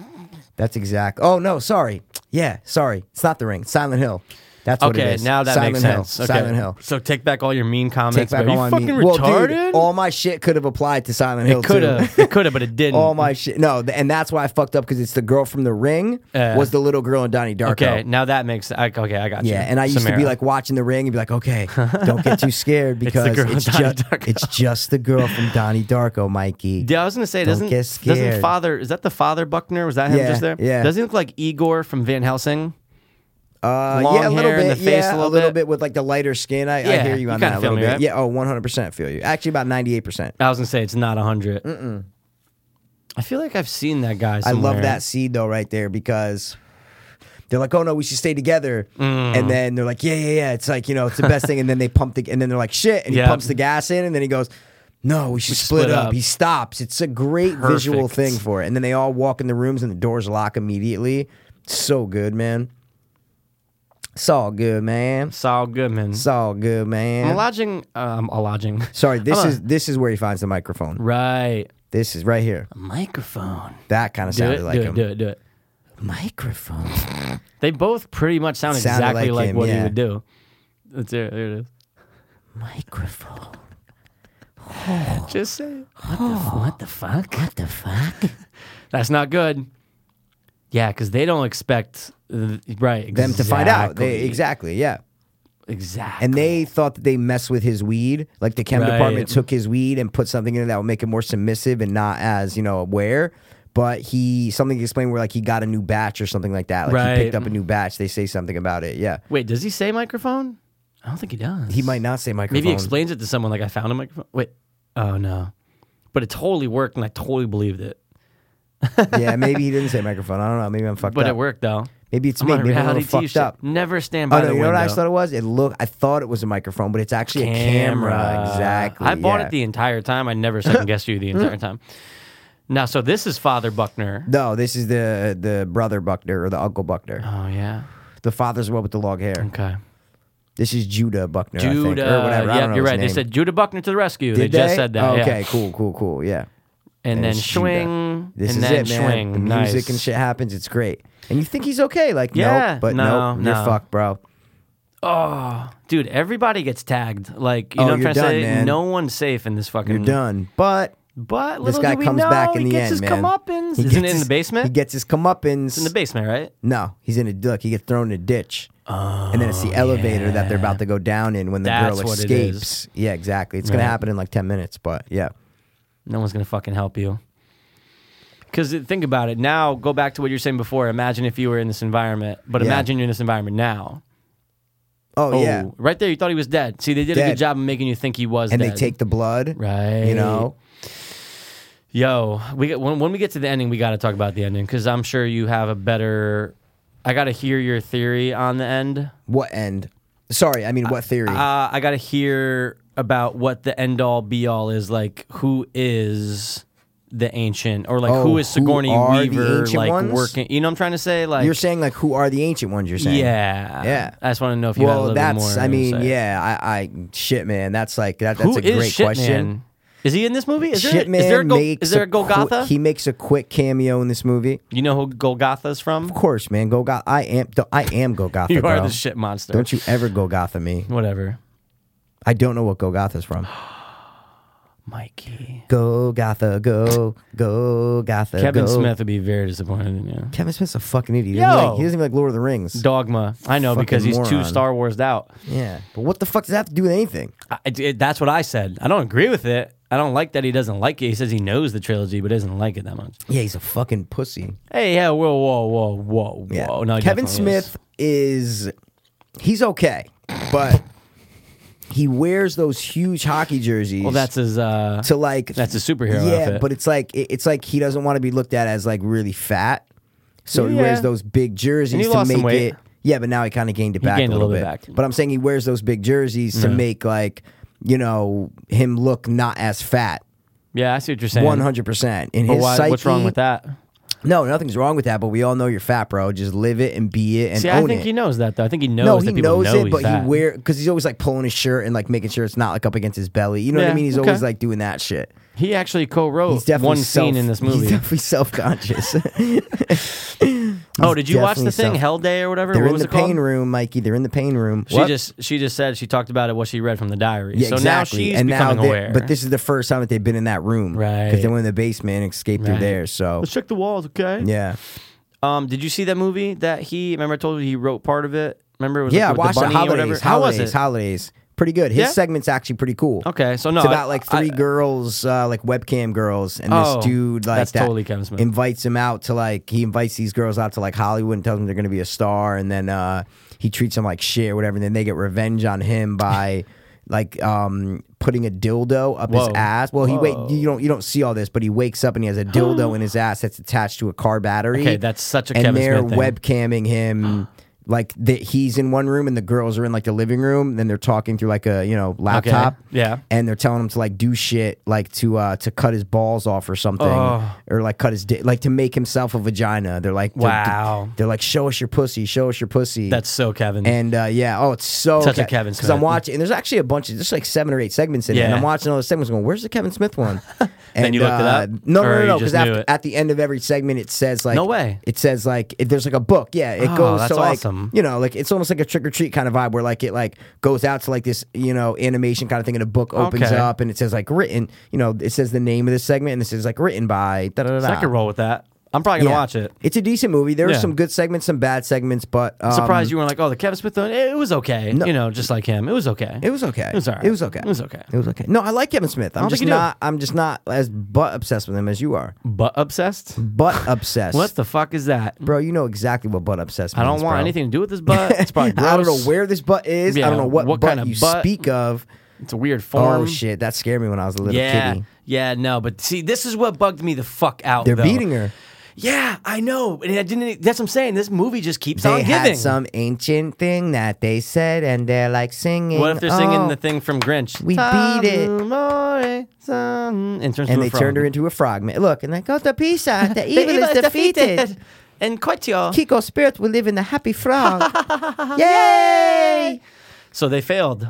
Speaker 7: That's exact. Oh no, sorry. Yeah, sorry. It's not The Ring. Silent Hill. That's what it
Speaker 8: Okay,
Speaker 7: is.
Speaker 8: now that
Speaker 7: Silent
Speaker 8: makes
Speaker 7: Hill.
Speaker 8: sense. Okay.
Speaker 7: Silent Hill.
Speaker 8: So take back all your mean comments.
Speaker 7: Take back
Speaker 8: bro.
Speaker 7: all my
Speaker 8: you fucking
Speaker 7: mean- Well, dude,
Speaker 8: retarded.
Speaker 7: all my shit could have applied to Silent Hill.
Speaker 8: it could have.
Speaker 7: too.
Speaker 8: It could have, but it didn't.
Speaker 7: all my shit. No, th- and that's why I fucked up because it's the girl from The Ring
Speaker 8: Uh,
Speaker 7: was the little girl in Donnie Darko.
Speaker 8: Okay, now that makes. I, okay, I got you.
Speaker 7: Yeah, and I used
Speaker 8: Samara.
Speaker 7: to be like watching the ring and be like, okay, don't get too scared
Speaker 8: It's the
Speaker 7: because
Speaker 8: girl
Speaker 7: it's,
Speaker 8: with Donnie
Speaker 7: ju-
Speaker 8: Darko.
Speaker 7: it's just the girl from Donnie Darko, Mikey.
Speaker 8: Yeah, I was gonna say,
Speaker 7: Don't
Speaker 8: doesn't
Speaker 7: get
Speaker 8: doesn't
Speaker 7: scared.
Speaker 8: father is that the father Buckner? Was that him
Speaker 7: Yeah,
Speaker 8: just there?
Speaker 7: yeah.
Speaker 8: Does he look like Igor from Van Helsing?
Speaker 7: Uh,
Speaker 8: long
Speaker 7: yeah, a little
Speaker 8: hair in
Speaker 7: bit.
Speaker 8: the face
Speaker 7: yeah,
Speaker 8: a little
Speaker 7: little
Speaker 8: bit.
Speaker 7: bit with like the lighter skin. I, I
Speaker 8: Yeah,
Speaker 7: hear you
Speaker 8: you
Speaker 7: on
Speaker 8: kinda
Speaker 7: that a
Speaker 8: feel
Speaker 7: little
Speaker 8: me,
Speaker 7: bit.
Speaker 8: right?
Speaker 7: Yeah, oh, 100% feel you. Actually, about 98%.
Speaker 8: I was gonna say it's not hundred. I feel like I've seen that guy.
Speaker 7: I love
Speaker 8: somewhere.
Speaker 7: that seed though, right there, because they're like, "Oh no, we should stay together,"
Speaker 8: Mm.
Speaker 7: and then they're like, "Yeah, yeah, yeah." It's like you know, it's the best thing. And then they pump the, and then they're like, "Shit," and he
Speaker 8: Yeah.
Speaker 7: pumps the gas in, and then he goes. No, we should split,
Speaker 8: split
Speaker 7: up.
Speaker 8: up.
Speaker 7: He stops. It's a great visual
Speaker 8: Perfect.
Speaker 7: thing for it. And then they all walk in the rooms and the doors lock immediately. So good, man. It's all good, man.
Speaker 8: Saul Goodman.
Speaker 7: It's all good,
Speaker 8: I'm
Speaker 7: man.
Speaker 8: lodging. Um, a lodging.
Speaker 7: Sorry, this
Speaker 8: I'm a-
Speaker 7: is this is where he finds the microphone.
Speaker 8: Right.
Speaker 7: This is right here.
Speaker 8: Microphone.
Speaker 7: That kind of
Speaker 8: Do
Speaker 7: sounded
Speaker 8: it,
Speaker 7: like
Speaker 8: do
Speaker 7: him.
Speaker 8: it, do it, do it.
Speaker 7: Microphone.
Speaker 8: They both pretty much sound
Speaker 7: Sounded
Speaker 8: exactly
Speaker 7: like
Speaker 8: like,
Speaker 7: him,
Speaker 8: what
Speaker 7: yeah.
Speaker 8: he would do. Let's hear it. There it is.
Speaker 7: Microphone.
Speaker 8: Just say it. What, the, f- what the fuck? What the fuck? That's not good. Yeah, because they don't expect th- right exactly.
Speaker 7: them to find out. They, exactly, yeah.
Speaker 8: exactly.
Speaker 7: And they thought that they messed with his weed. Like the chem
Speaker 8: Right.
Speaker 7: department took his weed and put something in it that would make it more submissive and not as you know aware. But he something explained where like he got a new batch or something like that. Like he picked
Speaker 8: Right.
Speaker 7: up a new batch. They say something about it. Yeah,
Speaker 8: wait. Does he say microphone? I don't think he does.
Speaker 7: he might not say microphone.
Speaker 8: Maybe he explains it to someone like I found a microphone. Wait. Oh no. but it totally worked, and I totally believed it.
Speaker 7: yeah, maybe he didn't say microphone. I don't know. Maybe I'm fucked
Speaker 8: But
Speaker 7: up.
Speaker 8: it worked though.
Speaker 7: Maybe it's
Speaker 8: I'm
Speaker 7: me.
Speaker 8: on a
Speaker 7: Maybe I'm a little
Speaker 8: reality
Speaker 7: fucked
Speaker 8: TV show.
Speaker 7: up.
Speaker 8: Never stand by
Speaker 7: Oh
Speaker 8: the
Speaker 7: no! You know
Speaker 8: window.
Speaker 7: what I thought it was? It looked. I thought it was a microphone, but it's actually a camera. Exactly.
Speaker 8: I bought
Speaker 7: yeah.
Speaker 8: it the entire time. I never second guessed you the entire time. Now, so this is Father Buckner.
Speaker 7: No, this is the the brother Buckner or the uncle Buckner.
Speaker 8: Oh yeah.
Speaker 7: The father's the one with the long hair.
Speaker 8: Okay.
Speaker 7: This is Judah Buckner. I think,
Speaker 8: Judah.
Speaker 7: or whatever. I don't
Speaker 8: Yep,
Speaker 7: know
Speaker 8: you're
Speaker 7: his
Speaker 8: right. They
Speaker 7: name.
Speaker 8: said Judah Buckner to the rescue.
Speaker 7: Did
Speaker 8: they just said that. yeah.
Speaker 7: Okay, cool, cool, cool. Yeah.
Speaker 8: And, then
Speaker 7: it's Judah.
Speaker 8: swing.
Speaker 7: This
Speaker 8: and
Speaker 7: is
Speaker 8: then
Speaker 7: it, man.
Speaker 8: Swing.
Speaker 7: The music
Speaker 8: nice.
Speaker 7: and shit happens. It's great. And you think he's okay? Like,
Speaker 8: Yeah,
Speaker 7: no, but
Speaker 8: no,
Speaker 7: nope, you're
Speaker 8: no.
Speaker 7: fucked, bro.
Speaker 8: Dude, everybody gets tagged. Like, you
Speaker 7: Oh,
Speaker 8: know what I'm
Speaker 7: you're
Speaker 8: trying to
Speaker 7: done,
Speaker 8: say?
Speaker 7: man.
Speaker 8: No one's safe in this fucking.
Speaker 7: You're done. But
Speaker 8: But
Speaker 7: this
Speaker 8: little
Speaker 7: guy
Speaker 8: do we
Speaker 7: comes
Speaker 8: know,
Speaker 7: back in
Speaker 8: he
Speaker 7: the
Speaker 8: gets
Speaker 7: end,
Speaker 8: his
Speaker 7: man.
Speaker 8: comeuppance.
Speaker 7: He
Speaker 8: Isn't
Speaker 7: gets
Speaker 8: it in
Speaker 7: his-
Speaker 8: the basement?
Speaker 7: He gets his comeuppance.
Speaker 8: in the basement, right?
Speaker 7: No, he's in a look. He gets thrown in a ditch, and then it's the elevator that they're about to go down in when the
Speaker 8: Oh, That's
Speaker 7: girl
Speaker 8: what it
Speaker 7: escapes. Yeah, exactly. It's
Speaker 8: Right.
Speaker 7: gonna happen in like ten minutes, but yeah,
Speaker 8: No one's gonna fucking help you. Because think about it now. Go back to what you were saying before. Imagine if you were in this environment, but
Speaker 7: Yeah.
Speaker 8: imagine you're in this environment now.
Speaker 7: oh, yeah.
Speaker 8: right there. You thought he was dead. See, they did a
Speaker 7: Dead.
Speaker 8: good job of making you think he was.
Speaker 7: And
Speaker 8: dead.
Speaker 7: they take the blood,
Speaker 8: right.
Speaker 7: You know,
Speaker 8: yo, we get, when when we get to the ending, we got to talk about the ending because I'm sure you have a better. I got to hear your theory on the end.
Speaker 7: what end? Sorry, I mean, what theory?
Speaker 8: Uh, I got to hear about what the end all be all is. Like, who is the ancient, or like
Speaker 7: Oh,
Speaker 8: who is
Speaker 7: who
Speaker 8: Sigourney
Speaker 7: are the
Speaker 8: Weaver
Speaker 7: ancient
Speaker 8: like
Speaker 7: ones?
Speaker 8: working? You know, what I'm trying to say like
Speaker 7: You're saying like, who are the ancient ones? You're saying,
Speaker 8: yeah,
Speaker 7: Yeah.
Speaker 8: I just want to know if you had a
Speaker 7: Well,
Speaker 8: little bit more.
Speaker 7: that's. I
Speaker 8: to
Speaker 7: mean,
Speaker 8: say.
Speaker 7: yeah. I, I shit, man. That's like that, that's
Speaker 8: who
Speaker 7: a great
Speaker 8: is Shitman?
Speaker 7: question.
Speaker 8: Is he in this movie? Is there,
Speaker 7: Shitman
Speaker 8: is there a Gol-
Speaker 7: makes.
Speaker 8: is there a
Speaker 7: quick-
Speaker 8: Golgotha?
Speaker 7: he makes a quick cameo in this movie.
Speaker 8: you know who Golgotha's from?
Speaker 7: Of course, man. Golgotha. I am. I am Golgotha.
Speaker 8: You are
Speaker 7: bro.
Speaker 8: the shit monster.
Speaker 7: Don't you ever Golgotha me.
Speaker 8: Whatever,
Speaker 7: I don't know what Golgotha's from.
Speaker 8: Mikey.
Speaker 7: Golgotha, go, Golgotha.
Speaker 8: Kevin
Speaker 7: go.
Speaker 8: Smith would be very disappointed in you.
Speaker 7: Kevin Smith's a fucking idiot. He doesn't,
Speaker 8: Yo.
Speaker 7: like, he doesn't even like Lord of the Rings.
Speaker 8: Dogma. I know
Speaker 7: Fucking
Speaker 8: because he's too
Speaker 7: moron.
Speaker 8: Star Wars out.
Speaker 7: yeah. But what the fuck does that have to do with anything?
Speaker 8: I, it- it- that's what I said. I don't agree with it. I don't like that he doesn't like it. He says he knows the trilogy, but doesn't like it that much.
Speaker 7: Yeah, he's a fucking pussy.
Speaker 8: Hey, yeah, whoa, whoa, whoa, whoa,
Speaker 7: Yeah.
Speaker 8: whoa. No, he
Speaker 7: Kevin
Speaker 8: definitely
Speaker 7: Smith is. he's okay, but he wears those huge hockey jerseys.
Speaker 8: Well, that's his. Uh,
Speaker 7: to like
Speaker 8: That's a superhero
Speaker 7: Yeah,
Speaker 8: outfit.
Speaker 7: but it's like it- it's like he doesn't want to be looked at as like really fat, so he
Speaker 8: Yeah.
Speaker 7: wears those big jerseys
Speaker 8: And he
Speaker 7: to
Speaker 8: lost
Speaker 7: make
Speaker 8: some weight.
Speaker 7: it. Yeah, but now he kind of gained it back
Speaker 8: gained
Speaker 7: a little, bit.
Speaker 8: back. Mm-hmm.
Speaker 7: But I'm saying he wears those big jerseys to make like you know him look not as fat.
Speaker 8: yeah, I see what you're saying.
Speaker 7: One hundred percent in
Speaker 8: But
Speaker 7: his
Speaker 8: why,
Speaker 7: psyche.
Speaker 8: what's wrong with that?
Speaker 7: No, nothing's wrong with that. But we all know you're fat, bro. Just live it and be it and
Speaker 8: See, I
Speaker 7: own
Speaker 8: think
Speaker 7: it.
Speaker 8: he knows that though. I think he knows
Speaker 7: no,
Speaker 8: that
Speaker 7: he
Speaker 8: people
Speaker 7: knows
Speaker 8: know
Speaker 7: it,
Speaker 8: he's
Speaker 7: but
Speaker 8: fat.
Speaker 7: he wear because he's always like pulling his shirt and like making sure it's not like up against his belly. You know what
Speaker 8: Yeah,
Speaker 7: I mean? He's
Speaker 8: okay.
Speaker 7: always like doing that shit.
Speaker 8: He actually co-wrote
Speaker 7: He's definitely
Speaker 8: one
Speaker 7: self,
Speaker 8: scene in this
Speaker 7: He's
Speaker 8: movie.
Speaker 7: definitely self-conscious.
Speaker 8: Oh, did you watch the
Speaker 7: definitely
Speaker 8: thing
Speaker 7: self-
Speaker 8: Hell Day or whatever?
Speaker 7: They're
Speaker 8: what
Speaker 7: in
Speaker 8: was
Speaker 7: the
Speaker 8: it called?
Speaker 7: pain room, Mikey. They're in the pain room.
Speaker 8: She
Speaker 7: What?
Speaker 8: just she just said she talked about it what she read from the diary.
Speaker 7: yeah,
Speaker 8: so
Speaker 7: exactly.
Speaker 8: now she's
Speaker 7: and now
Speaker 8: becoming
Speaker 7: they-
Speaker 8: aware.
Speaker 7: But this is the first time that they've been in that room,
Speaker 8: Right.
Speaker 7: Because they went in the basement and escaped
Speaker 8: Right.
Speaker 7: through there. So
Speaker 8: let's check the walls, okay?
Speaker 7: yeah,
Speaker 8: Um, did you see that movie that he? Remember, I told you he wrote part of it. Remember, it was
Speaker 7: yeah.
Speaker 8: like with
Speaker 7: watch
Speaker 8: the
Speaker 7: the,
Speaker 8: bunny or whatever.
Speaker 7: holidays.
Speaker 8: How was
Speaker 7: holidays.
Speaker 8: it?
Speaker 7: Holidays. Pretty good. His
Speaker 8: Yeah?
Speaker 7: segment's actually pretty cool.
Speaker 8: Okay, so no,
Speaker 7: It's
Speaker 8: I-
Speaker 7: about like three
Speaker 8: I-
Speaker 7: girls, uh, like webcam girls, and
Speaker 8: Oh,
Speaker 7: this dude like
Speaker 8: that's
Speaker 7: that
Speaker 8: totally Kevin Smith.
Speaker 7: invites him out to like he invites these girls out to like Hollywood and tells them they're gonna be a star, and then uh, he treats them like shit or whatever, and then they get revenge on him by like um, putting a dildo up
Speaker 8: Whoa.
Speaker 7: his ass. Well, he wait you don't you don't see all this, but he wakes up and he has a dildo in his ass that's attached to a car battery.
Speaker 8: Okay, that's such a
Speaker 7: and
Speaker 8: Kevin
Speaker 7: they're
Speaker 8: Smith thing.
Speaker 7: webcamming him. Like that, he's in one room and the girls are in like the living room. Then they're talking through like a you know laptop.
Speaker 8: yeah.
Speaker 7: and they're telling him to like do shit like to uh to cut his balls off or something,
Speaker 8: Oh.
Speaker 7: or like cut his dick, like to make himself a vagina. They're like, they're-
Speaker 8: Wow.
Speaker 7: they're like, show us your pussy, show us your pussy.
Speaker 8: That's so Kevin.
Speaker 7: And uh, yeah, oh, it's so
Speaker 8: Such a Mm-hmm. Kevin
Speaker 7: because I'm
Speaker 8: Smith.
Speaker 7: watching. And there's actually a bunch of there's like seven or eight segments in it, and
Speaker 8: Yeah.
Speaker 7: I'm watching all the segments. Going, where's the Kevin Smith one? And, uh,
Speaker 8: you looked it up?
Speaker 7: No,
Speaker 8: Or
Speaker 7: no, no,
Speaker 8: you
Speaker 7: no.
Speaker 8: just
Speaker 7: Because
Speaker 8: knew
Speaker 7: at,
Speaker 8: it?
Speaker 7: at the end of every segment, it says like
Speaker 8: No way.
Speaker 7: It says like it, there's like a book. Yeah, it
Speaker 8: Oh,
Speaker 7: goes
Speaker 8: that's
Speaker 7: to like
Speaker 8: awesome.
Speaker 7: you know like it's almost like a trick or treat kind of vibe where like it like goes out to like this you know animation kind of thing, and a book opens
Speaker 8: Okay.
Speaker 7: up and it says like written. You know, it says the name of the segment, and this is like written by. Da, da, da,
Speaker 8: I could roll with that. I'm probably gonna watch it.
Speaker 7: It's a decent movie. There are
Speaker 8: Yeah.
Speaker 7: some good segments, some bad segments, but um,
Speaker 8: Surprised you weren't like, oh, the Kevin Smith one. It was okay. You know, just like him. It was okay.
Speaker 7: It was okay.
Speaker 8: It was alright.
Speaker 7: It was okay.
Speaker 8: It was okay.
Speaker 7: It was okay. No, I like Kevin Smith. I'm
Speaker 8: don't
Speaker 7: just
Speaker 8: think you do.
Speaker 7: not. I'm just not as butt obsessed with him as you are.
Speaker 8: Butt obsessed.
Speaker 7: Butt obsessed.
Speaker 8: What the fuck is that?
Speaker 7: Bro, you know exactly what butt obsessed.
Speaker 8: I don't
Speaker 7: means,
Speaker 8: want
Speaker 7: bro.
Speaker 8: anything to do with this butt. It's probably gross.
Speaker 7: I don't know where this butt is.
Speaker 8: Yeah,
Speaker 7: I don't know what,
Speaker 8: what
Speaker 7: butt
Speaker 8: kind of
Speaker 7: you
Speaker 8: butt?
Speaker 7: speak of.
Speaker 8: It's a weird form.
Speaker 7: Oh shit, that scared me when I was a little
Speaker 8: Yeah,
Speaker 7: kitty.
Speaker 8: yeah, no, but see, this is what bugged me the fuck out.
Speaker 7: They're
Speaker 8: though.
Speaker 7: beating her.
Speaker 8: Yeah, I know, and I didn't. e, That's what I'm saying. This movie just keeps
Speaker 7: They
Speaker 8: on
Speaker 7: had
Speaker 8: giving.
Speaker 7: some ancient thing that they said, and they're like singing.
Speaker 8: what if they're singing
Speaker 7: "Oh,
Speaker 8: the thing from Grinch?
Speaker 7: We beat it.
Speaker 8: Amore, son- And, turns to
Speaker 7: And
Speaker 8: a
Speaker 7: they
Speaker 8: frog.
Speaker 7: turned her into a frog. man. Look, and they go to Pisa. The evil is defeated.
Speaker 8: And Quetio.
Speaker 7: Kiko's spirit will live in the happy frog. Yay!
Speaker 8: So they failed.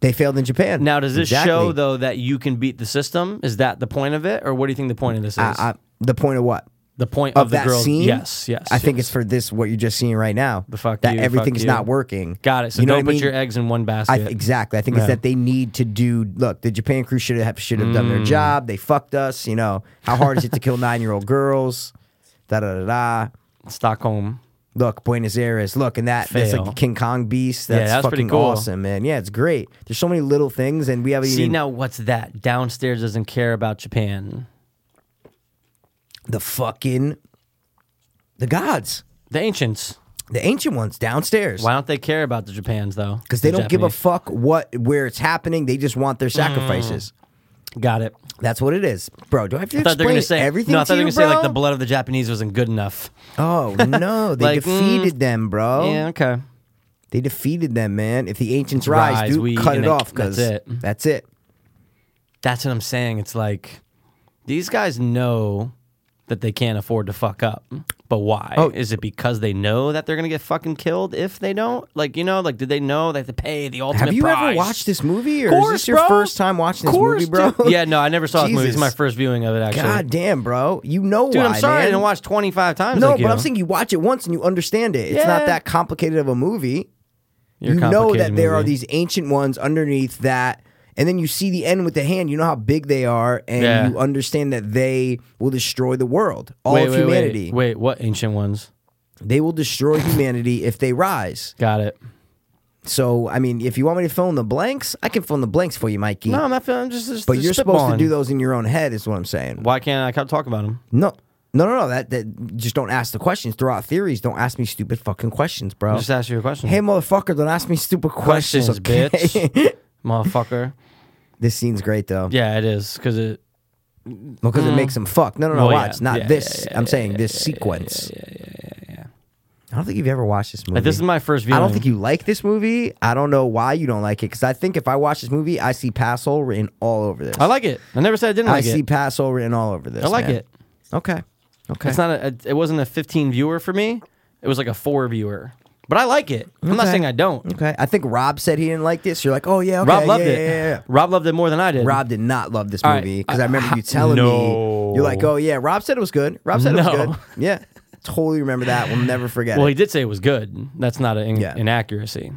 Speaker 7: They failed in Japan.
Speaker 8: Now, does this
Speaker 7: Exactly.
Speaker 8: show though that you can beat the system? Is that the point of it, or what do you think the point of this is?
Speaker 7: I, I, the point of what?
Speaker 8: the point
Speaker 7: Of,
Speaker 8: of, the
Speaker 7: that
Speaker 8: girl.
Speaker 7: scene?
Speaker 8: Yes, yes.
Speaker 7: I think
Speaker 8: yes.
Speaker 7: it's for this what you're just seeing right now.
Speaker 8: The fuck
Speaker 7: that
Speaker 8: you, fuck
Speaker 7: everything's
Speaker 8: you.
Speaker 7: not working.
Speaker 8: got it. So
Speaker 7: you know
Speaker 8: don't
Speaker 7: what
Speaker 8: put
Speaker 7: I mean?
Speaker 8: your eggs in one basket.
Speaker 7: I, exactly. I think
Speaker 8: Yeah.
Speaker 7: it's that they need to do. Look, the Japan crew should have should have done
Speaker 8: Mm.
Speaker 7: their job. They fucked us. You know how hard is it to kill nine year old girls? Da da da da.
Speaker 8: Stockholm.
Speaker 7: Look, Buenos Aires. Look, and that that's like
Speaker 8: Fail.
Speaker 7: a King Kong beast.
Speaker 8: Yeah,
Speaker 7: That's
Speaker 8: that's pretty
Speaker 7: fucking
Speaker 8: cool.
Speaker 7: awesome, man. Yeah, it's great. There's so many little things, and we haven't
Speaker 8: See
Speaker 7: even
Speaker 8: now, what's that? Downstairs doesn't care about Japan.
Speaker 7: the fucking the gods,
Speaker 8: The ancients.
Speaker 7: the ancient ones downstairs.
Speaker 8: Why don't they care about the Japans though?
Speaker 7: Because they
Speaker 8: The
Speaker 7: don't give a
Speaker 8: Japanese. Mm.
Speaker 7: fuck what where it's happening. They just want their sacrifices.
Speaker 8: Got it.
Speaker 7: That's what it is, bro. Do I have to
Speaker 8: I thought they were
Speaker 7: explain
Speaker 8: gonna say
Speaker 7: everything
Speaker 8: No, I
Speaker 7: to
Speaker 8: thought they were
Speaker 7: you,
Speaker 8: gonna say like
Speaker 7: bro?
Speaker 8: the blood of the Japanese wasn't good enough.
Speaker 7: Oh no, they
Speaker 8: Like, mm.
Speaker 7: defeated them, bro.
Speaker 8: Yeah. Okay.
Speaker 7: They defeated them, man. If the ancients rise,
Speaker 8: Rise,
Speaker 7: dude,
Speaker 8: we
Speaker 7: cut it
Speaker 8: and it-
Speaker 7: off because
Speaker 8: that's
Speaker 7: that's
Speaker 8: it.
Speaker 7: it.
Speaker 8: That's what I'm saying. It's like these guys know that they can't afford to fuck up. But why?
Speaker 7: Oh.
Speaker 8: Is it because they know that they're gonna get fucking killed if they don't? Like you know, like did they know they have to pay the ultimate?
Speaker 7: Have you
Speaker 8: price?
Speaker 7: ever watched this movie, or
Speaker 8: Course,
Speaker 7: is this your
Speaker 8: bro.
Speaker 7: first time watching this
Speaker 8: Course,
Speaker 7: movie, bro?
Speaker 8: dude. Yeah, no, I never saw this movie. It's
Speaker 7: Jesus.
Speaker 8: my first viewing of it. Actually,
Speaker 7: God damn, bro. You know
Speaker 8: dude,
Speaker 7: why?
Speaker 8: I'm sorry I
Speaker 7: man.
Speaker 8: didn't watch 25 times.
Speaker 7: No,
Speaker 8: like
Speaker 7: but
Speaker 8: you.
Speaker 7: I'm saying you watch it once and you understand it. It's
Speaker 8: Yeah.
Speaker 7: not that complicated of a movie.
Speaker 8: Your
Speaker 7: you know that
Speaker 8: complicated
Speaker 7: there are
Speaker 8: movie.
Speaker 7: these ancient ones underneath that and then you see the end with the hand you know how big they are and
Speaker 8: Yeah.
Speaker 7: you understand that they will destroy the world all
Speaker 8: wait,
Speaker 7: of
Speaker 8: wait,
Speaker 7: humanity
Speaker 8: Wait, wait, what ancient ones?
Speaker 7: they will destroy humanity if they rise
Speaker 8: Got it.
Speaker 7: so i mean if you want me to fill in the blanks i can fill in the blanks for you mikey
Speaker 8: No, I'm not feeling. I'm just, just
Speaker 7: but
Speaker 8: just
Speaker 7: you're supposed to
Speaker 8: spitballing.
Speaker 7: do those in your own head is what i'm saying
Speaker 8: Why can't I co- talk about them?
Speaker 7: no no no no that, that just don't ask the questions throw out theories don't ask me stupid fucking questions bro
Speaker 8: Just ask you a question.
Speaker 7: hey motherfucker don't ask me stupid Oh. questions,
Speaker 8: questions,
Speaker 7: okay?
Speaker 8: bitch, motherfucker.
Speaker 7: this scene's great though
Speaker 8: Yeah, it is because it.
Speaker 7: because it makes them fuck. No, no, no,
Speaker 8: Well,
Speaker 7: watch.
Speaker 8: Oh, yeah.
Speaker 7: Not
Speaker 8: Yeah,
Speaker 7: this.
Speaker 8: yeah, yeah,
Speaker 7: I'm
Speaker 8: yeah,
Speaker 7: saying this sequence. I don't think you've ever watched this movie.
Speaker 8: Like, this is my first
Speaker 7: I
Speaker 8: viewing.
Speaker 7: don't think you like this movie. I don't know why you don't like it because I think if I watch this movie, I see Passol written all over this.
Speaker 8: I like it. I never said I didn't
Speaker 7: I
Speaker 8: like
Speaker 7: see
Speaker 8: it.
Speaker 7: Passol written all over this.
Speaker 8: I like
Speaker 7: man.
Speaker 8: it.
Speaker 7: Okay. Okay.
Speaker 8: It's not. A, a- it wasn't a 15 viewer for me. It was like a four viewer. But I like it. I'm not
Speaker 7: Okay.
Speaker 8: saying I don't.
Speaker 7: okay. I think Rob said he didn't like this. You're like, oh yeah, okay,
Speaker 8: Rob loved
Speaker 7: yeah,
Speaker 8: it.
Speaker 7: yeah, yeah, yeah.
Speaker 8: Rob loved it more than I did.
Speaker 7: Rob did not love this
Speaker 8: All right.
Speaker 7: movie because I remember you telling
Speaker 8: No.
Speaker 7: me you're like, oh yeah, Rob said it was good. Rob said it
Speaker 8: No.
Speaker 7: was good. Yeah, totally remember that. We'll never forget.
Speaker 8: Well,
Speaker 7: it.
Speaker 8: he did say it was good. That's not an in-
Speaker 7: Yeah.
Speaker 8: inaccuracy.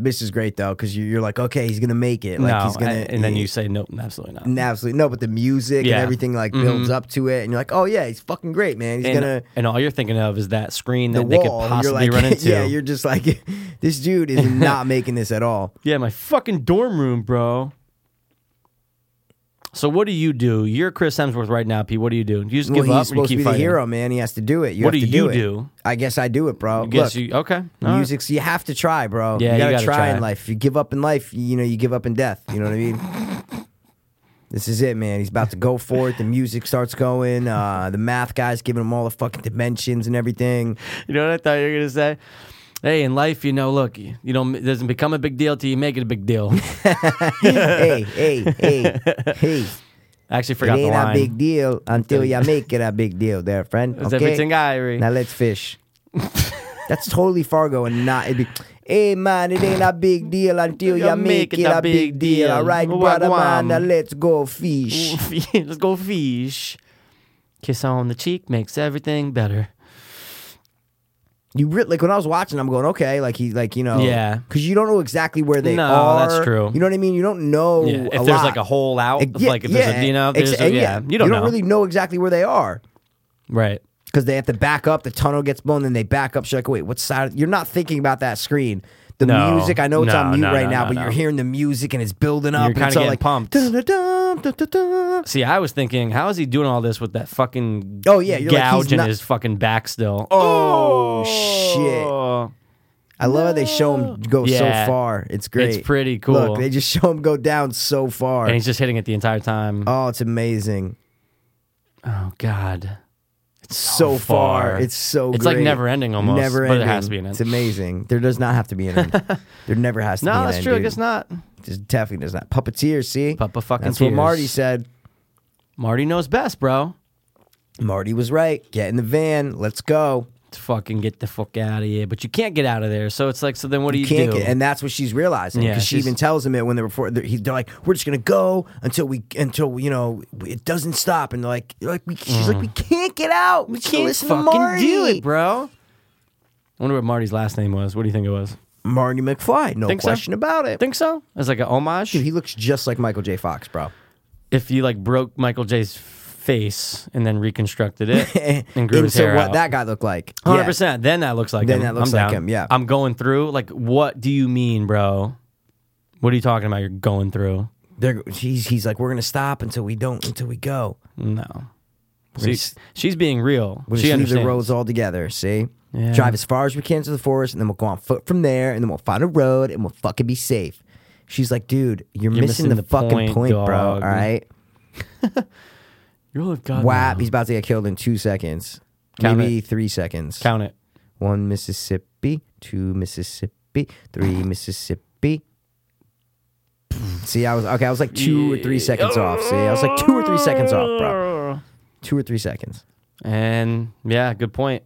Speaker 7: this is great though because you're like okay he's gonna make it like
Speaker 8: no,
Speaker 7: he's gonna
Speaker 8: and, and then you say nope, absolutely not.
Speaker 7: and absolutely no but the music
Speaker 8: Yeah. Mm-hmm.
Speaker 7: and everything like builds up to it and you're like oh yeah he's fucking great man he's
Speaker 8: and,
Speaker 7: gonna
Speaker 8: and all you're thinking of is that screen
Speaker 7: the
Speaker 8: that they could
Speaker 7: wall and you're
Speaker 8: possibly
Speaker 7: like
Speaker 8: run into.
Speaker 7: yeah you're just like this dude is not making this at all
Speaker 8: Yeah, my fucking dorm room, bro. So what do you do? You're Chris Hemsworth right now, P. What do you do? You just
Speaker 7: well
Speaker 8: give up
Speaker 7: he's
Speaker 8: and you
Speaker 7: supposed to
Speaker 8: keep
Speaker 7: be the
Speaker 8: fighting.
Speaker 7: hero man he has to do it you
Speaker 8: What
Speaker 7: have
Speaker 8: do
Speaker 7: to
Speaker 8: you
Speaker 7: it.
Speaker 8: do?
Speaker 7: I guess I do it bro
Speaker 8: I guess
Speaker 7: Look,
Speaker 8: you okay? all right.
Speaker 7: music's you have to try bro
Speaker 8: Yeah,
Speaker 7: you
Speaker 8: you
Speaker 7: gotta,
Speaker 8: gotta
Speaker 7: try,
Speaker 8: try.
Speaker 7: in life if you give up in life you know you give up in death you know what I mean. This is it, man. He's about to go for it. The music starts going. Uh, the math guy's giving him all the fucking dimensions and everything.
Speaker 8: You know what I thought you were gonna say? Hey, in life, you know, look, you don't it doesn't become a big deal till you make it a big deal.
Speaker 7: hey, hey, hey, hey.
Speaker 8: I actually
Speaker 7: It
Speaker 8: forgot the
Speaker 7: ain't a
Speaker 8: line.
Speaker 7: big deal until you make it a big deal, there, friend.
Speaker 8: Is
Speaker 7: okay?
Speaker 8: everything ivory?
Speaker 7: Now let's fish. That's totally Fargo and not. It'd be, hey, man, it ain't a big deal until you make it a big deal. All right,
Speaker 8: Wagwan.
Speaker 7: brother, man, now let's go fish.
Speaker 8: Let's go fish. Kiss on the cheek makes everything better.
Speaker 7: You re- like when I was watching, I'm going, okay, like he, like you know,
Speaker 8: Yeah.
Speaker 7: because you don't know exactly where they
Speaker 8: No,
Speaker 7: are.
Speaker 8: that's true.
Speaker 7: You know what I mean? You don't know.
Speaker 8: Yeah, if
Speaker 7: a
Speaker 8: there's
Speaker 7: lot.
Speaker 8: like a hole out,
Speaker 7: Ex- yeah,
Speaker 8: like if there's
Speaker 7: yeah,
Speaker 8: a, you know, if
Speaker 7: ex-
Speaker 8: there's a,
Speaker 7: and
Speaker 8: yeah, you don't know,
Speaker 7: really know exactly where they are.
Speaker 8: right?
Speaker 7: because they have to back up. The tunnel gets blown, then they back up. She's like, wait, what side? You're not thinking about that screen. The
Speaker 8: No.
Speaker 7: music, I know it's
Speaker 8: No,
Speaker 7: on mute
Speaker 8: no,
Speaker 7: right
Speaker 8: no,
Speaker 7: now,
Speaker 8: no,
Speaker 7: but
Speaker 8: no.
Speaker 7: you're hearing the music and it's building up.
Speaker 8: You're
Speaker 7: and
Speaker 8: kinda
Speaker 7: it's all
Speaker 8: getting
Speaker 7: like,
Speaker 8: pumped.
Speaker 7: "Dun-dun-dun, dun-dun-dun."
Speaker 8: See, I was thinking, how is he doing all this with that fucking
Speaker 7: Oh, yeah, you're like, he's
Speaker 8: gouge in
Speaker 7: not-
Speaker 8: Oh. his fucking back still? Oh
Speaker 7: shit. I love how they show him go
Speaker 8: Yeah.
Speaker 7: so far. It's great.
Speaker 8: It's pretty cool.
Speaker 7: Look, they just show him go down so far.
Speaker 8: and he's just hitting it the entire time. Oh,
Speaker 7: oh, it's amazing.
Speaker 8: God, Oh,
Speaker 7: So, far. It's so
Speaker 8: It's
Speaker 7: great.
Speaker 8: like never ending almost,
Speaker 7: Never
Speaker 8: but
Speaker 7: ending.
Speaker 8: there has to be an end.
Speaker 7: It's amazing. There does not have to be an end. there never has to be
Speaker 8: No,
Speaker 7: an
Speaker 8: that's
Speaker 7: end,
Speaker 8: true. I
Speaker 7: dude.
Speaker 8: guess not.
Speaker 7: Just definitely does not. Puppeteer, see?
Speaker 8: Puppa fucking
Speaker 7: That's what
Speaker 8: tears.
Speaker 7: Marty said.
Speaker 8: Marty knows best, bro.
Speaker 7: Marty was right. Get in the van. Let's go.
Speaker 8: To fucking get the fuck out of here, but you can't get out of there. So it's like, so then what do you,
Speaker 7: Can't
Speaker 8: do?
Speaker 7: get, and that's what she's realizing
Speaker 8: Yeah,
Speaker 7: because she
Speaker 8: she's-
Speaker 7: even tells him it when they're before they're, he- they're like, "We're just gonna go until we until you know it doesn't stop." And they're like, they're like we, she's like, "We can't get out. We, just gotta
Speaker 8: Mm. can't
Speaker 7: listen
Speaker 8: fucking
Speaker 7: to Marty.
Speaker 8: do it, bro. I wonder what Marty's last name was. What do you think it was?
Speaker 7: Marty McFly, no
Speaker 8: Think so?
Speaker 7: question about it.
Speaker 8: Think so? As like an homage.
Speaker 7: Dude, he looks just like Michael J. Fox, bro.
Speaker 8: if you like broke Michael J's face and then reconstructed it and grew his
Speaker 7: Into
Speaker 8: hair
Speaker 7: what
Speaker 8: out.
Speaker 7: that guy looked like. Yeah.
Speaker 8: Hundred percent. Then that looks like
Speaker 7: Then
Speaker 8: him.
Speaker 7: that looks
Speaker 8: I'm
Speaker 7: like
Speaker 8: down.
Speaker 7: him, yeah.
Speaker 8: I'm going through. Like, what do you mean, bro? What are you talking about? You're going through?
Speaker 7: They're, he's he's like, "We're gonna stop until we don't until we go."
Speaker 8: No.
Speaker 7: gonna
Speaker 8: She,
Speaker 7: s-
Speaker 8: she's being real.
Speaker 7: We'll just
Speaker 8: she
Speaker 7: leave
Speaker 8: understands.
Speaker 7: the roads all together. See,
Speaker 8: Yeah.
Speaker 7: drive as far as we can to the forest, and then we'll go on foot from there, and then we'll find a road, and we'll fucking be safe. She's like, dude, you're, missing, the, fucking point,
Speaker 8: point,
Speaker 7: bro. All
Speaker 8: dog."
Speaker 7: right,
Speaker 8: You're all I've got
Speaker 7: whap.
Speaker 8: now.
Speaker 7: He's about to get killed in two seconds,
Speaker 8: Count
Speaker 7: maybe three seconds.
Speaker 8: Count it.
Speaker 7: One Mississippi, two Mississippi, three Mississippi. See, I was okay. I was like two or three seconds off. See, I was like two or three seconds off, bro. Two or three seconds.
Speaker 8: And yeah, good point.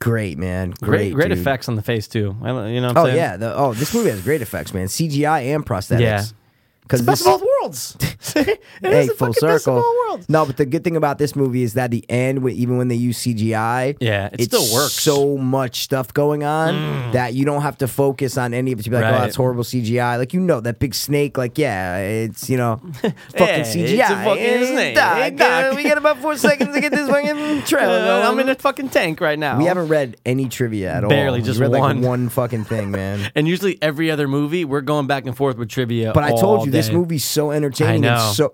Speaker 7: Great, man.
Speaker 8: Great,
Speaker 7: Great,
Speaker 8: great
Speaker 7: dude.
Speaker 8: effects on the face too. I don't- You know what I'm
Speaker 7: Oh
Speaker 8: saying?
Speaker 7: yeah. The, oh, this movie has great effects, man. CGI and prosthetics.
Speaker 8: Yeah.
Speaker 7: Because
Speaker 8: Best of both worlds. it
Speaker 7: hey,
Speaker 8: is the
Speaker 7: full
Speaker 8: fucking best of
Speaker 7: circle.
Speaker 8: all worlds.
Speaker 7: No, but the good thing about this movie is that the end, wh- even when they use CGI,
Speaker 8: Yeah, it
Speaker 7: it's
Speaker 8: still works. Mm.
Speaker 7: So much stuff going on that you don't have to focus on any of it to be like, oh,
Speaker 8: Right.
Speaker 7: that's horrible CGI. Like you know that big snake. Like yeah, it's you know fucking CGI.
Speaker 8: it's a fucking
Speaker 7: Eh,
Speaker 8: snake.
Speaker 7: doc,
Speaker 8: Eh, doc.
Speaker 7: uh, we got about four seconds to get this fucking trailer.
Speaker 8: Uh, I'm
Speaker 7: going.
Speaker 8: in a fucking tank right now.
Speaker 7: we haven't read any trivia at all.
Speaker 8: Barely,
Speaker 7: We
Speaker 8: just
Speaker 7: read,
Speaker 8: one.
Speaker 7: Like, one fucking thing, man.
Speaker 8: And usually every other movie, we're going back and forth with trivia.
Speaker 7: But I told
Speaker 8: all
Speaker 7: you this
Speaker 8: day.
Speaker 7: movie's so entertaining.
Speaker 8: I
Speaker 7: and
Speaker 8: know.
Speaker 7: so,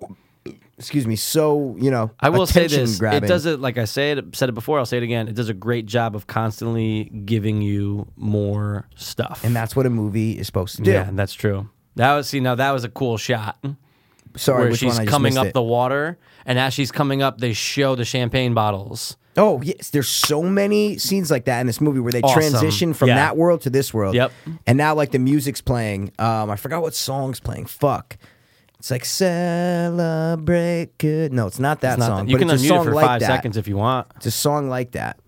Speaker 7: excuse me, so you know.
Speaker 8: I will say
Speaker 7: attention
Speaker 8: this:
Speaker 7: Grabbing.
Speaker 8: it does it like I say it, said it before. I'll say it again. It does a great job of constantly giving you more stuff,
Speaker 7: and that's what a movie is supposed to do.
Speaker 8: yeah, that's true. That was see now that was a cool shot
Speaker 7: Sorry,
Speaker 8: where
Speaker 7: which
Speaker 8: she's
Speaker 7: one I just
Speaker 8: coming
Speaker 7: missed
Speaker 8: up
Speaker 7: it.
Speaker 8: the water, and as she's coming up, they show the champagne bottles.
Speaker 7: Oh yes, there's so many scenes like that in this movie where they
Speaker 8: Awesome.
Speaker 7: transition from
Speaker 8: Yeah.
Speaker 7: that world to this world.
Speaker 8: Yep.
Speaker 7: And now like the music's playing. Um, I forgot what song's playing. Fuck. It's like celebrate good. No, it's not that
Speaker 8: Not
Speaker 7: song.
Speaker 8: that- you
Speaker 7: but
Speaker 8: can
Speaker 7: it's a
Speaker 8: unmute
Speaker 7: song
Speaker 8: it for
Speaker 7: like
Speaker 8: five
Speaker 7: that.
Speaker 8: seconds if you want.
Speaker 7: It's a song like that.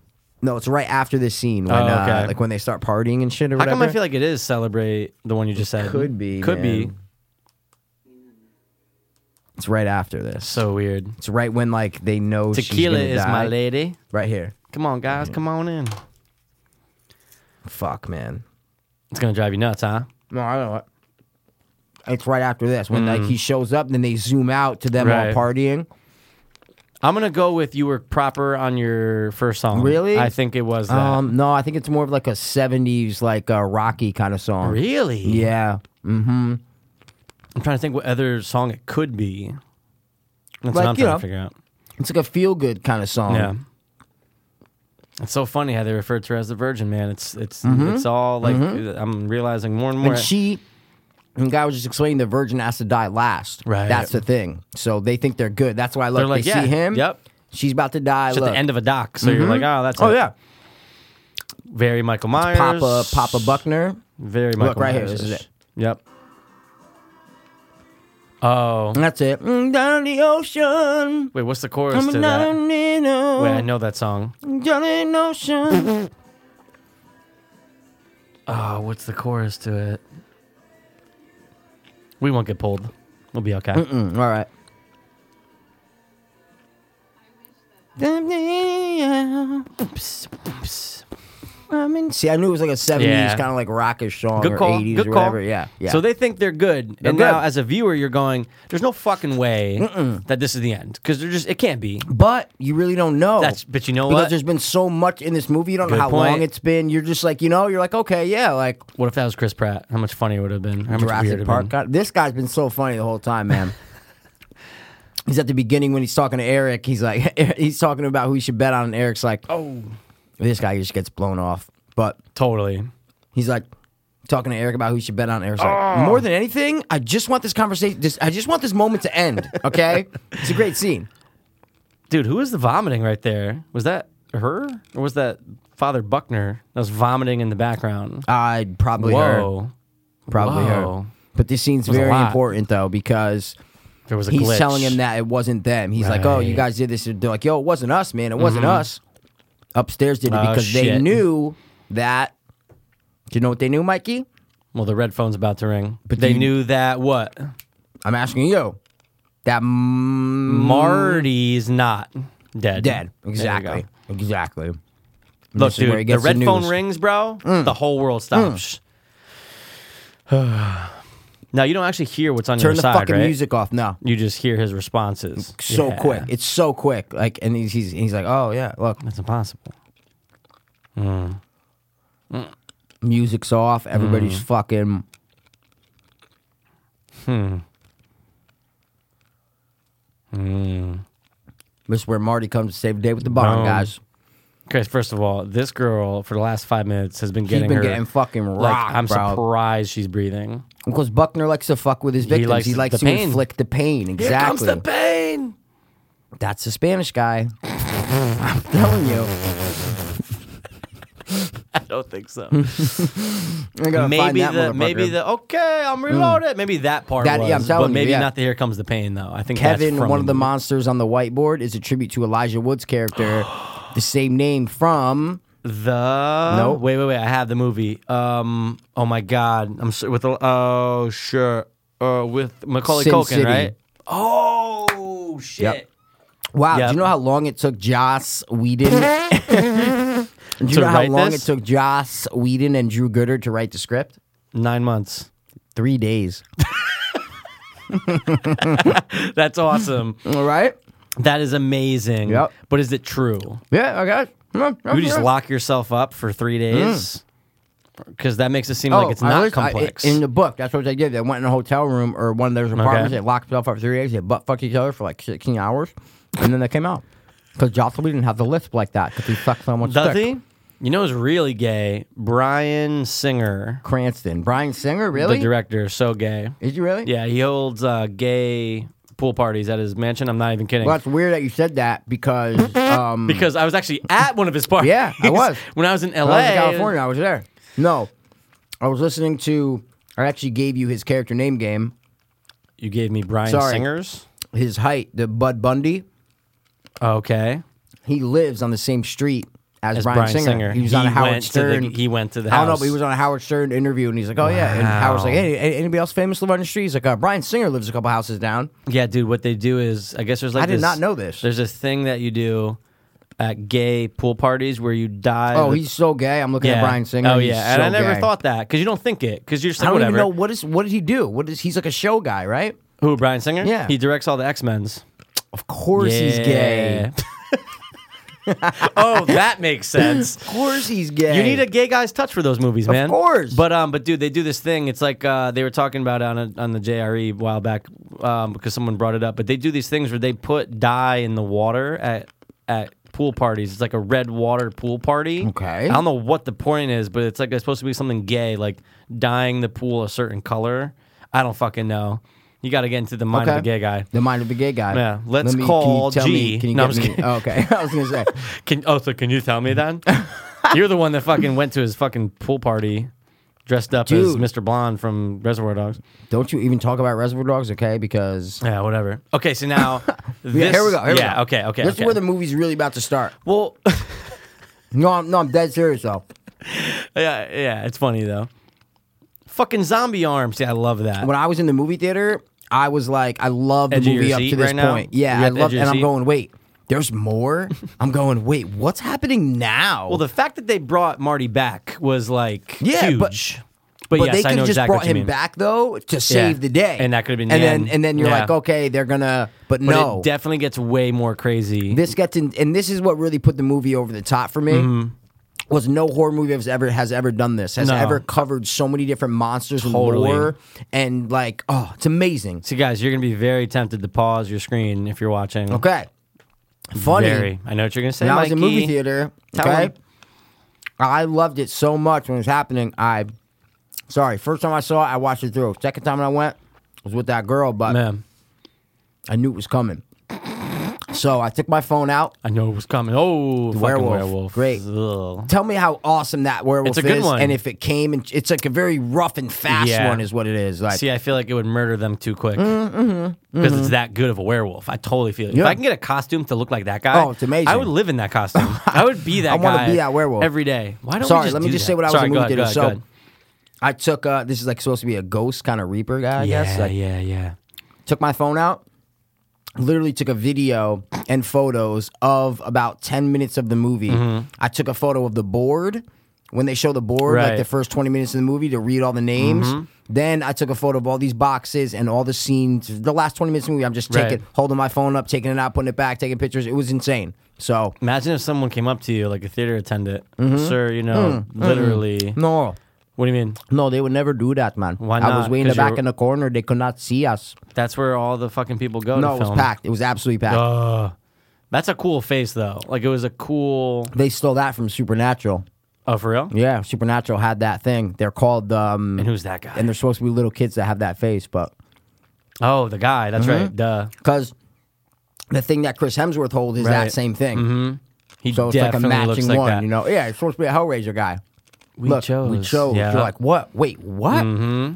Speaker 7: No, it's right after this scene when
Speaker 8: Oh,
Speaker 7: uh,
Speaker 8: okay.
Speaker 7: like when they start partying and shit or
Speaker 8: How
Speaker 7: whatever.
Speaker 8: come I feel like it is celebrate the one you just said?
Speaker 7: Could be,
Speaker 8: could be.
Speaker 7: man. it's right after this.
Speaker 8: So weird.
Speaker 7: It's right when like they know she's
Speaker 8: Tequila
Speaker 7: gonna
Speaker 8: is my
Speaker 7: die.
Speaker 8: lady.
Speaker 7: Right here.
Speaker 8: Come on, guys, come on in.
Speaker 7: Fuck, man.
Speaker 8: It's gonna drive you nuts, huh?
Speaker 7: No, I don't know. It's right after this when like he shows up, then they zoom out to them
Speaker 8: Mm. Right.
Speaker 7: all partying.
Speaker 8: I'm gonna go with you were proper on your first song.
Speaker 7: Really?
Speaker 8: I think it was that.
Speaker 7: Um, no, I think it's more of like a '70s, like a Rocky kind of song.
Speaker 8: really?
Speaker 7: Yeah.
Speaker 8: I'm trying to think what other song it could be. That's
Speaker 7: Like,
Speaker 8: what I'm
Speaker 7: you
Speaker 8: trying
Speaker 7: know.
Speaker 8: to figure out.
Speaker 7: It's like a feel good kind of song.
Speaker 8: yeah. Um, It's so funny how they refer to her as the Virgin, man. It's it's it's all like I'm realizing more and more.
Speaker 7: Mm-hmm. And she, and the guy was just explaining the virgin has to die last.
Speaker 8: Right.
Speaker 7: That's the thing. So they think they're good. That's why look,
Speaker 8: They're like,
Speaker 7: they
Speaker 8: yeah,
Speaker 7: see him.
Speaker 8: yep.
Speaker 7: She's about to die.
Speaker 8: it's at
Speaker 7: look.
Speaker 8: the end of a doc, so you're like, oh, that's
Speaker 7: oh
Speaker 8: it.
Speaker 7: yeah.
Speaker 8: very Michael Myers,
Speaker 7: Papa Papa Buckner.
Speaker 8: very Michael
Speaker 7: right here,
Speaker 8: Myers.
Speaker 7: this is it.
Speaker 8: Yep. Oh
Speaker 7: That's it. Mm, Down the ocean.
Speaker 8: wait, what's the chorus to
Speaker 7: I'm
Speaker 8: that?
Speaker 7: down in a-
Speaker 8: Wait, I know that song.
Speaker 7: down in the ocean.
Speaker 8: Oh, what's the chorus to it? We won't get pulled. We'll be okay.
Speaker 7: Mm, all right. See, I knew it was like a 70s
Speaker 8: Yeah.
Speaker 7: kind of like rockish song
Speaker 8: Good
Speaker 7: or
Speaker 8: call.
Speaker 7: 80s
Speaker 8: Good
Speaker 7: or
Speaker 8: call.
Speaker 7: whatever. Yeah. yeah.
Speaker 8: So they think they're good,
Speaker 7: good.
Speaker 8: and now as a viewer, you're going, "There's no fucking way that this is the end," because they're just it can't be.
Speaker 7: but you really don't know.
Speaker 8: That's- but you know
Speaker 7: because
Speaker 8: what?
Speaker 7: there's been so much in this movie, you don't know
Speaker 8: Good
Speaker 7: how
Speaker 8: point.
Speaker 7: long it's been. You're just like, you know, you're like, okay, yeah, like
Speaker 8: What if that was Chris Pratt? How much funnier would it have been? How much weirder
Speaker 7: Jurassic
Speaker 8: it'd
Speaker 7: Park.
Speaker 8: been?
Speaker 7: God, this guy's been so funny the whole time, man. he's at the beginning when he's talking to Eric. He's like, he's talking about who he should bet on. And Eric's like, oh, this guy just gets blown off. But
Speaker 8: Totally.
Speaker 7: he's like talking to Eric about who he should bet on. Eric's
Speaker 8: Oh.
Speaker 7: like, more than anything, I just want this conversation. This, I just want this moment to end. Okay, it's a great scene.
Speaker 8: Dude, who was the vomiting right there? Was that her? Or was that Father Buckner that was vomiting in the background?
Speaker 7: I'd probably her,
Speaker 8: Whoa.
Speaker 7: probably
Speaker 8: Whoa.
Speaker 7: her. But this scene's
Speaker 8: was a
Speaker 7: very
Speaker 8: lot.
Speaker 7: important though because
Speaker 8: There was a
Speaker 7: he's
Speaker 8: glitch.
Speaker 7: telling him that it wasn't them. He's like, "Oh, you
Speaker 8: Right. Mm-hmm.
Speaker 7: guys did this." They're like, "Yo, it wasn't us, man. It wasn't us." Upstairs did it
Speaker 8: Oh,
Speaker 7: because they
Speaker 8: shit.
Speaker 7: knew that. Do you know what they knew, Mikey?
Speaker 8: Well, the red phone's about to ring. But
Speaker 7: But
Speaker 8: they
Speaker 7: you- Mm.
Speaker 8: knew that what?
Speaker 7: I'm asking you. That mm,
Speaker 8: Marty's not dead.
Speaker 7: dead
Speaker 8: There you
Speaker 7: exactly,
Speaker 8: go.
Speaker 7: exactly. And
Speaker 8: Look,
Speaker 7: this is where he
Speaker 8: dude, the
Speaker 7: gets
Speaker 8: red phone
Speaker 7: news. Mm.
Speaker 8: rings, bro. The whole world stops. now you don't actually hear what's on
Speaker 7: Mm. Turn
Speaker 8: your
Speaker 7: the
Speaker 8: side,
Speaker 7: fucking
Speaker 8: right?
Speaker 7: music off. No,
Speaker 8: You just hear his responses.
Speaker 7: so
Speaker 8: Yeah.
Speaker 7: quick. It's so quick. Like, and he's he's, he's like, "Oh yeah, look,
Speaker 8: That's impossible.
Speaker 7: music's off. Everybody's
Speaker 8: Mm.
Speaker 7: fucking."
Speaker 8: Hmm.
Speaker 7: Hmm. This is where Marty comes to save the day with the barn,
Speaker 8: Boom.
Speaker 7: guys.
Speaker 8: Okay, first of all, this girl for the last five minutes has been
Speaker 7: He's
Speaker 8: getting
Speaker 7: been
Speaker 8: her.
Speaker 7: getting fucking
Speaker 8: like,
Speaker 7: rocked,
Speaker 8: I'm
Speaker 7: bro.
Speaker 8: surprised she's breathing.
Speaker 7: Because Buckner likes to fuck with his victims. He likes,
Speaker 8: likes the
Speaker 7: to
Speaker 8: pain.
Speaker 7: inflict the pain. Exactly.
Speaker 8: pain.
Speaker 7: That's the Spanish guy. I'm telling you.
Speaker 8: I don't think so.
Speaker 7: I gotta find
Speaker 8: maybe
Speaker 7: that
Speaker 8: the maybe
Speaker 7: motherfucker. Mm.
Speaker 8: the okay, I'm reloaded. Maybe that part
Speaker 7: That-
Speaker 8: was,
Speaker 7: yeah, I'm telling
Speaker 8: but
Speaker 7: you,
Speaker 8: maybe
Speaker 7: yeah.
Speaker 8: not the here comes the pain though. I think
Speaker 7: Kevin,
Speaker 8: that's from
Speaker 7: one of the
Speaker 8: movie.
Speaker 7: monsters on the whiteboard, is a tribute to Elijah Wood's character, the same name from.
Speaker 8: The
Speaker 7: No.
Speaker 8: wait, wait, wait. I have the movie. Um, oh my god, I'm so, with the oh sure, uh, with Macaulay
Speaker 7: Sin
Speaker 8: Culkin,
Speaker 7: City.
Speaker 8: right? Oh shit.
Speaker 7: Yep. Wow,
Speaker 8: Yep.
Speaker 7: do you know how long it took Joss Whedon? do you
Speaker 8: To
Speaker 7: know how
Speaker 8: write
Speaker 7: long
Speaker 8: this?
Speaker 7: it took Joss Whedon and Drew Goddard to write the script?
Speaker 8: Nine months.
Speaker 7: Three days.
Speaker 8: That's awesome.
Speaker 7: All right.
Speaker 8: that is amazing.
Speaker 7: Yep.
Speaker 8: But is it true?
Speaker 7: Yeah. Okay. Mm,
Speaker 8: You just
Speaker 7: okay.
Speaker 8: lock yourself up for three days because that makes it seem like it's
Speaker 7: Oh, I
Speaker 8: not
Speaker 7: was- I-
Speaker 8: complex.
Speaker 7: in the book, that's what they did. They went in a hotel room or one of those apartments. They locked themselves up for three days. They butt fucked each other for like 16 hours. And then they came out. Because Jocelyn didn't have the lisp like that because he sucked so much
Speaker 8: Does
Speaker 7: dick.
Speaker 8: he? You know who's really gay? Brian Singer,
Speaker 7: Cranston. Brian Singer, really?
Speaker 8: the director, so gay.
Speaker 7: Is he really?
Speaker 8: Yeah, he holds uh, gay pool parties at his mansion. I'm not even kidding.
Speaker 7: Well, that's weird that you said that because um,
Speaker 8: Because I was actually at one of his parties.
Speaker 7: Yeah, I was.
Speaker 8: when I was in LA.
Speaker 7: when I was in California. I was there. No. I was listening to, I actually gave you his character name game,
Speaker 8: You gave me Brian
Speaker 7: Sorry.
Speaker 8: Singer's.
Speaker 7: his height, the Bud Bundy.
Speaker 8: Okay.
Speaker 7: He lives on the same street as,
Speaker 8: As
Speaker 7: Brian, Singer. He was on a Howard
Speaker 8: went
Speaker 7: Stern.
Speaker 8: To the, he went to the house.
Speaker 7: I don't know, but he was on a Howard Stern interview, and he's like, "Oh yeah," and Howard's like, "Hey, a- anybody else famous live on the street?" He's like, uh, "Brian Singer lives a couple houses down."
Speaker 8: Yeah, dude, what they do is I guess there's like
Speaker 7: I did
Speaker 8: this-
Speaker 7: not know this.
Speaker 8: There's this thing that you do at gay pool parties where you dive.
Speaker 7: Oh, he's so gay. I'm looking at
Speaker 8: yeah.
Speaker 7: Brian Singer.
Speaker 8: Oh
Speaker 7: he's
Speaker 8: yeah, and
Speaker 7: so
Speaker 8: I never
Speaker 7: gay.
Speaker 8: thought that because you don't think it because you're just
Speaker 7: I
Speaker 8: like
Speaker 7: don't
Speaker 8: whatever.
Speaker 7: even know what is. What did he do? What is he's like a show guy, right?
Speaker 8: Who Brian Singer?
Speaker 7: Yeah.
Speaker 8: he directs all the X Men's.
Speaker 7: Of course he's gay.
Speaker 8: oh, that makes sense.
Speaker 7: Of course he's gay.
Speaker 8: You need a gay guy's touch for those movies, man.
Speaker 7: course.
Speaker 8: But um, but dude, they do this thing. It's like uh, they were talking about on a, on the JRE a while back, um, because someone brought it up. But they do these things where they put dye in the water at at pool parties. It's like a red water pool party.
Speaker 7: Okay.
Speaker 8: I don't know what the point is, but it's like it's supposed to be something gay, like dyeing the pool a certain color. I don't fucking know. You got to get into the mind of the
Speaker 7: Okay.
Speaker 8: gay guy.
Speaker 7: The mind of the gay guy.
Speaker 8: Yeah, let's
Speaker 7: Let me-
Speaker 8: call
Speaker 7: can you tell
Speaker 8: G.
Speaker 7: Me, can you
Speaker 8: No,
Speaker 7: get
Speaker 8: I'm just
Speaker 7: me-
Speaker 8: kidding.
Speaker 7: oh, okay, I was gonna say.
Speaker 8: Can oh, so can you tell me then? You're the one that fucking went to his fucking pool party, dressed up as
Speaker 7: Dude.
Speaker 8: Mr. Blonde from Reservoir Dogs.
Speaker 7: Don't you even talk about Reservoir Dogs, okay? Because
Speaker 8: Yeah, whatever. Okay, so now
Speaker 7: Yeah,
Speaker 8: this,
Speaker 7: here we go. Here
Speaker 8: yeah,
Speaker 7: we go.
Speaker 8: okay, okay.
Speaker 7: This
Speaker 8: okay.
Speaker 7: is where the movie's really about to start.
Speaker 8: well,
Speaker 7: No, I'm, no, I'm dead serious though.
Speaker 8: yeah, yeah. It's funny though. Fucking zombie arms. Yeah, I love that.
Speaker 7: when I was in the movie theater, I was like, I love the
Speaker 8: Edge of your
Speaker 7: movie up
Speaker 8: seat
Speaker 7: to this
Speaker 8: right now?
Speaker 7: point. Yeah,
Speaker 8: You're
Speaker 7: I
Speaker 8: at the edge
Speaker 7: love,
Speaker 8: of your
Speaker 7: and I'm
Speaker 8: seat?
Speaker 7: going, wait, there's more. I'm going, wait, what's happening now?
Speaker 8: well, the fact that they brought Marty back was like
Speaker 7: Yeah, but-
Speaker 8: huge. But,
Speaker 7: but
Speaker 8: yes,
Speaker 7: they could
Speaker 8: I
Speaker 7: have
Speaker 8: know
Speaker 7: just
Speaker 8: exactly
Speaker 7: brought
Speaker 8: what you
Speaker 7: him
Speaker 8: mean.
Speaker 7: back though to save the day,
Speaker 8: And that could've been
Speaker 7: and
Speaker 8: the
Speaker 7: then
Speaker 8: end.
Speaker 7: and then you're
Speaker 8: Yeah.
Speaker 7: like, okay, they're gonna, but,
Speaker 8: But
Speaker 7: no,
Speaker 8: it definitely gets way more crazy.
Speaker 7: this gets in, and this is what really put the movie over the top for me. Was no horror movie has ever has ever done this has
Speaker 8: Mm-hmm. No.
Speaker 7: ever covered so many different monsters
Speaker 8: Totally.
Speaker 7: and lore and like oh it's amazing
Speaker 8: so, guys, you're gonna be very tempted to pause your screen if you're watching.
Speaker 7: okay funny
Speaker 8: Very. I know what you're gonna say.
Speaker 7: When I was in
Speaker 8: Mikey.
Speaker 7: movie theater,
Speaker 8: Tell
Speaker 7: okay,
Speaker 8: him.
Speaker 7: I loved it so much when it was happening. I, sorry, first time I saw it, I watched it through. Second time I went was with that girl, but
Speaker 8: Man,
Speaker 7: I knew it was coming. So I took my phone out.
Speaker 8: I know it was coming. Oh, fucking
Speaker 7: Werewolf.
Speaker 8: werewolf.
Speaker 7: Great.
Speaker 8: Ugh.
Speaker 7: Tell me how awesome that werewolf
Speaker 8: It's a good
Speaker 7: is,
Speaker 8: one.
Speaker 7: and if it came and it's like a very rough and fast
Speaker 8: Yeah.
Speaker 7: one, is what it is. Like, Mm-hmm,
Speaker 8: See, I feel like it would murder them too quick because it's that good of a werewolf. I totally feel it. If
Speaker 7: Yeah.
Speaker 8: I can get a costume to look like that guy,
Speaker 7: Oh, it's amazing.
Speaker 8: I would live in that costume. I would be that.
Speaker 7: I wanna
Speaker 8: guy
Speaker 7: be that werewolf.
Speaker 8: every day. Why don't?
Speaker 7: Sorry,
Speaker 8: we just
Speaker 7: let me
Speaker 8: do
Speaker 7: just
Speaker 8: that?
Speaker 7: say what I was
Speaker 8: Sorry,
Speaker 7: in
Speaker 8: go
Speaker 7: movie
Speaker 8: ahead,
Speaker 7: theater.
Speaker 8: go ahead,
Speaker 7: so
Speaker 8: go ahead.
Speaker 7: I took uh, this is like supposed to be a ghost kind of reaper guy, I guess.
Speaker 8: yeah,
Speaker 7: Like,
Speaker 8: yeah, yeah.
Speaker 7: Took my phone out, literally took a video and photos of about ten minutes of the movie.
Speaker 8: Mm-hmm.
Speaker 7: I took a photo of the board when they show the board, like
Speaker 8: Right. Mm-hmm.
Speaker 7: the first twenty minutes of the movie to read all the names. Then I took a photo of all these boxes and all the scenes. The last twenty minutes of the movie, I'm just
Speaker 8: Right.
Speaker 7: taking, holding my phone up, taking it out, putting it back, taking pictures. It was insane. So
Speaker 8: Imagine if someone came up to you, like a theater attendant, sir. You know, literally.
Speaker 7: Mm-hmm. no,
Speaker 8: What do you mean?
Speaker 7: No, they would never do that, man.
Speaker 8: Why
Speaker 7: I was
Speaker 8: not?
Speaker 7: way in the
Speaker 8: 'Cause you're-
Speaker 7: back in the corner. They could not see us.
Speaker 8: That's where all the fucking people go.
Speaker 7: No,
Speaker 8: to
Speaker 7: it
Speaker 8: film.
Speaker 7: was packed. It was absolutely packed.
Speaker 8: Ugh. that's a cool face though. Like it was a cool.
Speaker 7: They stole that from Supernatural.
Speaker 8: Oh, for real?
Speaker 7: Yeah, Supernatural had that thing. They're called um,
Speaker 8: And who's that guy?
Speaker 7: and they're supposed to be little kids that have that face, but
Speaker 8: oh, the guy. That's
Speaker 7: Mm-hmm.
Speaker 8: right. Duh.
Speaker 7: because the thing that Chris Hemsworth holds is that
Speaker 8: Right.
Speaker 7: same thing.
Speaker 8: He
Speaker 7: So it's like a
Speaker 8: definitely looks
Speaker 7: matching
Speaker 8: like
Speaker 7: one,
Speaker 8: that.
Speaker 7: you know? Yeah, it's supposed to be a Hellraiser guy.
Speaker 8: We
Speaker 7: Look,
Speaker 8: chose.
Speaker 7: We chose.
Speaker 8: Yeah.
Speaker 7: You're like, what? Wait, what? Mm-hmm.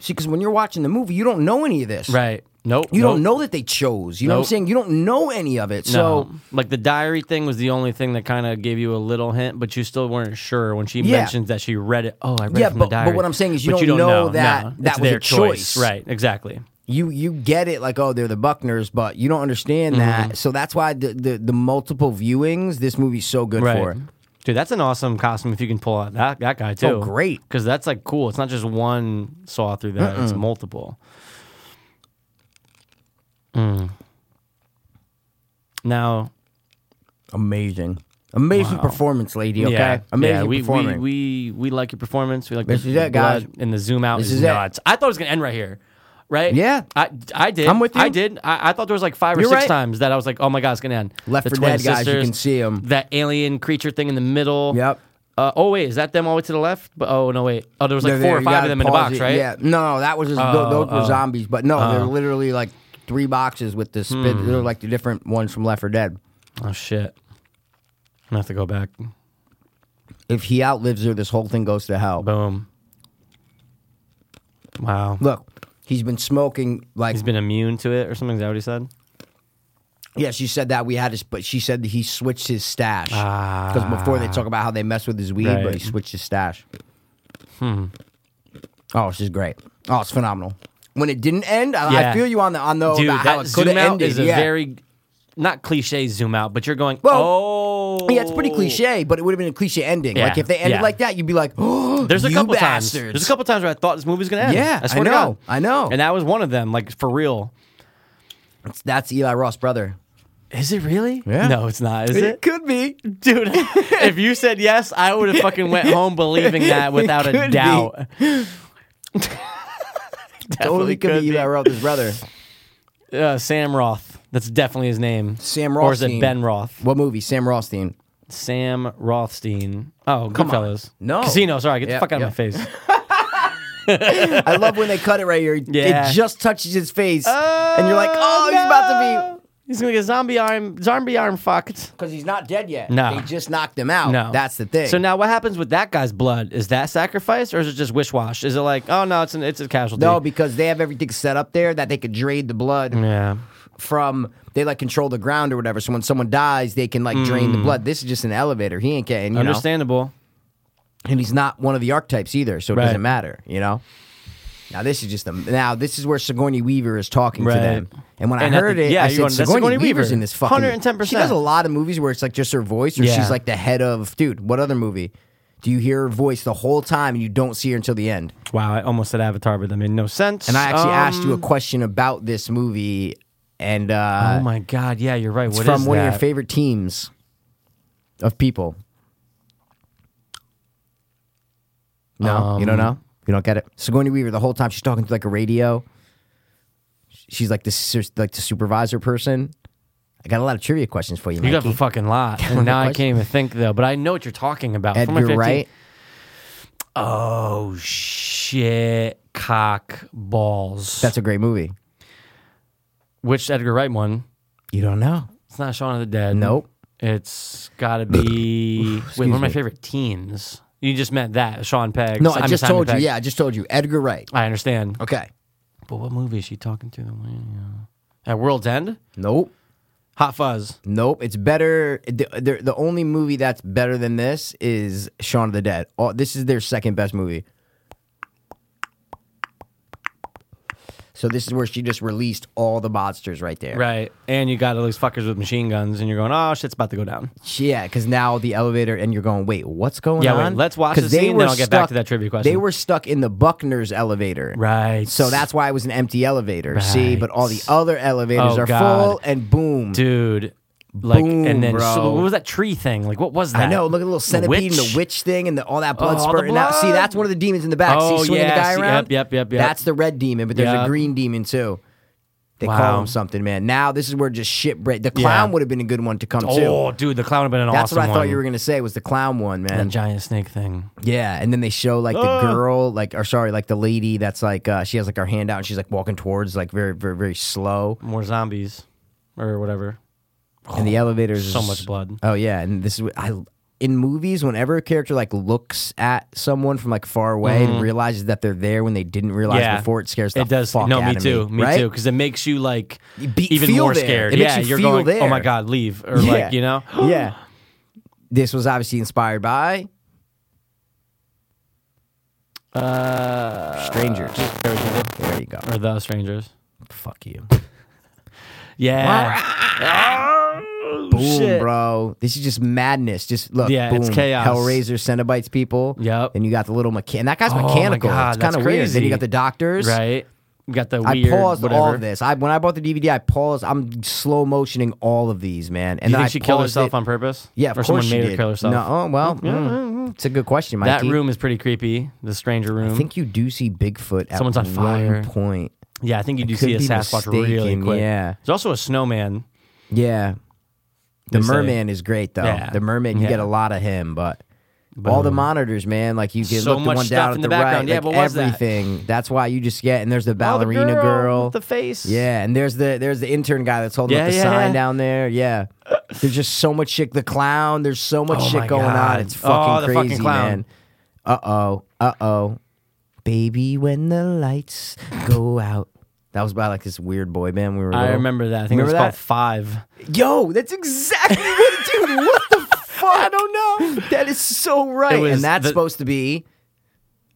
Speaker 7: See, because when you're watching the movie, you don't know any of this,
Speaker 8: Right. Nope.
Speaker 7: You don't
Speaker 8: nope,
Speaker 7: know that they chose. You know what I'm
Speaker 8: Nope.
Speaker 7: saying? You don't know any of it.
Speaker 8: No.
Speaker 7: So
Speaker 8: like the diary thing was the only thing that kind of gave you a little hint, but you still weren't sure when she
Speaker 7: Yeah.
Speaker 8: mentions that she read it. Oh, I read
Speaker 7: Yeah,
Speaker 8: it from the
Speaker 7: but- but
Speaker 8: diary.
Speaker 7: what I'm saying is you
Speaker 8: But
Speaker 7: don't know
Speaker 8: know
Speaker 7: that
Speaker 8: No,
Speaker 7: that
Speaker 8: it's
Speaker 7: was
Speaker 8: their
Speaker 7: a choice.
Speaker 8: Right. Exactly.
Speaker 7: you you get it like, oh, they're the Buckners, but you don't understand
Speaker 8: Mm-hmm.
Speaker 7: that. So that's why the, the the multiple viewings, this movie's so good
Speaker 8: Right.
Speaker 7: for. it.
Speaker 8: Dude, that's an awesome costume if you can pull out that, that guy too.
Speaker 7: Oh, great.
Speaker 8: Because that's like cool. It's not just one saw through that, it's multiple. Mm. Now,
Speaker 7: Amazing. Amazing performance, lady, okay?
Speaker 8: Yeah,
Speaker 7: Amazing
Speaker 8: yeah, we,
Speaker 7: performance.
Speaker 8: We, we we like your performance. We like
Speaker 7: This
Speaker 8: the,
Speaker 7: is
Speaker 8: the
Speaker 7: it, guys.
Speaker 8: blood And the zoom out
Speaker 7: This
Speaker 8: is,
Speaker 7: is it.
Speaker 8: nuts. I thought it was gonna end right here, right?
Speaker 7: Yeah.
Speaker 8: I I did.
Speaker 7: I'm with you.
Speaker 8: I did. I, I thought there was like five or
Speaker 7: You're
Speaker 8: six
Speaker 7: right.
Speaker 8: times that I was like, oh my god, it's gonna end.
Speaker 7: Left
Speaker 8: the
Speaker 7: 4
Speaker 8: twin
Speaker 7: Dead guys, you
Speaker 8: sisters,
Speaker 7: can see 'em.
Speaker 8: That alien creature thing in the middle.
Speaker 7: Yep.
Speaker 8: Uh, oh wait, is that them all the way to the left? But oh no wait. Oh there was like
Speaker 7: They're
Speaker 8: four
Speaker 7: there,
Speaker 8: or
Speaker 7: you
Speaker 8: five
Speaker 7: gotta
Speaker 8: of them in the
Speaker 7: pause
Speaker 8: box,
Speaker 7: it.
Speaker 8: right? Oh,
Speaker 7: Yeah. No, no, that was just, tho- those were zombies, but no, they're literally like three boxes with the spit. They're
Speaker 8: Hmm.
Speaker 7: like the different ones from Left 4 Dead.
Speaker 8: Oh shit. I'm gonna have to go back.
Speaker 7: If he outlives her, this whole thing goes to hell.
Speaker 8: Boom. Wow.
Speaker 7: Look, he's been smoking like
Speaker 8: He's been immune to it or something. Is that what he said?
Speaker 7: Yeah, she said that we had his, but she said that he switched his stash because before they talk about how they mess with his weed, but he
Speaker 8: Right.
Speaker 7: switched his stash. Hmm. Oh, she's great. Oh, it's phenomenal. When it didn't end, I, I
Speaker 8: Yeah.
Speaker 7: feel you on the on the
Speaker 8: Dude,
Speaker 7: about how
Speaker 8: that
Speaker 7: it could have
Speaker 8: zoom out
Speaker 7: ended.
Speaker 8: is a
Speaker 7: yeah.
Speaker 8: very not cliche zoom out, but you're going,
Speaker 7: Well,
Speaker 8: oh,
Speaker 7: yeah, it's pretty cliche, but it would have been a cliche ending. Like
Speaker 8: Yeah,
Speaker 7: if they ended
Speaker 8: yeah.
Speaker 7: like that, you'd be like, "Oh,
Speaker 8: There's a
Speaker 7: you
Speaker 8: couple
Speaker 7: bastards.
Speaker 8: times. There's a couple times where I thought this movie was gonna end.
Speaker 7: Yeah,
Speaker 8: I, swear
Speaker 7: I
Speaker 8: to
Speaker 7: know,
Speaker 8: God.
Speaker 7: I know.
Speaker 8: And that was one of them, like for real.
Speaker 7: That's Eli Ross' brother.
Speaker 8: Is it really?
Speaker 7: Yeah.
Speaker 8: No, it's not. Is it?
Speaker 7: could be.
Speaker 8: Dude, if you said yes, I would have fucking went home believing that without
Speaker 7: could
Speaker 8: a
Speaker 7: be.
Speaker 8: doubt.
Speaker 7: Totally could, be Eli Roth's brother.
Speaker 8: Uh, Sam Roth. That's definitely his name.
Speaker 7: Sam
Speaker 8: Or is
Speaker 7: Rothstein.
Speaker 8: it Ben Roth?
Speaker 7: What movie? Sam Rothstein.
Speaker 8: Sam Rothstein. Oh, Goodfellas.
Speaker 7: No.
Speaker 8: Casino. Sorry, get
Speaker 7: Yeah,
Speaker 8: the fuck out
Speaker 7: yeah.
Speaker 8: of my face.
Speaker 7: I love when they cut it right here.
Speaker 8: Yeah.
Speaker 7: It just touches his face. and you're like, oh, he's about to be.
Speaker 8: He's gonna get zombie arm, zombie arm fucked.
Speaker 7: Because he's not dead yet.
Speaker 8: No.
Speaker 7: They just knocked him out.
Speaker 8: No,
Speaker 7: That's the thing.
Speaker 8: So now, what happens with that guy's blood? Is that sacrifice, or is it just wish wash? Is it like, oh no, it's an it's a casualty?
Speaker 7: No, because they have everything set up there that they could drain the blood
Speaker 8: yeah,
Speaker 7: from. They like control the ground or whatever. So when someone dies, they can like drain
Speaker 8: Mm.
Speaker 7: the blood. This is just an elevator. He ain't getting, you know?
Speaker 8: understandable.
Speaker 7: And he's not one of the archetypes either. So it
Speaker 8: Right.
Speaker 7: doesn't matter, you know? Now this is just the now this is where Sigourney Weaver is talking to
Speaker 8: Right.
Speaker 7: them, and when
Speaker 8: And
Speaker 7: I
Speaker 8: at
Speaker 7: heard
Speaker 8: the-
Speaker 7: it,
Speaker 8: yeah,
Speaker 7: I
Speaker 8: you
Speaker 7: said
Speaker 8: want- that's
Speaker 7: Sigourney,
Speaker 8: Sigourney Weaver.
Speaker 7: Weaver's in this fucking
Speaker 8: 110%.
Speaker 7: She does a lot of movies where it's like just her voice, or
Speaker 8: Yeah.
Speaker 7: she's like the head of dude. What other movie do you hear her voice the whole time and you don't see her until the end?
Speaker 8: Wow, I almost said Avatar, but that made no sense.
Speaker 7: And I actually asked you a
Speaker 8: Um,
Speaker 7: question about this movie, and uh,
Speaker 8: oh my god, yeah, you're right.
Speaker 7: it's
Speaker 8: What is
Speaker 7: from one of
Speaker 8: that?
Speaker 7: your favorite teams of people. No, you don't
Speaker 8: Um,
Speaker 7: know. You don't get it. Sigourney Weaver the whole time she's talking to like a radio. She's like the sus- like the supervisor person. I got a lot of trivia questions for you,
Speaker 8: You
Speaker 7: Mikey.
Speaker 8: got a fucking lot.
Speaker 7: more
Speaker 8: And now I
Speaker 7: questions?
Speaker 8: can't even think though. But I know what you're talking about.
Speaker 7: Edgar
Speaker 8: From my 15
Speaker 7: Wright.
Speaker 8: Oh shit, cock balls.
Speaker 7: That's a great movie.
Speaker 8: which Edgar Wright one?
Speaker 7: You don't know.
Speaker 8: It's not Shaun of the Dead.
Speaker 7: Nope.
Speaker 8: It's got to be wait, one of my
Speaker 7: me.
Speaker 8: favorite teens. You just meant that Sean Pegg.
Speaker 7: No,
Speaker 8: I
Speaker 7: I,
Speaker 8: mean,
Speaker 7: just
Speaker 8: Simon
Speaker 7: told you.
Speaker 8: Pegg.
Speaker 7: Yeah, I just told you. Edgar Wright.
Speaker 8: I understand.
Speaker 7: Okay.
Speaker 8: But what movie is she talking to? them in? Yeah. At World's End?
Speaker 7: Nope.
Speaker 8: Hot Fuzz.
Speaker 7: Nope. It's better. The, the, the only movie that's better than this is Shaun of the Dead. Oh, this is their second best movie. So this is where she just released all the monsters right there.
Speaker 8: Right. And you got all these fuckers with machine guns, and you're going, oh, shit's about to go down.
Speaker 7: Yeah, because now the elevator, and you're going, wait, what's going
Speaker 8: Yeah,
Speaker 7: on?
Speaker 8: wait, let's watch
Speaker 7: 'Cause
Speaker 8: the
Speaker 7: they
Speaker 8: scene,
Speaker 7: were
Speaker 8: then I'll get back to that trivia question.
Speaker 7: They were stuck in the Buckner's elevator.
Speaker 8: Right.
Speaker 7: So that's why it was an empty elevator. See,
Speaker 8: Right.
Speaker 7: but all the other elevators
Speaker 8: Oh,
Speaker 7: are
Speaker 8: God.
Speaker 7: full, and boom.
Speaker 8: dude. Like
Speaker 7: Boom,
Speaker 8: and then so
Speaker 7: bro.
Speaker 8: what was that tree thing? Like what was that?
Speaker 7: I know. Look at the little centipede and the witch thing and the, all that blood
Speaker 8: Oh, the
Speaker 7: spurting out. See,
Speaker 8: blood.
Speaker 7: that's one of the demons in the back.
Speaker 8: Oh,
Speaker 7: see, swinging
Speaker 8: yeah,
Speaker 7: the guy
Speaker 8: see,
Speaker 7: around.
Speaker 8: yep, yep, yep, yep.
Speaker 7: That's the red demon, but there's a
Speaker 8: Yep.
Speaker 7: green demon too. They
Speaker 8: Wow.
Speaker 7: call him something, man. Now this is where just shit break. The clown
Speaker 8: Yeah.
Speaker 7: would have been a good one to come
Speaker 8: Oh,
Speaker 7: to.
Speaker 8: dude, the clown would have been an
Speaker 7: That's
Speaker 8: awesome
Speaker 7: what I thought
Speaker 8: one.
Speaker 7: you were gonna say was the clown one,
Speaker 8: That
Speaker 7: man.
Speaker 8: giant snake thing.
Speaker 7: Yeah, and then they show like the
Speaker 8: Ah.
Speaker 7: girl, like or sorry, like the lady that's like uh, she has like her hand out and she's like walking towards like very very very slow,
Speaker 8: More zombies or whatever.
Speaker 7: and the elevators
Speaker 8: Oh, So much blood.
Speaker 7: Oh yeah, and this is what I in movies whenever a character like looks at someone from like far away and realizes that they're there when they didn't realize before, it scares the
Speaker 8: Mm-hmm. it does.
Speaker 7: fuck
Speaker 8: no, me
Speaker 7: out of
Speaker 8: too.
Speaker 7: me.
Speaker 8: Me
Speaker 7: right?
Speaker 8: too. Because it makes you like
Speaker 7: You be-
Speaker 8: even
Speaker 7: feel
Speaker 8: more
Speaker 7: there.
Speaker 8: scared.
Speaker 7: It makes
Speaker 8: yeah,
Speaker 7: you
Speaker 8: are
Speaker 7: feel
Speaker 8: going. Oh
Speaker 7: there.
Speaker 8: my god, leave or
Speaker 7: Yeah.
Speaker 8: like you know.
Speaker 7: yeah. This was obviously inspired by uh, strangers. There you go.
Speaker 8: Or the strangers.
Speaker 7: Fuck you.
Speaker 8: Yeah.
Speaker 7: Boom,
Speaker 8: Shit.
Speaker 7: bro. This is just madness. Just look.
Speaker 8: Yeah, it's
Speaker 7: boom.
Speaker 8: chaos.
Speaker 7: Hellraiser, Cenobites people.
Speaker 8: Yep.
Speaker 7: And you got the little mechan. That guy's
Speaker 8: Oh, my
Speaker 7: mechanical.
Speaker 8: God,
Speaker 7: it's kind
Speaker 8: that's
Speaker 7: of weird. Then
Speaker 8: crazy.
Speaker 7: you got the doctors.
Speaker 8: Right. You got the
Speaker 7: I
Speaker 8: weird.
Speaker 7: paused
Speaker 8: whatever.
Speaker 7: all of this. I when I bought the DVD, I paused. I'm slow motioning all of these, man. And
Speaker 8: You
Speaker 7: then
Speaker 8: think
Speaker 7: I
Speaker 8: she killed
Speaker 7: paused
Speaker 8: herself
Speaker 7: it.
Speaker 8: on purpose?
Speaker 7: Yeah, of
Speaker 8: or
Speaker 7: course
Speaker 8: someone
Speaker 7: she
Speaker 8: made
Speaker 7: did.
Speaker 8: her kill herself.
Speaker 7: No, oh, well, mm, it's a good question, Mikey.
Speaker 8: That room is pretty creepy. The stranger room.
Speaker 7: I think you do see Bigfoot at
Speaker 8: Someone's on
Speaker 7: one
Speaker 8: fire.
Speaker 7: point.
Speaker 8: yeah, I think you do
Speaker 7: could
Speaker 8: see a
Speaker 7: be
Speaker 8: Sasquatch really
Speaker 7: mistaken,
Speaker 8: quick.
Speaker 7: yeah.
Speaker 8: There's also a snowman.
Speaker 7: Yeah. The
Speaker 8: They say.
Speaker 7: merman is great though.
Speaker 8: Yeah.
Speaker 7: The merman, you
Speaker 8: Yeah.
Speaker 7: get a lot of him, but all the monitors, man, like you get
Speaker 8: So
Speaker 7: look the
Speaker 8: much
Speaker 7: one
Speaker 8: stuff
Speaker 7: down
Speaker 8: in
Speaker 7: at
Speaker 8: the
Speaker 7: the, right,
Speaker 8: background. Yeah,
Speaker 7: like
Speaker 8: what was that?
Speaker 7: everything. That's why you just get and there's the ballerina
Speaker 8: oh, the girl,
Speaker 7: girl.
Speaker 8: with the face.
Speaker 7: Yeah, and there's the there's the intern guy that's holding up
Speaker 8: Yeah,
Speaker 7: the
Speaker 8: yeah,
Speaker 7: sign
Speaker 8: yeah.
Speaker 7: down there. Yeah, there's just so much shit. The clown. There's so much
Speaker 8: Oh
Speaker 7: shit
Speaker 8: my
Speaker 7: going
Speaker 8: God.
Speaker 7: on. It's
Speaker 8: Oh,
Speaker 7: fucking
Speaker 8: the
Speaker 7: crazy,
Speaker 8: fucking clown.
Speaker 7: man. Uh oh. Uh oh. Baby, when the lights go out. That was by like this weird boy band when we were.
Speaker 8: I
Speaker 7: little.
Speaker 8: remember that. I think
Speaker 7: Remember
Speaker 8: it was
Speaker 7: that?
Speaker 8: called Five.
Speaker 7: Yo, that's exactly what, dude. What the fuck? I don't know. That is so right.
Speaker 8: It was
Speaker 7: And that's
Speaker 8: the-
Speaker 7: supposed to be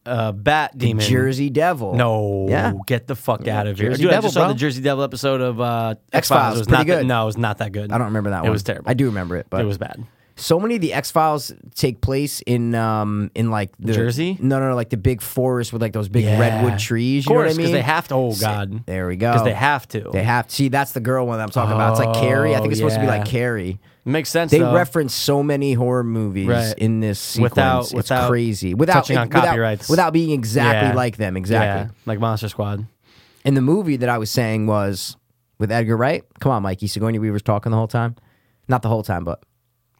Speaker 8: Uh, Bat Demon.
Speaker 7: Jersey Devil.
Speaker 8: No,
Speaker 7: Yeah.
Speaker 8: get the fuck out of here,
Speaker 7: Jersey
Speaker 8: dude! I
Speaker 7: Devil,
Speaker 8: just saw
Speaker 7: bro.
Speaker 8: the Jersey Devil episode of uh, X
Speaker 7: X-Files,
Speaker 8: Files. It was
Speaker 7: pretty
Speaker 8: not That,
Speaker 7: good.
Speaker 8: no, it was not that good.
Speaker 7: I don't remember that one.
Speaker 8: It was terrible.
Speaker 7: I do remember it, but
Speaker 8: It was bad.
Speaker 7: So many of the X Files take place in um in like the
Speaker 8: Jersey?
Speaker 7: No, no, no, like the big forest with like those big redwood trees.
Speaker 8: Of
Speaker 7: You know what I
Speaker 8: course,
Speaker 7: mean?
Speaker 8: they have to. Oh God,
Speaker 7: There we go.
Speaker 8: Because they have to.
Speaker 7: They have. See, that's the girl one that I'm talking about. It's like Carrie. I think it's supposed to be
Speaker 8: Oh, yeah.
Speaker 7: like Carrie.
Speaker 8: Makes sense.
Speaker 7: They
Speaker 8: though.
Speaker 7: reference so many horror movies
Speaker 8: Right.
Speaker 7: in this sequence.
Speaker 8: Without-
Speaker 7: it's
Speaker 8: without
Speaker 7: crazy. Without
Speaker 8: touching on
Speaker 7: without-
Speaker 8: copyrights.
Speaker 7: Without being exactly
Speaker 8: Yeah.
Speaker 7: like them.
Speaker 8: yeah,
Speaker 7: Exactly.
Speaker 8: like Monster Squad.
Speaker 7: And the movie that I was saying was with Edgar Wright. Come on, Mikey. Sigourney Weaver's talking the whole time. Not the whole time, but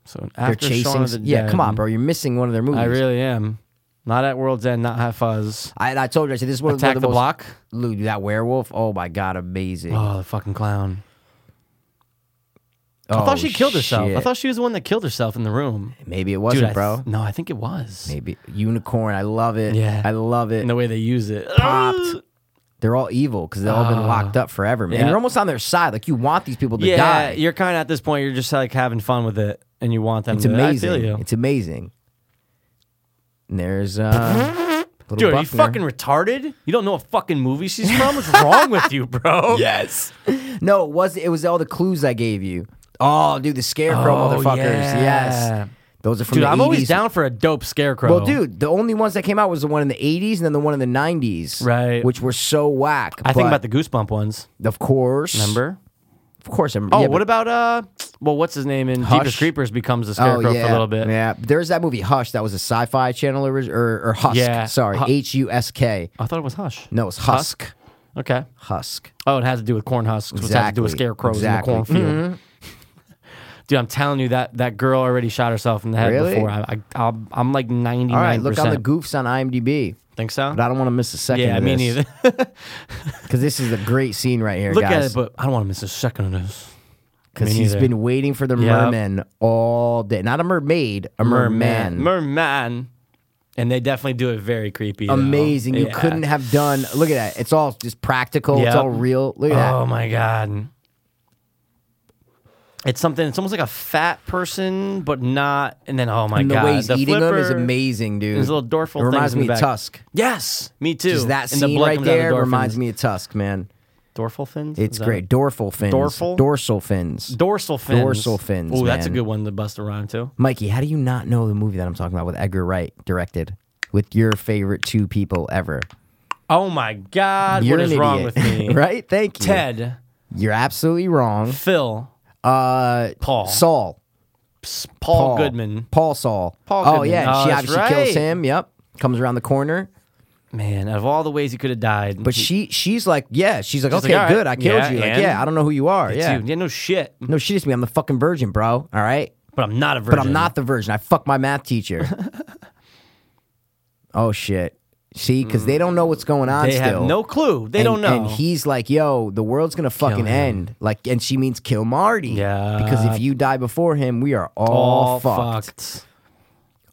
Speaker 8: So
Speaker 7: they're
Speaker 8: after Shaun
Speaker 7: chasing.
Speaker 8: of the
Speaker 7: yeah, come
Speaker 8: Dead,
Speaker 7: on, bro. You're missing one of their movies.
Speaker 8: I really am. Not at World's End. Not High Fuzz.
Speaker 7: I, I told you, I said this is one
Speaker 8: Attack
Speaker 7: of the,
Speaker 8: the
Speaker 7: most,
Speaker 8: Block.
Speaker 7: Lou, that werewolf. Oh my god, amazing!
Speaker 8: Oh, the fucking clown. I
Speaker 7: Oh,
Speaker 8: thought she killed herself. I
Speaker 7: shit.
Speaker 8: thought she was the one that killed herself in the room.
Speaker 7: maybe it
Speaker 8: Dude,
Speaker 7: wasn't,
Speaker 8: I
Speaker 7: bro.
Speaker 8: th- no, I think it was.
Speaker 7: maybe unicorn. I love it.
Speaker 8: Yeah.
Speaker 7: I love it.
Speaker 8: And the way they use it.
Speaker 7: Popped. They're all evil because they've all been locked up forever, man.
Speaker 8: Ah. yeah.
Speaker 7: You're almost on their side. Like you want these people to
Speaker 8: yeah,
Speaker 7: die.
Speaker 8: you're kind of at this point. You're just like having fun with it, and you want them.
Speaker 7: it's
Speaker 8: to
Speaker 7: amazing.
Speaker 8: I feel you.
Speaker 7: It's amazing. And there's uh, little
Speaker 8: Dude, are you
Speaker 7: Buckner.
Speaker 8: fucking retarded? You don't know what fucking movie she's from? What's wrong with you, bro?
Speaker 7: Yes. no, it was it was all the clues I gave you. Oh, dude, the scarecrow
Speaker 8: Oh,
Speaker 7: motherfuckers.
Speaker 8: yeah.
Speaker 7: Yes. Those are from
Speaker 8: Dude,
Speaker 7: the
Speaker 8: I'm
Speaker 7: 80s.
Speaker 8: always down for a dope scarecrow.
Speaker 7: Well, dude, the only ones that came out was the one in the '80s and then the one in the '90s,
Speaker 8: Right.
Speaker 7: Which were so whack.
Speaker 8: I think
Speaker 7: but
Speaker 8: about the Goosebump ones.
Speaker 7: of course,
Speaker 8: Remember?
Speaker 7: of course. I remember.
Speaker 8: Oh,
Speaker 7: yeah,
Speaker 8: what
Speaker 7: but-
Speaker 8: about uh? Well, what's his name in
Speaker 7: Hush?
Speaker 8: Deepest Creepers becomes a scarecrow
Speaker 7: oh, yeah,
Speaker 8: for a little bit.
Speaker 7: Yeah, there's that movie Hush that was a sci-fi channel or or, or Husk.
Speaker 8: Yeah.
Speaker 7: sorry,
Speaker 8: Hu-
Speaker 7: H U S K.
Speaker 8: I thought it was Hush.
Speaker 7: No, it's Husk.
Speaker 8: Okay.
Speaker 7: Husk.
Speaker 8: Oh, it has to do with corn husks, which has to do with
Speaker 7: Exactly.
Speaker 8: scarecrows
Speaker 7: Exactly. Mm-hmm.
Speaker 8: in the cornfield. Dude, I'm telling you that that girl already shot herself in the head
Speaker 7: Really?
Speaker 8: before. I, I, I'll, I'm like 99.
Speaker 7: All right, look on the goofs on IMDb.
Speaker 8: Think so?
Speaker 7: But I don't want to miss a second.
Speaker 8: yeah,
Speaker 7: of
Speaker 8: me
Speaker 7: this,
Speaker 8: neither.
Speaker 7: Because this is a great scene right here,
Speaker 8: look at
Speaker 7: guys.
Speaker 8: it, but I don't want to miss a second of this.
Speaker 7: Because
Speaker 8: Me
Speaker 7: he's
Speaker 8: neither.
Speaker 7: been waiting for the
Speaker 8: Yep.
Speaker 7: merman all day. Not a mermaid, a merman.
Speaker 8: merman, and they definitely do it very creepy. though.
Speaker 7: Amazing. You
Speaker 8: Yeah.
Speaker 7: couldn't have done. Look at that. It's all just practical. It's
Speaker 8: Yep.
Speaker 7: all real. Look at that.
Speaker 8: Oh my god. It's something. It's almost like a fat person, but not. And then, oh my
Speaker 7: and the
Speaker 8: god,
Speaker 7: way he's eating them is
Speaker 8: flipper,
Speaker 7: amazing, dude.
Speaker 8: His little dorsal
Speaker 7: It reminds
Speaker 8: things in
Speaker 7: me
Speaker 8: the
Speaker 7: of
Speaker 8: back.
Speaker 7: Tusk.
Speaker 8: Yes, me too.
Speaker 7: Just that
Speaker 8: And
Speaker 7: scene
Speaker 8: blood
Speaker 7: right
Speaker 8: comes out of
Speaker 7: there
Speaker 8: the dorsal
Speaker 7: reminds
Speaker 8: fins.
Speaker 7: me of Tusk, man.
Speaker 8: dorsal fins.
Speaker 7: It's
Speaker 8: Is that-
Speaker 7: great. Dorsal fins.
Speaker 8: Dorsal?
Speaker 7: Dorsal fins.
Speaker 8: Dorsal fins.
Speaker 7: Dorsal fins,
Speaker 8: Oh, that's a
Speaker 7: man.
Speaker 8: good one to bust around to.
Speaker 7: Mikey, how do you not know the movie that I'm talking about with Edgar Wright directed with your favorite two people ever?
Speaker 8: Oh my god,
Speaker 7: You're
Speaker 8: what is
Speaker 7: an
Speaker 8: wrong
Speaker 7: idiot,
Speaker 8: with me?
Speaker 7: right? Thank you.
Speaker 8: Ted,
Speaker 7: You're absolutely wrong.
Speaker 8: Phil,
Speaker 7: Uh,
Speaker 8: Paul,
Speaker 7: Saul.
Speaker 8: S- Paul,
Speaker 7: Paul
Speaker 8: Goodman.
Speaker 7: Paul Saul.
Speaker 8: Paul
Speaker 7: Oh,
Speaker 8: Goodman.
Speaker 7: yeah.
Speaker 8: Oh,
Speaker 7: she
Speaker 8: that's
Speaker 7: obviously kills
Speaker 8: right.
Speaker 7: him. Yep. Comes around the corner.
Speaker 8: Man, out of all the ways he could have died,
Speaker 7: But she she's like, yeah, she's like,
Speaker 8: She's like,
Speaker 7: okay,
Speaker 8: all right.
Speaker 7: good. I killed
Speaker 8: Yeah,
Speaker 7: you. Like,
Speaker 8: and?
Speaker 7: yeah, I don't know who you are.
Speaker 8: yeah.
Speaker 7: Yeah.
Speaker 8: yeah, no shit.
Speaker 7: No, she just me. I'm the fucking virgin, bro. All right.
Speaker 8: But I'm not a virgin.
Speaker 7: But I'm not the virgin. I fuck my math teacher. oh shit. See, because they don't know what's going on.
Speaker 8: They have
Speaker 7: still.
Speaker 8: no clue. They
Speaker 7: and,
Speaker 8: don't know.
Speaker 7: And he's like, "Yo, the world's gonna fucking
Speaker 8: him.
Speaker 7: end." Like, and she means kill Marty.
Speaker 8: Yeah.
Speaker 7: Because if you die before him, we are all,
Speaker 8: all
Speaker 7: fucked.
Speaker 8: fucked.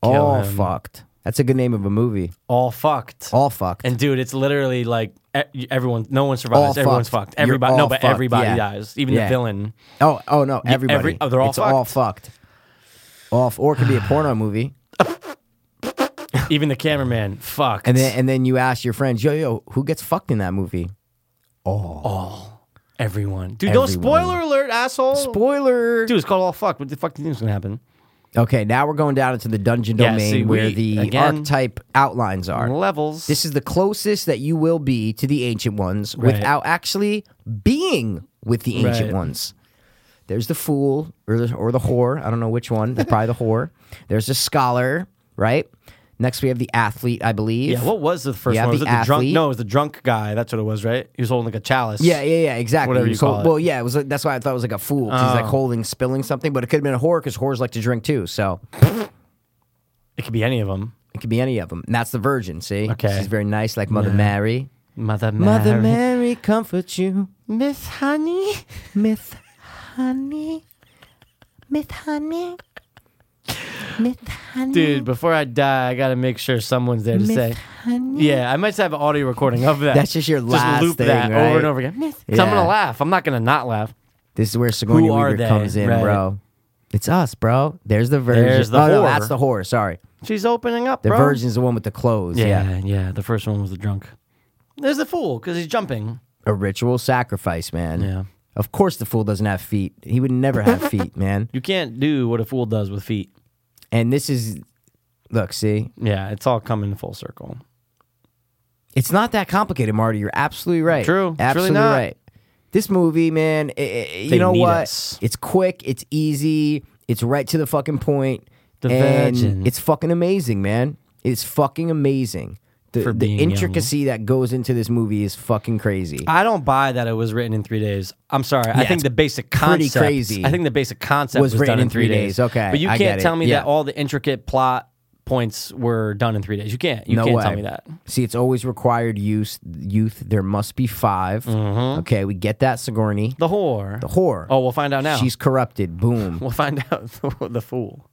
Speaker 8: Kill
Speaker 7: All
Speaker 8: him.
Speaker 7: fucked. That's a good name of a movie.
Speaker 8: All fucked.
Speaker 7: All fucked.
Speaker 8: and dude, it's literally like e- everyone. No one survives.
Speaker 7: All
Speaker 8: Everyone's
Speaker 7: fucked.
Speaker 8: fucked.
Speaker 7: You're
Speaker 8: Everybody.
Speaker 7: all
Speaker 8: No, but
Speaker 7: fucked,
Speaker 8: everybody
Speaker 7: yeah.
Speaker 8: dies. Even
Speaker 7: Yeah.
Speaker 8: the villain.
Speaker 7: oh, oh no,
Speaker 8: Yeah, every-
Speaker 7: everybody.
Speaker 8: oh, they're all
Speaker 7: it's all fucked. Off, or it could be a porno movie.
Speaker 8: Even the cameraman. Fucked.
Speaker 7: And then, and then you ask your friends, "Yo, yo, who gets fucked in that movie?"
Speaker 8: everyone. Dude, no
Speaker 7: Everyone.
Speaker 8: spoiler alert, asshole.
Speaker 7: Spoiler.
Speaker 8: dude, it's called all fucked. What the fuck do you think is gonna happen?
Speaker 7: Okay, now we're going down into the dungeon
Speaker 8: Yeah,
Speaker 7: domain
Speaker 8: see,
Speaker 7: where
Speaker 8: we-
Speaker 7: the
Speaker 8: again-
Speaker 7: archetype outlines are.
Speaker 8: Levels.
Speaker 7: This is the closest that you will be to the ancient ones
Speaker 8: Right.
Speaker 7: without actually being with the ancient
Speaker 8: Right.
Speaker 7: ones. There's the fool or the, or the whore. I don't know which one. That's probably the whore. There's the scholar, right? Next, we have the athlete, I believe.
Speaker 8: yeah, what was the first
Speaker 7: Yeah,
Speaker 8: one? Was
Speaker 7: the
Speaker 8: it the drunk?
Speaker 7: athlete.
Speaker 8: No, it was the drunk guy. That's what it was, right? He was holding like a chalice.
Speaker 7: Yeah, yeah, yeah, exactly.
Speaker 8: Whatever
Speaker 7: He
Speaker 8: you
Speaker 7: was hol-
Speaker 8: call it.
Speaker 7: Well, yeah, it was. Like, that's why I thought it was like a fool. 'cause He's like
Speaker 8: Oh.
Speaker 7: holding, spilling something, but it could have been a whore because whores like to drink too. So
Speaker 8: It could be any of them.
Speaker 7: it could be any of them. And that's the virgin. See,
Speaker 8: Okay.
Speaker 7: she's very nice, like Mother Mary.
Speaker 8: Mother Mary.
Speaker 7: Mother Mary, comfort you,
Speaker 8: Miss Honey.
Speaker 7: Myth Honey, Myth Honey, Myth Honey.
Speaker 8: Dude, before I die, I gotta make sure someone's there to
Speaker 7: Mm-hmm. Miss
Speaker 8: say.
Speaker 7: Honey.
Speaker 8: Yeah, I might have an audio recording of that.
Speaker 7: That's just your last
Speaker 8: Just loop
Speaker 7: thing,
Speaker 8: that
Speaker 7: right?
Speaker 8: over and over again. Miss- 'cause I'm
Speaker 7: Yeah.
Speaker 8: gonna laugh. I'm not gonna not laugh.
Speaker 7: This is where Sigourney
Speaker 8: Who are
Speaker 7: Weaver
Speaker 8: they?
Speaker 7: comes in,
Speaker 8: Right.
Speaker 7: bro. It's us, bro. There's the virgin.
Speaker 8: There's the
Speaker 7: oh, no,
Speaker 8: whore.
Speaker 7: that's the whore. Sorry,
Speaker 8: She's opening up,
Speaker 7: the
Speaker 8: bro.
Speaker 7: virgin's the one with the clothes.
Speaker 8: Yeah,
Speaker 7: yeah.
Speaker 8: yeah, The first one was the drunk. There's the fool because he's jumping.
Speaker 7: a ritual sacrifice, man.
Speaker 8: Yeah.
Speaker 7: Of course, the fool doesn't have feet. He would never have feet, man.
Speaker 8: You can't do what a fool does with feet.
Speaker 7: And this is, look, see,
Speaker 8: Yeah, it's all coming full circle.
Speaker 7: it's not that complicated, Marty. You're absolutely right.
Speaker 8: True. It's really
Speaker 7: absolutely
Speaker 8: not.
Speaker 7: right. This movie, man, i- i-
Speaker 8: They
Speaker 7: you know
Speaker 8: need
Speaker 7: what?
Speaker 8: us.
Speaker 7: It's quick. It's easy. It's right to the fucking point.
Speaker 8: The
Speaker 7: and
Speaker 8: virgin.
Speaker 7: it's fucking amazing, man. It's fucking amazing. The,
Speaker 8: For
Speaker 7: the
Speaker 8: being young.
Speaker 7: intricacy that goes into this movie is fucking crazy.
Speaker 8: I don't buy that it was written in three days. I'm sorry. I
Speaker 7: Yeah,
Speaker 8: think
Speaker 7: it's
Speaker 8: the basic
Speaker 7: pretty
Speaker 8: concept.
Speaker 7: crazy.
Speaker 8: I think the basic concept
Speaker 7: Was
Speaker 8: was,
Speaker 7: written
Speaker 8: done in,
Speaker 7: in three
Speaker 8: three
Speaker 7: days. Okay,
Speaker 8: but you
Speaker 7: I get
Speaker 8: can't
Speaker 7: it.
Speaker 8: tell me
Speaker 7: Yeah.
Speaker 8: that all the intricate plot points were done in three days. You can't. You
Speaker 7: no
Speaker 8: can't
Speaker 7: way.
Speaker 8: tell me that.
Speaker 7: See, it's always required use. Youth, there must be 5
Speaker 8: Mm-hmm.
Speaker 7: Okay, we get that, Sigourney.
Speaker 8: The whore.
Speaker 7: The whore.
Speaker 8: Oh, we'll find out now.
Speaker 7: She's corrupted. Boom.
Speaker 8: We'll find out the fool.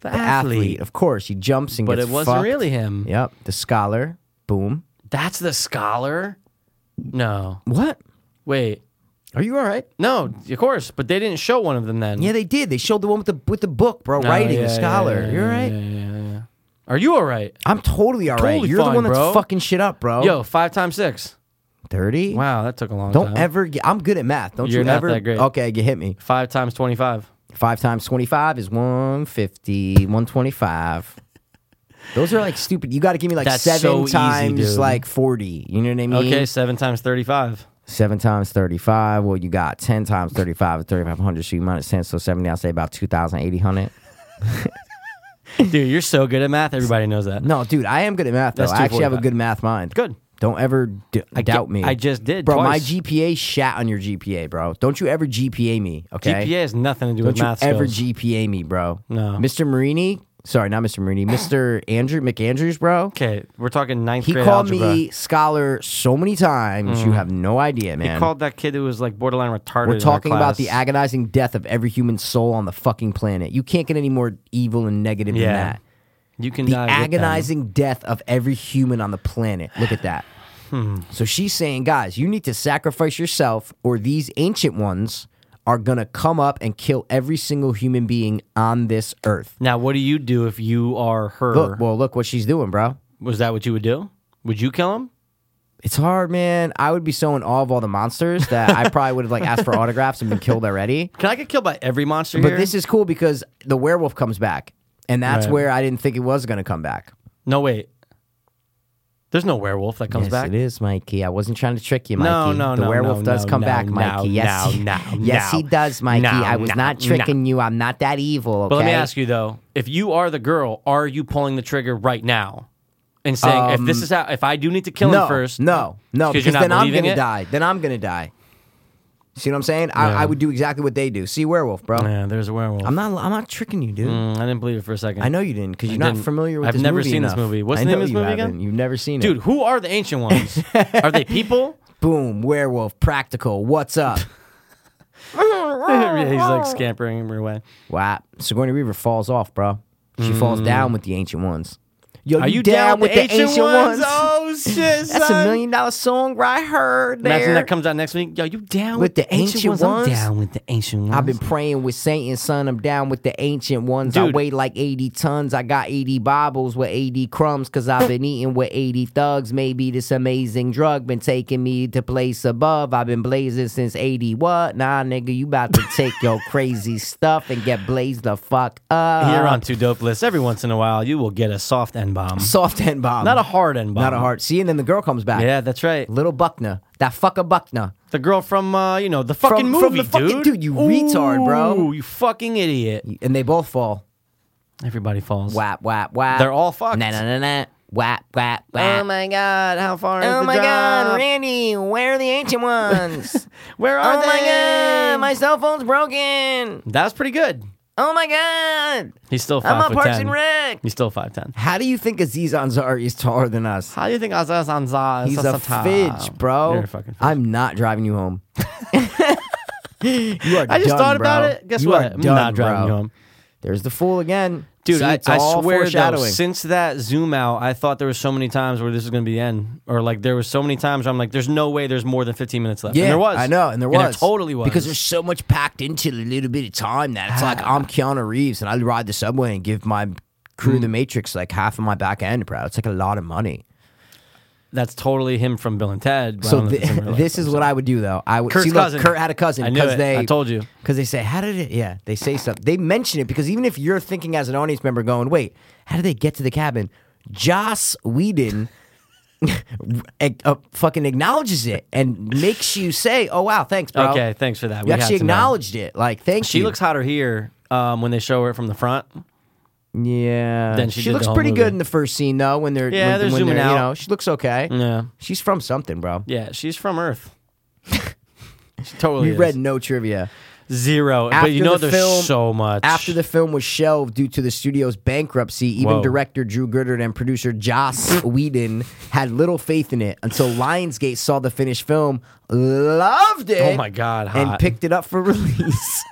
Speaker 8: The,
Speaker 7: The athlete. of course, he jumps and
Speaker 8: But
Speaker 7: gets
Speaker 8: it wasn't
Speaker 7: fucked.
Speaker 8: really him.
Speaker 7: Yep. The scholar. Boom.
Speaker 8: That's the scholar? No.
Speaker 7: What?
Speaker 8: Wait.
Speaker 7: Are you all right?
Speaker 8: No, of course. But they didn't show one of them then.
Speaker 7: Yeah, they did. They showed the one with the with the book, bro.
Speaker 8: Oh,
Speaker 7: writing,
Speaker 8: yeah,
Speaker 7: the scholar.
Speaker 8: yeah,
Speaker 7: You're
Speaker 8: yeah,
Speaker 7: right.
Speaker 8: yeah, yeah, yeah. Are you all right?
Speaker 7: I'm totally all right.
Speaker 8: Totally
Speaker 7: You're the
Speaker 8: fine,
Speaker 7: one that's
Speaker 8: bro.
Speaker 7: fucking shit up, bro.
Speaker 8: Yo, five times six.
Speaker 7: thirty.
Speaker 8: Wow, that took a long
Speaker 7: Don't
Speaker 8: time.
Speaker 7: ever get. I'm good at math. Don't
Speaker 8: You're
Speaker 7: you
Speaker 8: not
Speaker 7: ever?
Speaker 8: that great.
Speaker 7: Okay, you hit me.
Speaker 8: Five times 25.
Speaker 7: Five times twenty-five is one fifty. One twenty-five. Those are like stupid. You got to give me like
Speaker 8: That's
Speaker 7: seven
Speaker 8: so easy,
Speaker 7: times
Speaker 8: dude.
Speaker 7: like forty. You know what I mean?
Speaker 8: Okay, seven times 35.
Speaker 7: Seven times 35. Well, you got 10 times 35 is 3,500. So you minus 10. So 70, I'll say about 2,800.
Speaker 8: Dude, you're so good at math. Everybody knows that.
Speaker 7: No, dude, I am good at math, though.
Speaker 8: That's
Speaker 7: I actually have a
Speaker 8: 245.
Speaker 7: good math mind.
Speaker 8: Good.
Speaker 7: Don't ever d-
Speaker 8: get-
Speaker 7: doubt me.
Speaker 8: I just did
Speaker 7: bro. My
Speaker 8: twice.
Speaker 7: GPA shat on your GPA, bro. Don't you ever GPA me, okay?
Speaker 8: GPA has nothing to do
Speaker 7: Don't
Speaker 8: with
Speaker 7: you
Speaker 8: math
Speaker 7: ever
Speaker 8: skills.
Speaker 7: GPA me, bro.
Speaker 8: No.
Speaker 7: Mr. Marini. Sorry, not Mr. Marini. Mr. Andrew McAndrews, bro.
Speaker 8: okay, we're talking ninth
Speaker 7: He
Speaker 8: grade
Speaker 7: called
Speaker 8: algebra. Mm.
Speaker 7: me scholar so many times. You have no idea, man.
Speaker 8: He called that kid who was like borderline retarded.
Speaker 7: We're
Speaker 8: in our
Speaker 7: talking about the
Speaker 8: class.
Speaker 7: agonizing death of every human soul on the fucking planet. You can't get any more evil and negative
Speaker 8: Yeah.
Speaker 7: than that.
Speaker 8: You can
Speaker 7: The
Speaker 8: die with them.
Speaker 7: agonizing death of every human on the planet. Look at that. So she's saying, guys, you need to sacrifice yourself, or these ancient ones are gonna come up and kill every single human being on this earth.
Speaker 8: Now, what do you do if you are her?
Speaker 7: Look, well, look what she's doing, bro.
Speaker 8: was that what you would do? Would you kill him?
Speaker 7: It's hard, man. I would be so in awe of all the monsters that I probably would have like asked for autographs and been killed already.
Speaker 8: Can I get killed by every monster
Speaker 7: But
Speaker 8: here?
Speaker 7: this is cool because the werewolf comes back, and that's
Speaker 8: Right.
Speaker 7: where I didn't think it was going to come back.
Speaker 8: no wait. There's no werewolf that comes
Speaker 7: yes,
Speaker 8: back.
Speaker 7: it is, Mikey. I wasn't trying to trick you, Mikey.
Speaker 8: No, no,
Speaker 7: the
Speaker 8: no,
Speaker 7: werewolf
Speaker 8: no,
Speaker 7: does
Speaker 8: no,
Speaker 7: come
Speaker 8: no,
Speaker 7: back,
Speaker 8: no,
Speaker 7: Mikey. yes,
Speaker 8: no, no,
Speaker 7: yes,
Speaker 8: no.
Speaker 7: he does, Mikey.
Speaker 8: No,
Speaker 7: I was
Speaker 8: no,
Speaker 7: not tricking you. I'm not that evil. Okay?
Speaker 8: But let me ask you though, if you are the girl, are you pulling the trigger right now and saying if this is how if I do need to kill
Speaker 7: Um, no,
Speaker 8: him first?
Speaker 7: No, no, because
Speaker 8: because you're not
Speaker 7: then I'm
Speaker 8: believing
Speaker 7: gonna
Speaker 8: it?
Speaker 7: die. Then I'm gonna die. See what I'm saying? I, I would do exactly what they do. See werewolf, bro.
Speaker 8: Yeah, there's a werewolf.
Speaker 7: I'm not. I'm not tricking you, dude.
Speaker 8: Mm, I didn't believe it for a second.
Speaker 7: I know you didn't because you're
Speaker 8: didn't.
Speaker 7: not familiar with
Speaker 8: I've
Speaker 7: this
Speaker 8: never
Speaker 7: movie
Speaker 8: seen this
Speaker 7: enough.
Speaker 8: movie. What's
Speaker 7: I
Speaker 8: the name
Speaker 7: know
Speaker 8: of this
Speaker 7: you
Speaker 8: movie again?
Speaker 7: haven't. You've never seen it,
Speaker 8: Dude, who are the ancient ones? are they people?
Speaker 7: Boom, werewolf, practical. What's up?
Speaker 8: yeah, he's like scampering away.
Speaker 7: Wow. Sigourney Weaver falls off, bro. She falls down with the ancient ones. Yo,
Speaker 8: Mm. Are you down, with the ancient, ones? Oh shit,
Speaker 7: That's
Speaker 8: son.
Speaker 7: a million dollar song right heard there.
Speaker 8: Imagine that comes out next week. Yo, you down
Speaker 7: With
Speaker 8: with,
Speaker 7: the ancient
Speaker 8: I'm
Speaker 7: ones?
Speaker 8: down with the ancient ones.
Speaker 7: I've been praying with Satan, son. I'm down with the ancient ones. I
Speaker 8: Dude.
Speaker 7: weigh like 80 tons. I got 80 Bibles with 80 crumbs because I've been eating with 80 thugs. Maybe this amazing drug been taking me to place above. I've been blazing since 80. What? Nah, nigga, you about to take your crazy stuff and get blazed the fuck up.
Speaker 8: here on Two Dope Lists. Every once in a while, you will get a soft N bomb,
Speaker 7: Soft end bomb.
Speaker 8: not a hard N bomb,
Speaker 7: Not a heart. See, and then the girl comes back.
Speaker 8: Yeah, that's right.
Speaker 7: Little Buckner. That fucker Buckner.
Speaker 8: The girl from uh, you know the fucking
Speaker 7: From-
Speaker 8: movie,
Speaker 7: from the fucking-
Speaker 8: dude.
Speaker 7: dude, you retard, bro.
Speaker 8: Ooh, You fucking idiot.
Speaker 7: And they both fall.
Speaker 8: Everybody falls.
Speaker 7: Whap, whap, whap.
Speaker 8: They're all fucked.
Speaker 7: Nah, nah, nah, nah. Whap, whap, whap.
Speaker 8: Oh my god, how far? is
Speaker 7: Oh
Speaker 8: the
Speaker 7: my
Speaker 8: drop?
Speaker 7: god, Randy, where are the ancient ones?
Speaker 8: where are
Speaker 7: oh
Speaker 8: they?
Speaker 7: my god, my cell phone's broken.
Speaker 8: that was pretty good.
Speaker 7: Oh my god,
Speaker 8: He's still five
Speaker 7: I'm on
Speaker 8: foot
Speaker 7: Parks
Speaker 8: ten.
Speaker 7: and Rec.
Speaker 8: He's still five ten.
Speaker 7: How do you think Aziz Ansari is taller than us?
Speaker 8: How do you think Azaz Ansar? is
Speaker 7: He's a
Speaker 8: satire?
Speaker 7: fidge, bro.
Speaker 8: You're a fucking fidge.
Speaker 7: I'm not driving you home. you are
Speaker 8: I just
Speaker 7: done,
Speaker 8: thought about
Speaker 7: bro.
Speaker 8: it. Guess
Speaker 7: You
Speaker 8: what?
Speaker 7: Are
Speaker 8: I'm
Speaker 7: done,
Speaker 8: not
Speaker 7: bro.
Speaker 8: driving you home.
Speaker 7: There's the fool again.
Speaker 8: Dude,
Speaker 7: See,
Speaker 8: I,
Speaker 7: it's
Speaker 8: I
Speaker 7: all
Speaker 8: swear though,
Speaker 7: foreshadowing.
Speaker 8: since that zoom out, I thought there was so many times where this is going to be the end, or like there was so many times where I'm like, "There's no way there's more than 15 minutes left."
Speaker 7: Yeah,
Speaker 8: and there was.
Speaker 7: I know, and there was
Speaker 8: there totally was.
Speaker 7: because there's so much packed into a little bit of time that it's like
Speaker 8: Ah.
Speaker 7: I'm Keanu Reeves and I ride the subway and give my crew
Speaker 8: Hmm.
Speaker 7: the Matrix like half of my back end, bro. It's like a lot of money.
Speaker 8: that's totally him from Bill and Ted. but I
Speaker 7: So
Speaker 8: don't know if
Speaker 7: thi-
Speaker 8: it's in real life,
Speaker 7: this
Speaker 8: but
Speaker 7: is
Speaker 8: I'm
Speaker 7: what
Speaker 8: sorry.
Speaker 7: I would do though. I would
Speaker 8: Kurt's
Speaker 7: see, look,
Speaker 8: cousin.
Speaker 7: Kurt had a cousin
Speaker 8: I knew
Speaker 7: because
Speaker 8: it.
Speaker 7: they
Speaker 8: I told you.
Speaker 7: because they say how did it? Yeah, they say something. They mention it because even if you're thinking as an audience member, going, wait, how did they get to the cabin? Joss Whedon. ac- uh, fucking acknowledges it and makes you say, "Oh wow, thanks, bro."
Speaker 8: Okay, thanks for that.
Speaker 7: You
Speaker 8: We
Speaker 7: actually
Speaker 8: had to know.
Speaker 7: acknowledged it. Like, thank
Speaker 8: She
Speaker 7: you.
Speaker 8: looks hotter here um, when they show her from the front.
Speaker 7: Yeah.
Speaker 8: Then she did
Speaker 7: looks
Speaker 8: the whole
Speaker 7: pretty
Speaker 8: movie.
Speaker 7: good in the first scene though. When they're
Speaker 8: Yeah,
Speaker 7: when,
Speaker 8: they're
Speaker 7: when
Speaker 8: zooming
Speaker 7: You
Speaker 8: out.
Speaker 7: know, she looks okay.
Speaker 8: Yeah,
Speaker 7: She's from something, bro.
Speaker 8: yeah, she's from Earth. she totally.
Speaker 7: We
Speaker 8: is.
Speaker 7: read no trivia.
Speaker 8: zero,
Speaker 7: After
Speaker 8: but you know
Speaker 7: the
Speaker 8: there's
Speaker 7: film-
Speaker 8: so much
Speaker 7: After the film was shelved due to the studio's bankruptcy, even
Speaker 8: Whoa.
Speaker 7: director Drew Goddard and producer Joss Whedon had little faith in it until Lionsgate saw the finished film, loved it.
Speaker 8: Oh my God,
Speaker 7: And
Speaker 8: hot.
Speaker 7: picked it up for release.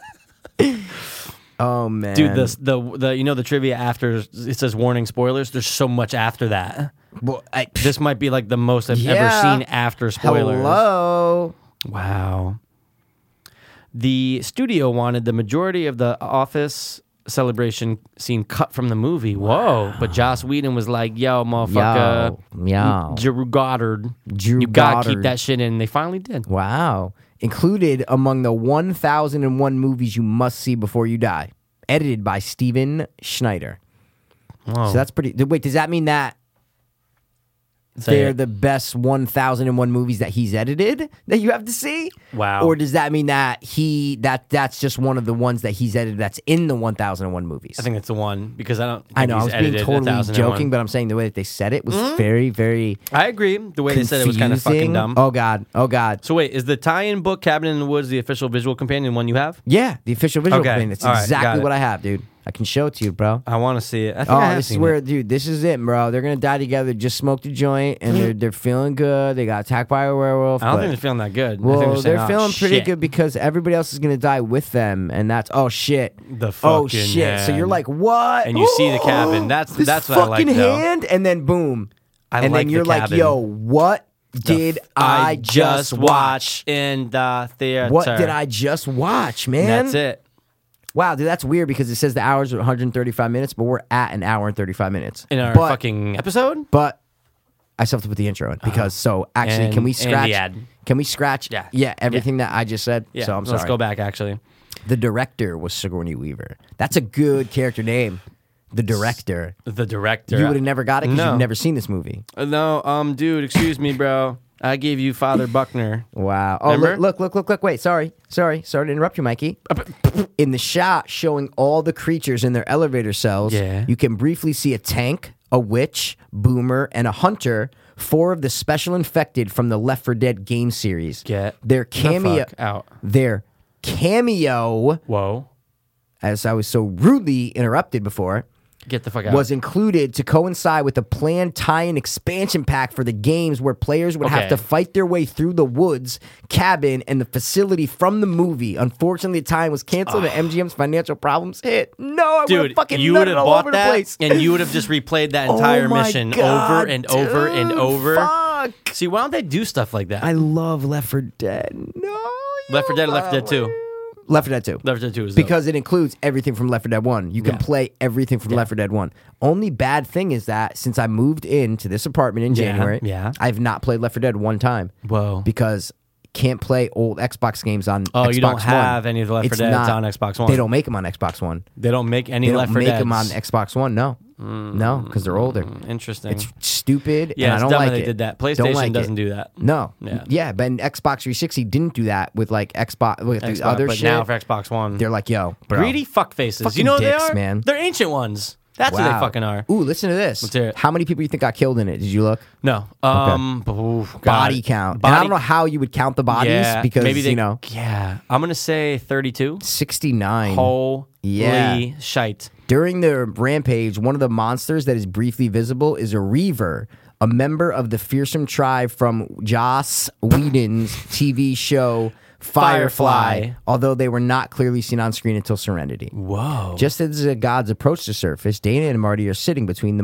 Speaker 7: oh man,
Speaker 8: Dude, the, the the you know the trivia after it says warning spoilers. There's so much after that.
Speaker 7: Boy, I-
Speaker 8: This might be like the most I've
Speaker 7: Yeah.
Speaker 8: ever seen after spoilers.
Speaker 7: Hello.
Speaker 8: Wow. The studio wanted the majority of the office celebration scene cut from the movie. Whoa. But Joss Whedon was like, yo, motherfucker.
Speaker 7: Yo, yo.
Speaker 8: Drew Goddard.
Speaker 7: Drew
Speaker 8: you gotta
Speaker 7: Goddard.
Speaker 8: keep that shit in. They finally did.
Speaker 7: Wow. Included among the 1001 movies you must see before you die. Edited by Steven Schneider. So that's pretty. th- Wait, does that mean that
Speaker 8: Say
Speaker 7: they're
Speaker 8: it.
Speaker 7: the best 1001 movies that he's edited that you have to see?
Speaker 8: Wow.
Speaker 7: Or does that mean that he that that's just one of the ones that he's edited that's in the 1001 movies?
Speaker 8: I think that's the one because I don't. Think
Speaker 7: I know I
Speaker 8: he's
Speaker 7: was being
Speaker 8: edited a
Speaker 7: totally
Speaker 8: thousand and one.
Speaker 7: joking, but I'm saying the way that they said it was very very
Speaker 8: I agree. The way they said it was kind of fucking
Speaker 7: confusing.
Speaker 8: dumb.
Speaker 7: Oh god. Oh god.
Speaker 8: So wait, is the tie-in book Cabin in the Woods the official visual companion one you have?
Speaker 7: Yeah, the official visual
Speaker 8: Okay.
Speaker 7: plan. It's
Speaker 8: All right, got
Speaker 7: exactly
Speaker 8: it.
Speaker 7: what I have, dude. I can show it to you, bro.
Speaker 8: I want to see it. I think I
Speaker 7: Oh,
Speaker 8: have
Speaker 7: this is
Speaker 8: seen
Speaker 7: where,
Speaker 8: it.
Speaker 7: dude, this is it, bro. They're gonna die together. Just smoked a joint, and they're they're feeling good. They got attacked by a werewolf.
Speaker 8: I don't
Speaker 7: but-
Speaker 8: think they're feeling that good. I think
Speaker 7: well,
Speaker 8: saying,
Speaker 7: they're
Speaker 8: "Oh,
Speaker 7: feeling pretty
Speaker 8: shit."
Speaker 7: good because everybody else is gonna die with them, and that's oh shit.
Speaker 8: The
Speaker 7: oh
Speaker 8: fucking
Speaker 7: shit. So you're
Speaker 8: hand.
Speaker 7: like what?
Speaker 8: And you see the cabin. That's-
Speaker 7: This
Speaker 8: that's what I
Speaker 7: fucking
Speaker 8: like, though.
Speaker 7: hand, and then boom,
Speaker 8: I
Speaker 7: and
Speaker 8: like
Speaker 7: then
Speaker 8: the
Speaker 7: you're like,
Speaker 8: cabin.
Speaker 7: yo, what did I, just watch?
Speaker 8: in the theater?
Speaker 7: What did I just watch, man?
Speaker 8: And that's it.
Speaker 7: Wow, dude, that's weird because it says the hours are 135 minutes, but we're at an hour and 35 minutes
Speaker 8: In our
Speaker 7: but,
Speaker 8: fucking episode.
Speaker 7: But I still have to put the intro in because so actually,
Speaker 8: Uh-huh. And-
Speaker 7: can we
Speaker 8: and the
Speaker 7: scratch?
Speaker 8: ad.
Speaker 7: Can we scratch?
Speaker 8: Yeah.
Speaker 7: yeah, everything that I just said.
Speaker 8: Yeah.
Speaker 7: so I'm
Speaker 8: let's
Speaker 7: sorry.
Speaker 8: go back. Actually,
Speaker 7: The director was Sigourney Weaver. That's a good character name. The director.
Speaker 8: the director.
Speaker 7: You would have never got it because
Speaker 8: No.
Speaker 7: you've never seen this movie.
Speaker 8: Uh, No, um, dude, excuse me, bro. I gave you Father Buckner.
Speaker 7: Wow. Oh,
Speaker 8: Remember?
Speaker 7: look, look, look, look, look. Wait, sorry. Sorry. Sorry to interrupt you, Mikey. In the shot showing all the creatures in their elevator cells,
Speaker 8: Yeah.
Speaker 7: you can briefly see a tank, a witch, boomer, and a hunter, four of the special infected from the Left 4 Dead game series.
Speaker 8: Get
Speaker 7: their
Speaker 8: the
Speaker 7: cameo
Speaker 8: fuck out.
Speaker 7: Their cameo,
Speaker 8: Whoa.
Speaker 7: as I was so rudely interrupted before,
Speaker 8: Get the fuck out.
Speaker 7: was included to coincide with a planned tie-in expansion pack for the games where players would
Speaker 8: Okay.
Speaker 7: have to fight their way through the woods, cabin, and the facility from the movie. Unfortunately, the tie was canceled and MGM's financial problems hit. No, I would
Speaker 8: Dude,
Speaker 7: have fucking
Speaker 8: you
Speaker 7: nutted
Speaker 8: would have
Speaker 7: all
Speaker 8: bought
Speaker 7: over the
Speaker 8: that,
Speaker 7: place.
Speaker 8: and you would have just replayed that
Speaker 7: Oh
Speaker 8: entire
Speaker 7: my
Speaker 8: mission
Speaker 7: God,
Speaker 8: over and over and
Speaker 7: dude,
Speaker 8: over.
Speaker 7: Fuck.
Speaker 8: See, why don't they do stuff like that?
Speaker 7: I love Left 4 Dead. No.
Speaker 8: Left 4 Dead, Left 4 Dead 2.
Speaker 7: Left 4 Dead 2.
Speaker 8: Left 4 Dead 2 is dope.
Speaker 7: because it includes everything from Left 4 Dead 1. You can
Speaker 8: Yeah.
Speaker 7: play everything from Left 4 Dead 1. Only bad thing is that since I moved into this apartment in
Speaker 8: Yeah,
Speaker 7: January,
Speaker 8: yeah.
Speaker 7: I've not played Left 4 Dead one time.
Speaker 8: Whoa.
Speaker 7: Because can't play old Xbox games on
Speaker 8: Oh,
Speaker 7: Xbox
Speaker 8: you don't
Speaker 7: One.
Speaker 8: have any of the Left 4 Dead that's on Xbox One.
Speaker 7: They don't make them on Xbox One.
Speaker 8: they don't make any
Speaker 7: They don't
Speaker 8: Left 4
Speaker 7: make
Speaker 8: Dead.
Speaker 7: them on Xbox One. No. No, because they're older.
Speaker 8: Interesting.
Speaker 7: It's stupid.
Speaker 8: Mm. Yeah,
Speaker 7: and I
Speaker 8: it's
Speaker 7: don't
Speaker 8: dumb
Speaker 7: like
Speaker 8: that they
Speaker 7: it.
Speaker 8: did that.
Speaker 7: Don't
Speaker 8: PlayStation
Speaker 7: like it.
Speaker 8: doesn't do that.
Speaker 7: No.
Speaker 8: Yeah.
Speaker 7: Yeah. but Xbox 360 didn't do that with like Xbox with
Speaker 8: Xbox,
Speaker 7: the other
Speaker 8: but
Speaker 7: shit.
Speaker 8: now for Xbox One.
Speaker 7: they're like, yo, bro.
Speaker 8: greedy fuck faces. You
Speaker 7: Fucking
Speaker 8: know what
Speaker 7: dicks,
Speaker 8: they are?
Speaker 7: man.
Speaker 8: They're ancient ones. That's what they
Speaker 7: Wow.
Speaker 8: fucking are.
Speaker 7: Ooh, listen to this.
Speaker 8: Let's hear it.
Speaker 7: How many people you think got killed in it? Did you look?
Speaker 8: No. Um, oof, God.
Speaker 7: Body count. and I don't know how you would count the bodies
Speaker 8: yeah,
Speaker 7: because
Speaker 8: maybe they,
Speaker 7: you know
Speaker 8: Yeah, I'm gonna say 32.
Speaker 7: sixty nine.
Speaker 8: Holy
Speaker 7: Yeah.
Speaker 8: shite!
Speaker 7: During the rampage, one of the monsters that is briefly visible is a Reaver, a member of the fearsome tribe from Joss Whedon's TV show Firefly,
Speaker 8: Firefly.
Speaker 7: although they were not clearly seen on screen until Serenity.
Speaker 8: Whoa.
Speaker 7: Just as the gods approach the surface, Dana and Marty are sitting between the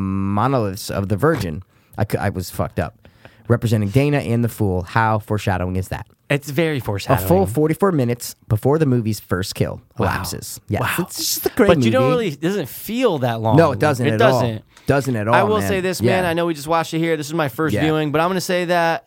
Speaker 7: monoliths of the Virgin. I, cou- I was fucked up. Representing Dana and the Fool, how foreshadowing is that?
Speaker 8: It's very
Speaker 7: A
Speaker 8: foreshadowing.
Speaker 7: full 44 minutes before the movie's first kill elapses. Yes,
Speaker 8: Wow.
Speaker 7: it's just a great
Speaker 8: but
Speaker 7: movie.
Speaker 8: you don't really. It doesn't feel that long.
Speaker 7: No, it doesn't
Speaker 8: Oh, It
Speaker 7: at
Speaker 8: doesn't.
Speaker 7: all. Doesn't at all.
Speaker 8: I will
Speaker 7: Oh, man.
Speaker 8: say this,
Speaker 7: Yeah.
Speaker 8: man. I know we just watched it here. This is my first
Speaker 7: Yeah.
Speaker 8: viewing, but I'm gonna say that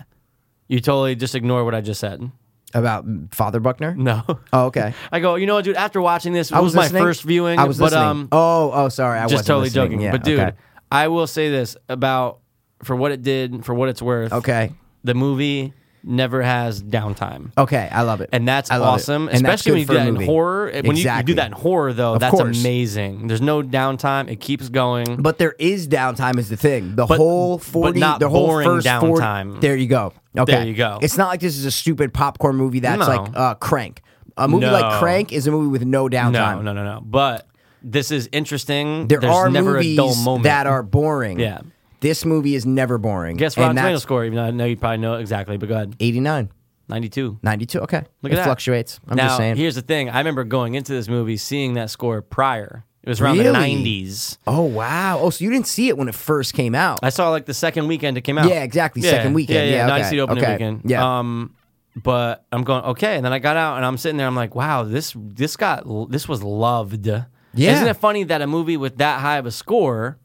Speaker 8: you totally just ignore what I just said.
Speaker 7: About Father Buckner?
Speaker 8: No.
Speaker 7: Oh, okay.
Speaker 8: I go, you know what, dude? After watching this,
Speaker 7: I
Speaker 8: it was, my
Speaker 7: listening.
Speaker 8: first viewing.
Speaker 7: I was
Speaker 8: but
Speaker 7: listening.
Speaker 8: um,
Speaker 7: oh, oh, sorry. I
Speaker 8: just
Speaker 7: wasn't
Speaker 8: totally
Speaker 7: listening.
Speaker 8: joking.
Speaker 7: Yeah,
Speaker 8: but dude,
Speaker 7: okay.
Speaker 8: I will say this about for what it did, for what it's worth.
Speaker 7: Okay.
Speaker 8: the movie never has downtime.
Speaker 7: Okay, I love it.
Speaker 8: And that's
Speaker 7: I love it.
Speaker 8: awesome,
Speaker 7: And that's
Speaker 8: especially when
Speaker 7: good
Speaker 8: you
Speaker 7: for
Speaker 8: do
Speaker 7: a
Speaker 8: that in
Speaker 7: movie.
Speaker 8: horror. When you- you,
Speaker 7: Exactly.
Speaker 8: do that in horror, though,
Speaker 7: Of
Speaker 8: that's
Speaker 7: course.
Speaker 8: amazing. There's no downtime; it keeps going.
Speaker 7: But there is downtime is the thing. The
Speaker 8: But-
Speaker 7: whole
Speaker 8: but
Speaker 7: forty,
Speaker 8: not
Speaker 7: the whole
Speaker 8: boring
Speaker 7: first 40
Speaker 8: downtime.
Speaker 7: there you go. Okay,
Speaker 8: There you go.
Speaker 7: It's not like this is a stupid popcorn movie that's
Speaker 8: No.
Speaker 7: like uh, Crank. A movie
Speaker 8: No.
Speaker 7: like Crank is a movie with no
Speaker 8: no,
Speaker 7: downtime.
Speaker 8: no, no, no. But this is interesting.
Speaker 7: There
Speaker 8: There's
Speaker 7: are
Speaker 8: never
Speaker 7: movies
Speaker 8: a dull moment
Speaker 7: that are boring.
Speaker 8: Yeah.
Speaker 7: this movie is never boring.
Speaker 8: Guess
Speaker 7: And
Speaker 8: Rotten Tomato
Speaker 7: that's
Speaker 8: score? Even though I know you probably know it exactly, but go ahead.
Speaker 7: 89,
Speaker 8: 92.
Speaker 7: 92. Okay,
Speaker 8: Look
Speaker 7: it
Speaker 8: at that.
Speaker 7: fluctuates. I'm
Speaker 8: now,
Speaker 7: just saying.
Speaker 8: Here's the thing: I remember going into this movie seeing that score prior. It was around
Speaker 7: Really?
Speaker 8: the 90s.
Speaker 7: oh wow. Oh, so you didn't see it when it first came out.
Speaker 8: I saw like the second weekend it came out.
Speaker 7: Yeah, exactly, second weekend.
Speaker 8: Yeah, yeah.
Speaker 7: Yeah,
Speaker 8: no, I
Speaker 7: okay,
Speaker 8: see the opening
Speaker 7: okay,
Speaker 8: weekend.
Speaker 7: yeah.
Speaker 8: Um, but I'm going okay, and then I got out and I'm sitting there. I'm like, wow, this this got this was loved.
Speaker 7: Yeah.
Speaker 8: Isn't it funny that a movie with that high of a score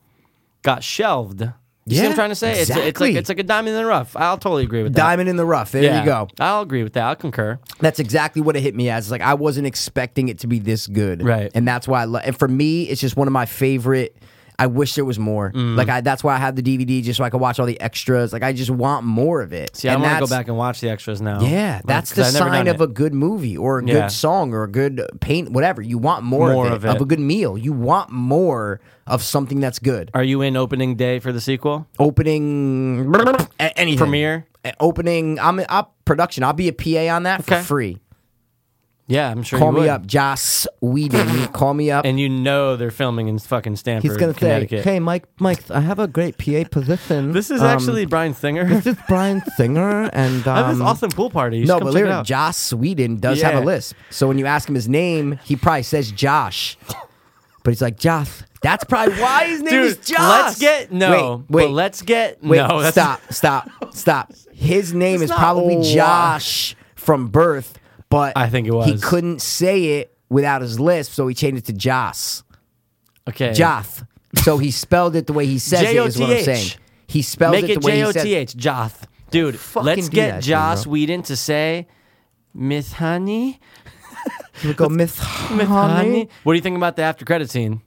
Speaker 8: got shelved? You see what I'm
Speaker 7: Yeah,
Speaker 8: trying to say? It's, it's like
Speaker 7: exactly.
Speaker 8: it's like a diamond in the rough. I'll totally agree with that.
Speaker 7: Diamond in the rough. There
Speaker 8: Yeah.
Speaker 7: you go.
Speaker 8: I'll agree with that. I'll concur.
Speaker 7: That's exactly what it hit me as. Like I wasn't expecting it to be this good,
Speaker 8: Right.
Speaker 7: And that's why. I lo- and for me, it's just one of my favorite. I wish there was more.
Speaker 8: Mm.
Speaker 7: Like I, that's why I have the DVD just so I could watch all the extras. Like I just want more of it.
Speaker 8: See, I want to go
Speaker 7: that's-
Speaker 8: back and watch the extras now.
Speaker 7: Yeah,
Speaker 8: Like,
Speaker 7: that's
Speaker 8: Oh, 'cause
Speaker 7: the
Speaker 8: I've never
Speaker 7: sign
Speaker 8: done
Speaker 7: of
Speaker 8: it.
Speaker 7: a good movie or a good
Speaker 8: Yeah.
Speaker 7: song or a good paint, whatever. You want more,
Speaker 8: More
Speaker 7: of, it,
Speaker 8: of
Speaker 7: of
Speaker 8: it.
Speaker 7: a good meal. You want more of something that's good.
Speaker 8: Are you in opening day for the sequel?
Speaker 7: Opening, a- anything.
Speaker 8: Premiere?
Speaker 7: A- Opening, I'm up production. I'll be a PA on that
Speaker 8: Okay.
Speaker 7: for free.
Speaker 8: Yeah, I'm sure
Speaker 7: Call
Speaker 8: you
Speaker 7: me
Speaker 8: would.
Speaker 7: up, Joss Whedon. Call me up.
Speaker 8: And you know they're filming in fucking Stanford,
Speaker 7: He's gonna say,
Speaker 8: Connecticut.
Speaker 7: "Hey, Mike, Mike, I have a great PA position.
Speaker 8: this is
Speaker 7: Um,
Speaker 8: actually Brian Singer.
Speaker 7: this is Brian Singer, and
Speaker 8: I have
Speaker 7: um,
Speaker 8: this awesome pool party. You
Speaker 7: no,
Speaker 8: should come
Speaker 7: but
Speaker 8: check it
Speaker 7: literally,
Speaker 8: out.
Speaker 7: Josh Sweden does have
Speaker 8: Yeah.
Speaker 7: a list. So when you ask him his name, he probably says Josh, but he's like Josh. That's probably why his name
Speaker 8: Dude,
Speaker 7: is Josh.
Speaker 8: let's get no.
Speaker 7: Wait, wait,
Speaker 8: but let's get
Speaker 7: wait.
Speaker 8: no. That's,
Speaker 7: stop, stop, stop. His name
Speaker 8: It's
Speaker 7: is
Speaker 8: not
Speaker 7: probably
Speaker 8: why.
Speaker 7: Josh from birth, but
Speaker 8: I think it
Speaker 7: he
Speaker 8: was.
Speaker 7: couldn't say it without his lisp, so he changed it to Josh.
Speaker 8: Okay,
Speaker 7: Joth. So he spelled it the way he says it is what I'm saying.
Speaker 8: J-O-T-H.
Speaker 7: He spelled
Speaker 8: Make
Speaker 7: it
Speaker 8: it
Speaker 7: the way
Speaker 8: J O
Speaker 7: he says
Speaker 8: T H, Joth. Dude, let's
Speaker 7: do
Speaker 8: get
Speaker 7: that shit,
Speaker 8: Joss
Speaker 7: bro.
Speaker 8: Whedon to say, Miss Honey,
Speaker 7: He would go, Miss Honey.
Speaker 8: Miss Honey. What do you think about the after credit scene?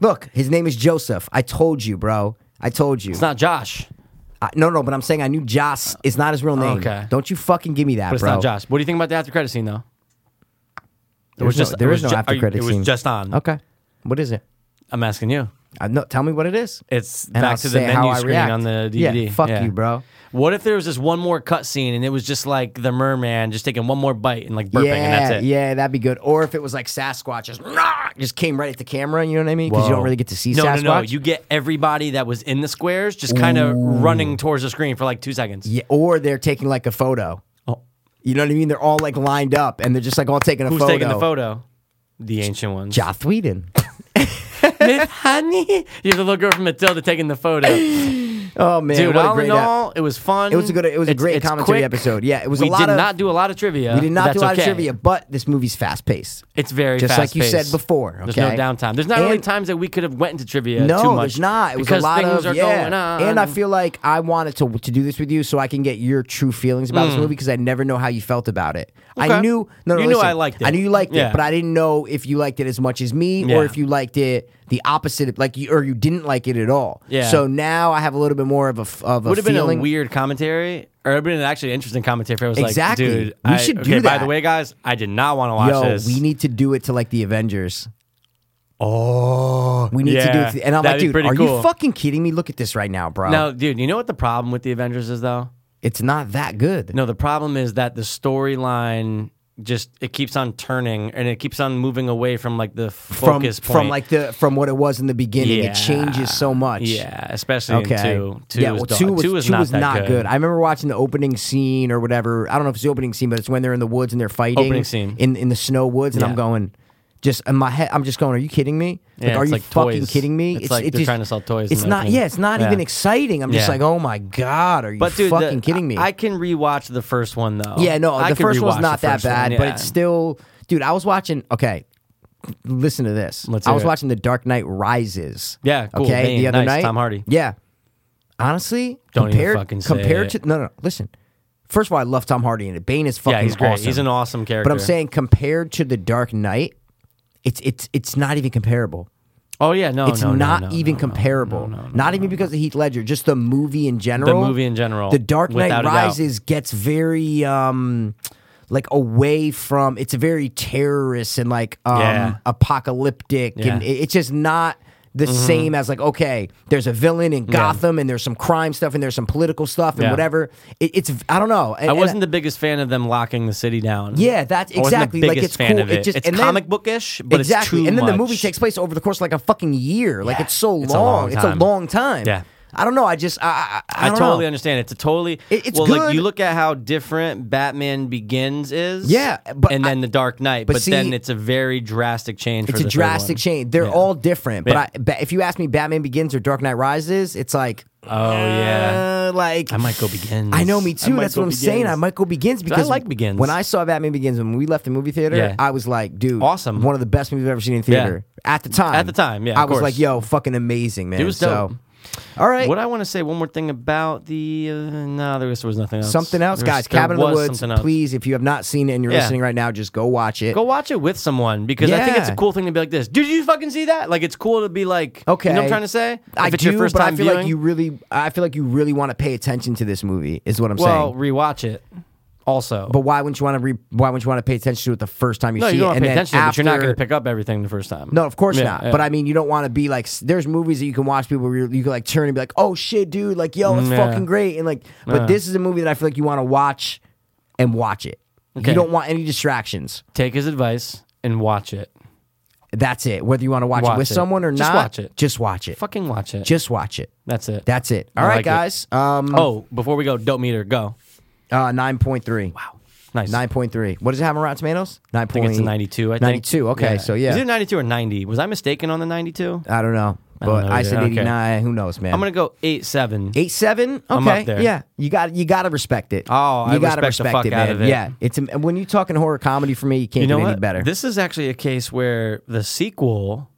Speaker 7: Look, his name is Joseph. I told you, bro. I told you.
Speaker 8: It's not Josh,
Speaker 7: I- no, no, but I'm saying I knew Joss is not his real name.
Speaker 8: Okay.
Speaker 7: Don't you fucking give me that,
Speaker 8: but it's
Speaker 7: bro.
Speaker 8: not Josh. What do you think about the after credit scene though?
Speaker 7: There is no,
Speaker 8: just-
Speaker 7: there
Speaker 8: it
Speaker 7: is
Speaker 8: was
Speaker 7: no
Speaker 8: ju- are
Speaker 7: after
Speaker 8: you-
Speaker 7: credit
Speaker 8: it was
Speaker 7: scene.
Speaker 8: just on.
Speaker 7: Okay. What is it?
Speaker 8: I'm asking you.
Speaker 7: I know, tell me what it is.
Speaker 8: It's
Speaker 7: And
Speaker 8: back
Speaker 7: I'll
Speaker 8: to the
Speaker 7: say
Speaker 8: menu
Speaker 7: how I
Speaker 8: screening
Speaker 7: react.
Speaker 8: on the
Speaker 7: Yeah,
Speaker 8: DVD.
Speaker 7: fuck you, bro.
Speaker 8: What if there was just one more cut scene and it was just like the merman just taking one more bite and like burping
Speaker 7: yeah,
Speaker 8: and that's it?
Speaker 7: yeah, that'd be good. Or if it was like Sasquatch just, "Rah!" just came right at the camera, you know what I mean? Because you
Speaker 8: Whoa.
Speaker 7: don't really get to see
Speaker 8: no,
Speaker 7: Sasquatch.
Speaker 8: No, no, You get everybody that was in the squares just kind of running towards the screen for like two seconds.
Speaker 7: Yeah, or they're taking like a photo.
Speaker 8: Oh.
Speaker 7: You know what I mean? They're all like lined up and they're just like all taking a
Speaker 8: Who's
Speaker 7: photo.
Speaker 8: taking the photo? The ancient ones.
Speaker 7: Joth Whedon.
Speaker 8: Miss honey. You're the little girl from Matilda taking the photo. Dude,
Speaker 7: Oh man, what a
Speaker 8: all
Speaker 7: great
Speaker 8: in all, it was fun.
Speaker 7: It was a good- it was a great commentary episode. Yeah, it was a
Speaker 8: We
Speaker 7: lot
Speaker 8: did
Speaker 7: of-
Speaker 8: not do a lot of trivia.
Speaker 7: app. We did not
Speaker 8: but
Speaker 7: do a
Speaker 8: that's
Speaker 7: lot of
Speaker 8: okay.
Speaker 7: trivia, but this movie's fast paced.
Speaker 8: It's very
Speaker 7: Just like you
Speaker 8: fast-paced.
Speaker 7: said before,
Speaker 8: There's no
Speaker 7: okay?
Speaker 8: downtime. There's not really
Speaker 7: And-
Speaker 8: times that we could have went into trivia.
Speaker 7: No,
Speaker 8: too much
Speaker 7: there's not. It was a
Speaker 8: because
Speaker 7: lot
Speaker 8: things
Speaker 7: of
Speaker 8: are
Speaker 7: yeah,
Speaker 8: going on.
Speaker 7: and I feel like I wanted to to do this with you so I can get your true feelings about this movie because I never know how you felt about it.
Speaker 8: Mm. Okay.
Speaker 7: I knew no, no
Speaker 8: You knew
Speaker 7: listen,
Speaker 8: I liked
Speaker 7: I
Speaker 8: it.
Speaker 7: knew you liked
Speaker 8: Yeah.
Speaker 7: it, but I didn't know if you liked it as much as me
Speaker 8: Yeah.
Speaker 7: or if you liked it the opposite, of, like you or you didn't like it at all.
Speaker 8: Yeah.
Speaker 7: So now I have a little bit more of a f- of a
Speaker 8: would have been a
Speaker 7: feeling.
Speaker 8: weird commentary, or it would have been an actually interesting commentary if it was
Speaker 7: Exactly.
Speaker 8: like, dude,
Speaker 7: We
Speaker 8: I,
Speaker 7: should
Speaker 8: okay,
Speaker 7: do
Speaker 8: By
Speaker 7: that.
Speaker 8: the way, guys, I did not want to watch
Speaker 7: Yo,
Speaker 8: this.
Speaker 7: we need to do it to like the Avengers.
Speaker 8: oh,
Speaker 7: We need to do it. to- and I'm like, dude, are you
Speaker 8: fucking?
Speaker 7: fucking kidding me? Look at this right now, bro.
Speaker 8: No, dude, you know what the problem with the Avengers is though?
Speaker 7: It's not that good.
Speaker 8: No, the problem is that the storyline just it keeps on turning and it keeps on moving away from like the
Speaker 7: from
Speaker 8: focus point.
Speaker 7: from like the from what it was in the beginning.
Speaker 8: Yeah.
Speaker 7: It changes so much.
Speaker 8: yeah, especially
Speaker 7: Okay.
Speaker 8: in two. Two
Speaker 7: yeah,
Speaker 8: is
Speaker 7: well,
Speaker 8: dog-
Speaker 7: two was,
Speaker 8: two is not, that
Speaker 7: good. I remember watching the opening scene or whatever. I don't know if it's the opening scene, but it's when they're in the woods and they're fighting.
Speaker 8: Opening scene.
Speaker 7: in in the snow woods, and
Speaker 8: Yeah.
Speaker 7: I'm going. Just in my head, I'm just going. Are you kidding me? Like,
Speaker 8: Yeah,
Speaker 7: are
Speaker 8: it's
Speaker 7: you
Speaker 8: like
Speaker 7: fucking
Speaker 8: toys.
Speaker 7: kidding me?
Speaker 8: It's like
Speaker 7: it
Speaker 8: they're trying to sell toys in
Speaker 7: It's
Speaker 8: the
Speaker 7: not.
Speaker 8: opening.
Speaker 7: Yeah, it's not
Speaker 8: Yeah.
Speaker 7: even exciting. I'm just
Speaker 8: Yeah.
Speaker 7: like, oh my god, are you
Speaker 8: But dude, the-
Speaker 7: fucking kidding me?
Speaker 8: I, I can rewatch the first one though.
Speaker 7: Yeah, no,
Speaker 8: I
Speaker 7: the
Speaker 8: could
Speaker 7: first
Speaker 8: rewatch
Speaker 7: one's
Speaker 8: the
Speaker 7: not that
Speaker 8: first one,
Speaker 7: bad, but
Speaker 8: yeah.
Speaker 7: it's still, dude. I was watching. Okay, listen to this.
Speaker 8: Let's
Speaker 7: I
Speaker 8: hear
Speaker 7: was
Speaker 8: it.
Speaker 7: watching The Dark Knight Rises.
Speaker 8: Yeah, cool.
Speaker 7: Okay,
Speaker 8: Man,
Speaker 7: the other
Speaker 8: nice.
Speaker 7: night,
Speaker 8: Tom Hardy.
Speaker 7: Yeah, honestly,
Speaker 8: Don't even
Speaker 7: compared,
Speaker 8: fucking say
Speaker 7: compared
Speaker 8: it.
Speaker 7: to no, no. Listen, first of all, I love Tom Hardy in it. Bane is fucking
Speaker 8: yeah, he's great.
Speaker 7: awesome.
Speaker 8: He's an awesome character.
Speaker 7: But I'm saying compared to The Dark Knight, it's it's it's not even comparable.
Speaker 8: oh yeah, no,
Speaker 7: It's
Speaker 8: no, no,
Speaker 7: not
Speaker 8: no,
Speaker 7: even
Speaker 8: no, no.
Speaker 7: comparable. not even because of Heath Ledger, just the movie in general.
Speaker 8: The movie in general,
Speaker 7: The Dark Knight
Speaker 8: without a doubt.
Speaker 7: Rises gets very um like away from it's very terrorist and like um
Speaker 8: Yeah.
Speaker 7: apocalyptic and it,
Speaker 8: Yeah. Mm-hmm.
Speaker 7: it's just not the same as like okay there's a villain in gotham and there's some crime stuff and there's some political stuff and
Speaker 8: Yeah.
Speaker 7: whatever it, it's i don't know
Speaker 8: I wasn't the biggest fan of them locking the city down.
Speaker 7: Yeah, that's
Speaker 8: I wasn't the
Speaker 7: exactly, like,
Speaker 8: biggest
Speaker 7: it's
Speaker 8: fan
Speaker 7: cool.
Speaker 8: of
Speaker 7: It
Speaker 8: it.
Speaker 7: just-
Speaker 8: it's
Speaker 7: and then-
Speaker 8: comic bookish, but
Speaker 7: exactly.
Speaker 8: it's too
Speaker 7: and then the
Speaker 8: much.
Speaker 7: movie takes place over the course of like a fucking year. Like
Speaker 8: Yeah.
Speaker 7: it's so
Speaker 8: It's a long
Speaker 7: long. It's a
Speaker 8: time.
Speaker 7: long time.
Speaker 8: Yeah.
Speaker 7: I don't know. I just I I, I,
Speaker 8: I
Speaker 7: don't
Speaker 8: totally
Speaker 7: know.
Speaker 8: understand. It's a totally.
Speaker 7: It- it's
Speaker 8: well, like
Speaker 7: good.
Speaker 8: you look at how different Batman Begins is.
Speaker 7: Yeah, but
Speaker 8: and then
Speaker 7: I-
Speaker 8: the Dark Knight, but,
Speaker 7: but
Speaker 8: then
Speaker 7: see-
Speaker 8: it's a very drastic change.
Speaker 7: It's
Speaker 8: for
Speaker 7: a
Speaker 8: the third
Speaker 7: drastic
Speaker 8: one.
Speaker 7: change. They're
Speaker 8: Yeah.
Speaker 7: all different. But
Speaker 8: Yeah.
Speaker 7: I, but if you ask me, Batman Begins or Dark Knight Rises, it's like
Speaker 8: Oh yeah,
Speaker 7: uh, like
Speaker 8: I might go Begins.
Speaker 7: I know, me too.
Speaker 8: might
Speaker 7: That's
Speaker 8: go
Speaker 7: what I'm saying.
Speaker 8: Begins.
Speaker 7: I might go Begins because
Speaker 8: like Begins.
Speaker 7: When I saw Batman Begins, when we left the movie theater,
Speaker 8: Yeah.
Speaker 7: I was like, dude,
Speaker 8: Awesome.
Speaker 7: one of the best movies I've ever seen in
Speaker 8: Yeah.
Speaker 7: theater at the time.
Speaker 8: At the time, yeah,
Speaker 7: I
Speaker 8: of
Speaker 7: was
Speaker 8: course.
Speaker 7: like, yo, fucking amazing, man.
Speaker 8: It was dope.
Speaker 7: So All right.
Speaker 8: What I want to say one more thing about the uh, no, there was, there was nothing else.
Speaker 7: something else,
Speaker 8: There was-
Speaker 7: guys.
Speaker 8: there
Speaker 7: Cabin in the
Speaker 8: was
Speaker 7: Woods.
Speaker 8: something else.
Speaker 7: Please, if you have not seen it and you're
Speaker 8: Yeah.
Speaker 7: listening right now, just go watch it.
Speaker 8: Go watch it with someone because I think it's a
Speaker 7: Yeah.
Speaker 8: cool thing to be like this. Did you fucking see that? Like it's cool to be like,
Speaker 7: Okay,
Speaker 8: you know what I'm trying to say. If
Speaker 7: I
Speaker 8: it's
Speaker 7: do,
Speaker 8: your first
Speaker 7: but
Speaker 8: time
Speaker 7: I feel
Speaker 8: viewing,
Speaker 7: like you really, I feel like you really want to pay attention to this movie. Is what I'm
Speaker 8: well
Speaker 7: saying.
Speaker 8: rewatch it. Also,
Speaker 7: But why wouldn't you want to? Re, why wouldn't you want to pay attention to it the first time you
Speaker 8: no,
Speaker 7: see
Speaker 8: you don't
Speaker 7: it?
Speaker 8: want to pay attention, to it, but you're not going
Speaker 7: after-
Speaker 8: to pick up everything the first time.
Speaker 7: No, of course
Speaker 8: Yeah,
Speaker 7: not.
Speaker 8: yeah.
Speaker 7: But I mean, you don't want to be like. s- There's movies that you can watch people. Where you you can like turn and be like, "Oh shit, dude! Like, yo, it's
Speaker 8: Mm, yeah.
Speaker 7: fucking great!" And like, but
Speaker 8: Yeah.
Speaker 7: this is a movie that I feel like you want to watch and watch it.
Speaker 8: Okay.
Speaker 7: You don't want any distractions.
Speaker 8: take his advice and watch it.
Speaker 7: That's it. Whether you want to watch,
Speaker 8: Watch
Speaker 7: it with
Speaker 8: it.
Speaker 7: someone or
Speaker 8: Just
Speaker 7: not,
Speaker 8: watch it.
Speaker 7: Just watch it.
Speaker 8: Fucking watch it.
Speaker 7: Just watch it.
Speaker 8: that's it.
Speaker 7: That's it. All
Speaker 8: I
Speaker 7: right,
Speaker 8: like it.
Speaker 7: guys. Um,
Speaker 8: Oh, before we go, dope meter, go.
Speaker 7: uh, nine point three. Wow.
Speaker 8: Nice.
Speaker 7: Nine point three. What does it have on Rotten Tomatoes? Nine
Speaker 8: I
Speaker 7: point.
Speaker 8: think it's a 92. I think.
Speaker 7: 92, okay, so yeah. Uh,
Speaker 8: Is it 92 or 90? Was I mistaken on the 92?
Speaker 7: I don't know, but I,
Speaker 8: know either.
Speaker 7: said
Speaker 8: Okay.
Speaker 7: eighty nine. Who knows, man?
Speaker 8: I'm gonna go eight seven.
Speaker 7: Eight seven. Okay.
Speaker 8: I'm up there.
Speaker 7: Yeah, you got you got to respect it.
Speaker 8: Oh, I
Speaker 7: you gotta
Speaker 8: respect the fuck
Speaker 7: it,
Speaker 8: out
Speaker 7: man.
Speaker 8: of it.
Speaker 7: Yeah, it's and when you're talking horror comedy for me, you can't
Speaker 8: You know
Speaker 7: get any
Speaker 8: what?
Speaker 7: better.
Speaker 8: This is actually a case where the sequel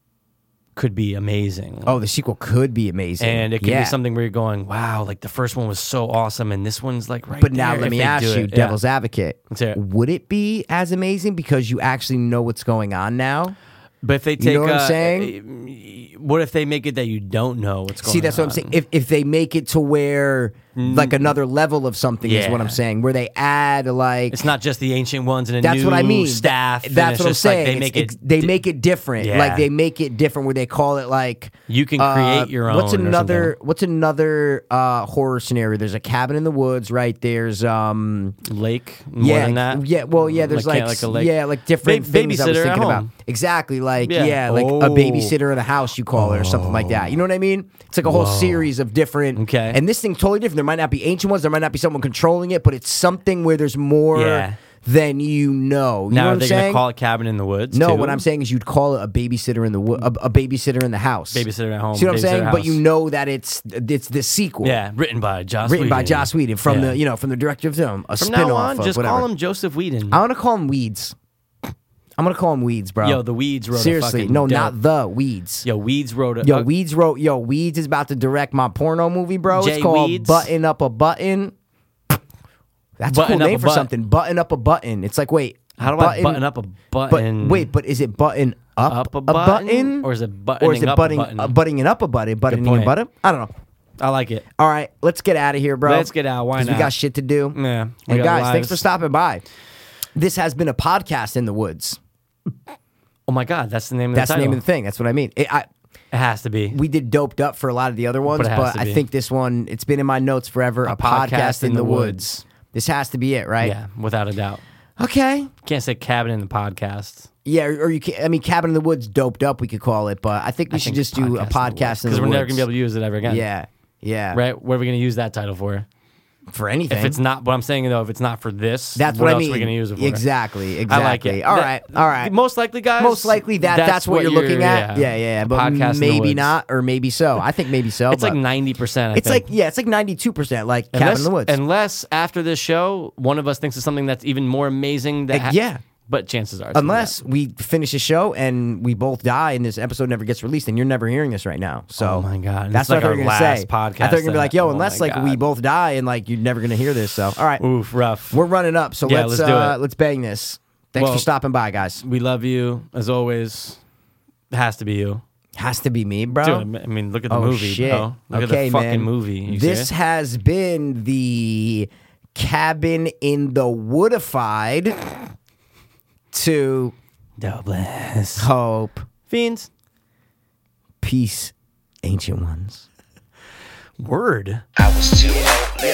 Speaker 8: could be amazing.
Speaker 7: oh, the sequel could be amazing,
Speaker 8: And it could
Speaker 7: Yeah.
Speaker 8: be something where you're going, wow, like the first one was so awesome, and this one's like right.
Speaker 7: But now
Speaker 8: there
Speaker 7: let
Speaker 8: if
Speaker 7: me
Speaker 8: they
Speaker 7: ask
Speaker 8: do
Speaker 7: you,
Speaker 8: it. Yeah.
Speaker 7: devil's advocate,
Speaker 8: Let's hear it.
Speaker 7: would it be as amazing because you actually know what's going on now?
Speaker 8: But if they
Speaker 7: You
Speaker 8: take,
Speaker 7: know what
Speaker 8: uh,
Speaker 7: I'm saying?
Speaker 8: what if they make it that you don't know what's going?
Speaker 7: See, that's
Speaker 8: on? Mm.
Speaker 7: what I'm saying. If if they make it to where like another level of something is what
Speaker 8: Yeah.
Speaker 7: I'm saying, where they add like
Speaker 8: It's not just the ancient ones and a
Speaker 7: That's
Speaker 8: new
Speaker 7: what I mean.
Speaker 8: staff.
Speaker 7: Th-
Speaker 8: and
Speaker 7: That's
Speaker 8: it's
Speaker 7: what I'm
Speaker 8: just like
Speaker 7: saying.
Speaker 8: they make
Speaker 7: It's-
Speaker 8: it.
Speaker 7: it's- They make it different.
Speaker 8: Yeah.
Speaker 7: Like they make it different where they call it like
Speaker 8: You can
Speaker 7: uh,
Speaker 8: create your
Speaker 7: What's
Speaker 8: own or
Speaker 7: another? what's another uh, horror scenario? There's a cabin in the woods, right? There's um.
Speaker 8: lake more
Speaker 7: yeah,
Speaker 8: than that.
Speaker 7: yeah. Well, yeah. There's like,
Speaker 8: Like, yeah, like a lake.
Speaker 7: yeah, like different
Speaker 8: Ba-
Speaker 7: things I was
Speaker 8: babysitter at
Speaker 7: thinking about.
Speaker 8: home.
Speaker 7: Exactly, like yeah,
Speaker 8: Yeah.
Speaker 7: like a
Speaker 8: Oh.
Speaker 7: babysitter in a house you call it or something like that. You know what I mean? It's like a whole series of different.
Speaker 8: Okay.
Speaker 7: And this thing's totally different. There might not be ancient ones. There might not be someone controlling it, but it's something where there's more
Speaker 8: Yeah.
Speaker 7: than you know. You know
Speaker 8: Now
Speaker 7: what
Speaker 8: are
Speaker 7: I'm
Speaker 8: they
Speaker 7: saying?
Speaker 8: gonna call it cabin in the woods?
Speaker 7: No,
Speaker 8: too?
Speaker 7: what I'm saying is you'd call it a babysitter in the wo- a, a babysitter in the house,
Speaker 8: Babysitter at home,
Speaker 7: See what I'm
Speaker 8: babysitter
Speaker 7: saying?
Speaker 8: at
Speaker 7: But you
Speaker 8: house.
Speaker 7: know that it's it's the sequel.
Speaker 8: Yeah, written by Joss.
Speaker 7: written by
Speaker 8: Whedon.
Speaker 7: Joss Whedon from
Speaker 8: Yeah.
Speaker 7: the you know from the director of the film. A
Speaker 8: From
Speaker 7: spin-off
Speaker 8: now on,
Speaker 7: of
Speaker 8: just
Speaker 7: whatever.
Speaker 8: call him Joseph Whedon.
Speaker 7: I want to call him Weeds. I'm gonna call him Weeds, bro.
Speaker 8: Yo, the Weeds wrote a
Speaker 7: seriously.
Speaker 8: fucking
Speaker 7: no,
Speaker 8: dope-
Speaker 7: not the Weeds.
Speaker 8: Yo, Weeds wrote a
Speaker 7: Yo,
Speaker 8: uh,
Speaker 7: Weeds wrote. Yo, Weeds is about to direct my porno movie, bro.
Speaker 8: Jay
Speaker 7: it's called
Speaker 8: Weeds.
Speaker 7: Button Up a Button. That's
Speaker 8: Button
Speaker 7: a cool
Speaker 8: Up
Speaker 7: name
Speaker 8: a
Speaker 7: for
Speaker 8: Butt.
Speaker 7: something. Button up a button. It's like wait,
Speaker 8: How do I button up a button?
Speaker 7: But wait, but is it button up,
Speaker 8: Up a
Speaker 7: button,
Speaker 8: button? Or is it
Speaker 7: or is
Speaker 8: buttoning
Speaker 7: it
Speaker 8: up a
Speaker 7: butting,
Speaker 8: button?
Speaker 7: uh, buttoning it up a button, buttoning
Speaker 8: point.
Speaker 7: a button? I don't know.
Speaker 8: I like it.
Speaker 7: All right, let's get out of here, bro.
Speaker 8: Let's get out. Why
Speaker 7: 'Cause We
Speaker 8: not?
Speaker 7: got shit to do.
Speaker 8: Yeah, we
Speaker 7: And
Speaker 8: got
Speaker 7: guys, thanks
Speaker 8: lives.
Speaker 7: for stopping by. This has been a podcast in the woods.
Speaker 8: Oh my God, that's the name of
Speaker 7: That's
Speaker 8: the
Speaker 7: the name
Speaker 8: title.
Speaker 7: of the thing. That's what I mean. It, I,
Speaker 8: It has to be.
Speaker 7: we did doped up for a lot of the other ones,
Speaker 8: But it
Speaker 7: but,
Speaker 8: has to
Speaker 7: I
Speaker 8: be.
Speaker 7: think this one, it's been in my notes forever. A, podcast, in, the, woods. This has to be it, right?
Speaker 8: Yeah, without a doubt.
Speaker 7: Okay.
Speaker 8: Can't say cabin in the podcast.
Speaker 7: Yeah, or or you can, I mean, Cabin in the Woods, doped up, we could call it, but I think we should just do a podcast in the
Speaker 8: because we're never
Speaker 7: Woods.
Speaker 8: gonna be able to use it ever again.
Speaker 7: Yeah. Yeah.
Speaker 8: Right? What are we gonna use that title for?
Speaker 7: For anything.
Speaker 8: If it's not what I'm saying though, if it's not for this,
Speaker 7: that's
Speaker 8: what,
Speaker 7: what, I
Speaker 8: else
Speaker 7: mean.
Speaker 8: We're gonna use it for
Speaker 7: Exactly. Exactly.
Speaker 8: I like it.
Speaker 7: All
Speaker 8: That-
Speaker 7: right. All right.
Speaker 8: Most likely, guys.
Speaker 7: Most likely that that's, what, you're looking at. Yeah, yeah, yeah. But
Speaker 8: Podcast in the
Speaker 7: maybe
Speaker 8: woods.
Speaker 7: not, or maybe so. I think maybe so.
Speaker 8: It's
Speaker 7: but
Speaker 8: like ninety percent.
Speaker 7: it's like yeah, it's like ninety two percent like Cabin in the Woods.
Speaker 8: Unless after this show, one of us thinks of something that's even more amazing. That
Speaker 7: Uh, yeah.
Speaker 8: but chances are, it's
Speaker 7: Unless
Speaker 8: not.
Speaker 7: we finish the show and we both die and this episode never gets released, and you're never hearing this right now. So
Speaker 8: Oh my God. And
Speaker 7: that's
Speaker 8: it's
Speaker 7: what I thought
Speaker 8: like our
Speaker 7: you were gonna
Speaker 8: last
Speaker 7: say. I
Speaker 8: podcast
Speaker 7: thought you were gonna be
Speaker 8: that-
Speaker 7: like, yo,
Speaker 8: oh my
Speaker 7: unless like we
Speaker 8: God.
Speaker 7: both die and like you're never gonna hear this. So all right,
Speaker 8: oof, rough.
Speaker 7: we're running up. So
Speaker 8: Yeah,
Speaker 7: let's
Speaker 8: let's do
Speaker 7: uh,
Speaker 8: it.
Speaker 7: let's bang this. Thanks
Speaker 8: Well-
Speaker 7: for stopping by, guys.
Speaker 8: we love you as always. Has to be you.
Speaker 7: Has to be me, bro.
Speaker 8: Dude, I m- I mean, look at the
Speaker 7: Oh
Speaker 8: movie,
Speaker 7: shit!
Speaker 8: bro. Look
Speaker 7: okay,
Speaker 8: at the fucking
Speaker 7: man.
Speaker 8: movie. You
Speaker 7: this
Speaker 8: see it?
Speaker 7: has been the cabin in the woodified to
Speaker 8: Douglas.
Speaker 7: hope,
Speaker 8: Fiends.
Speaker 7: peace, ancient ones.
Speaker 8: Word.
Speaker 6: I was too hopeless.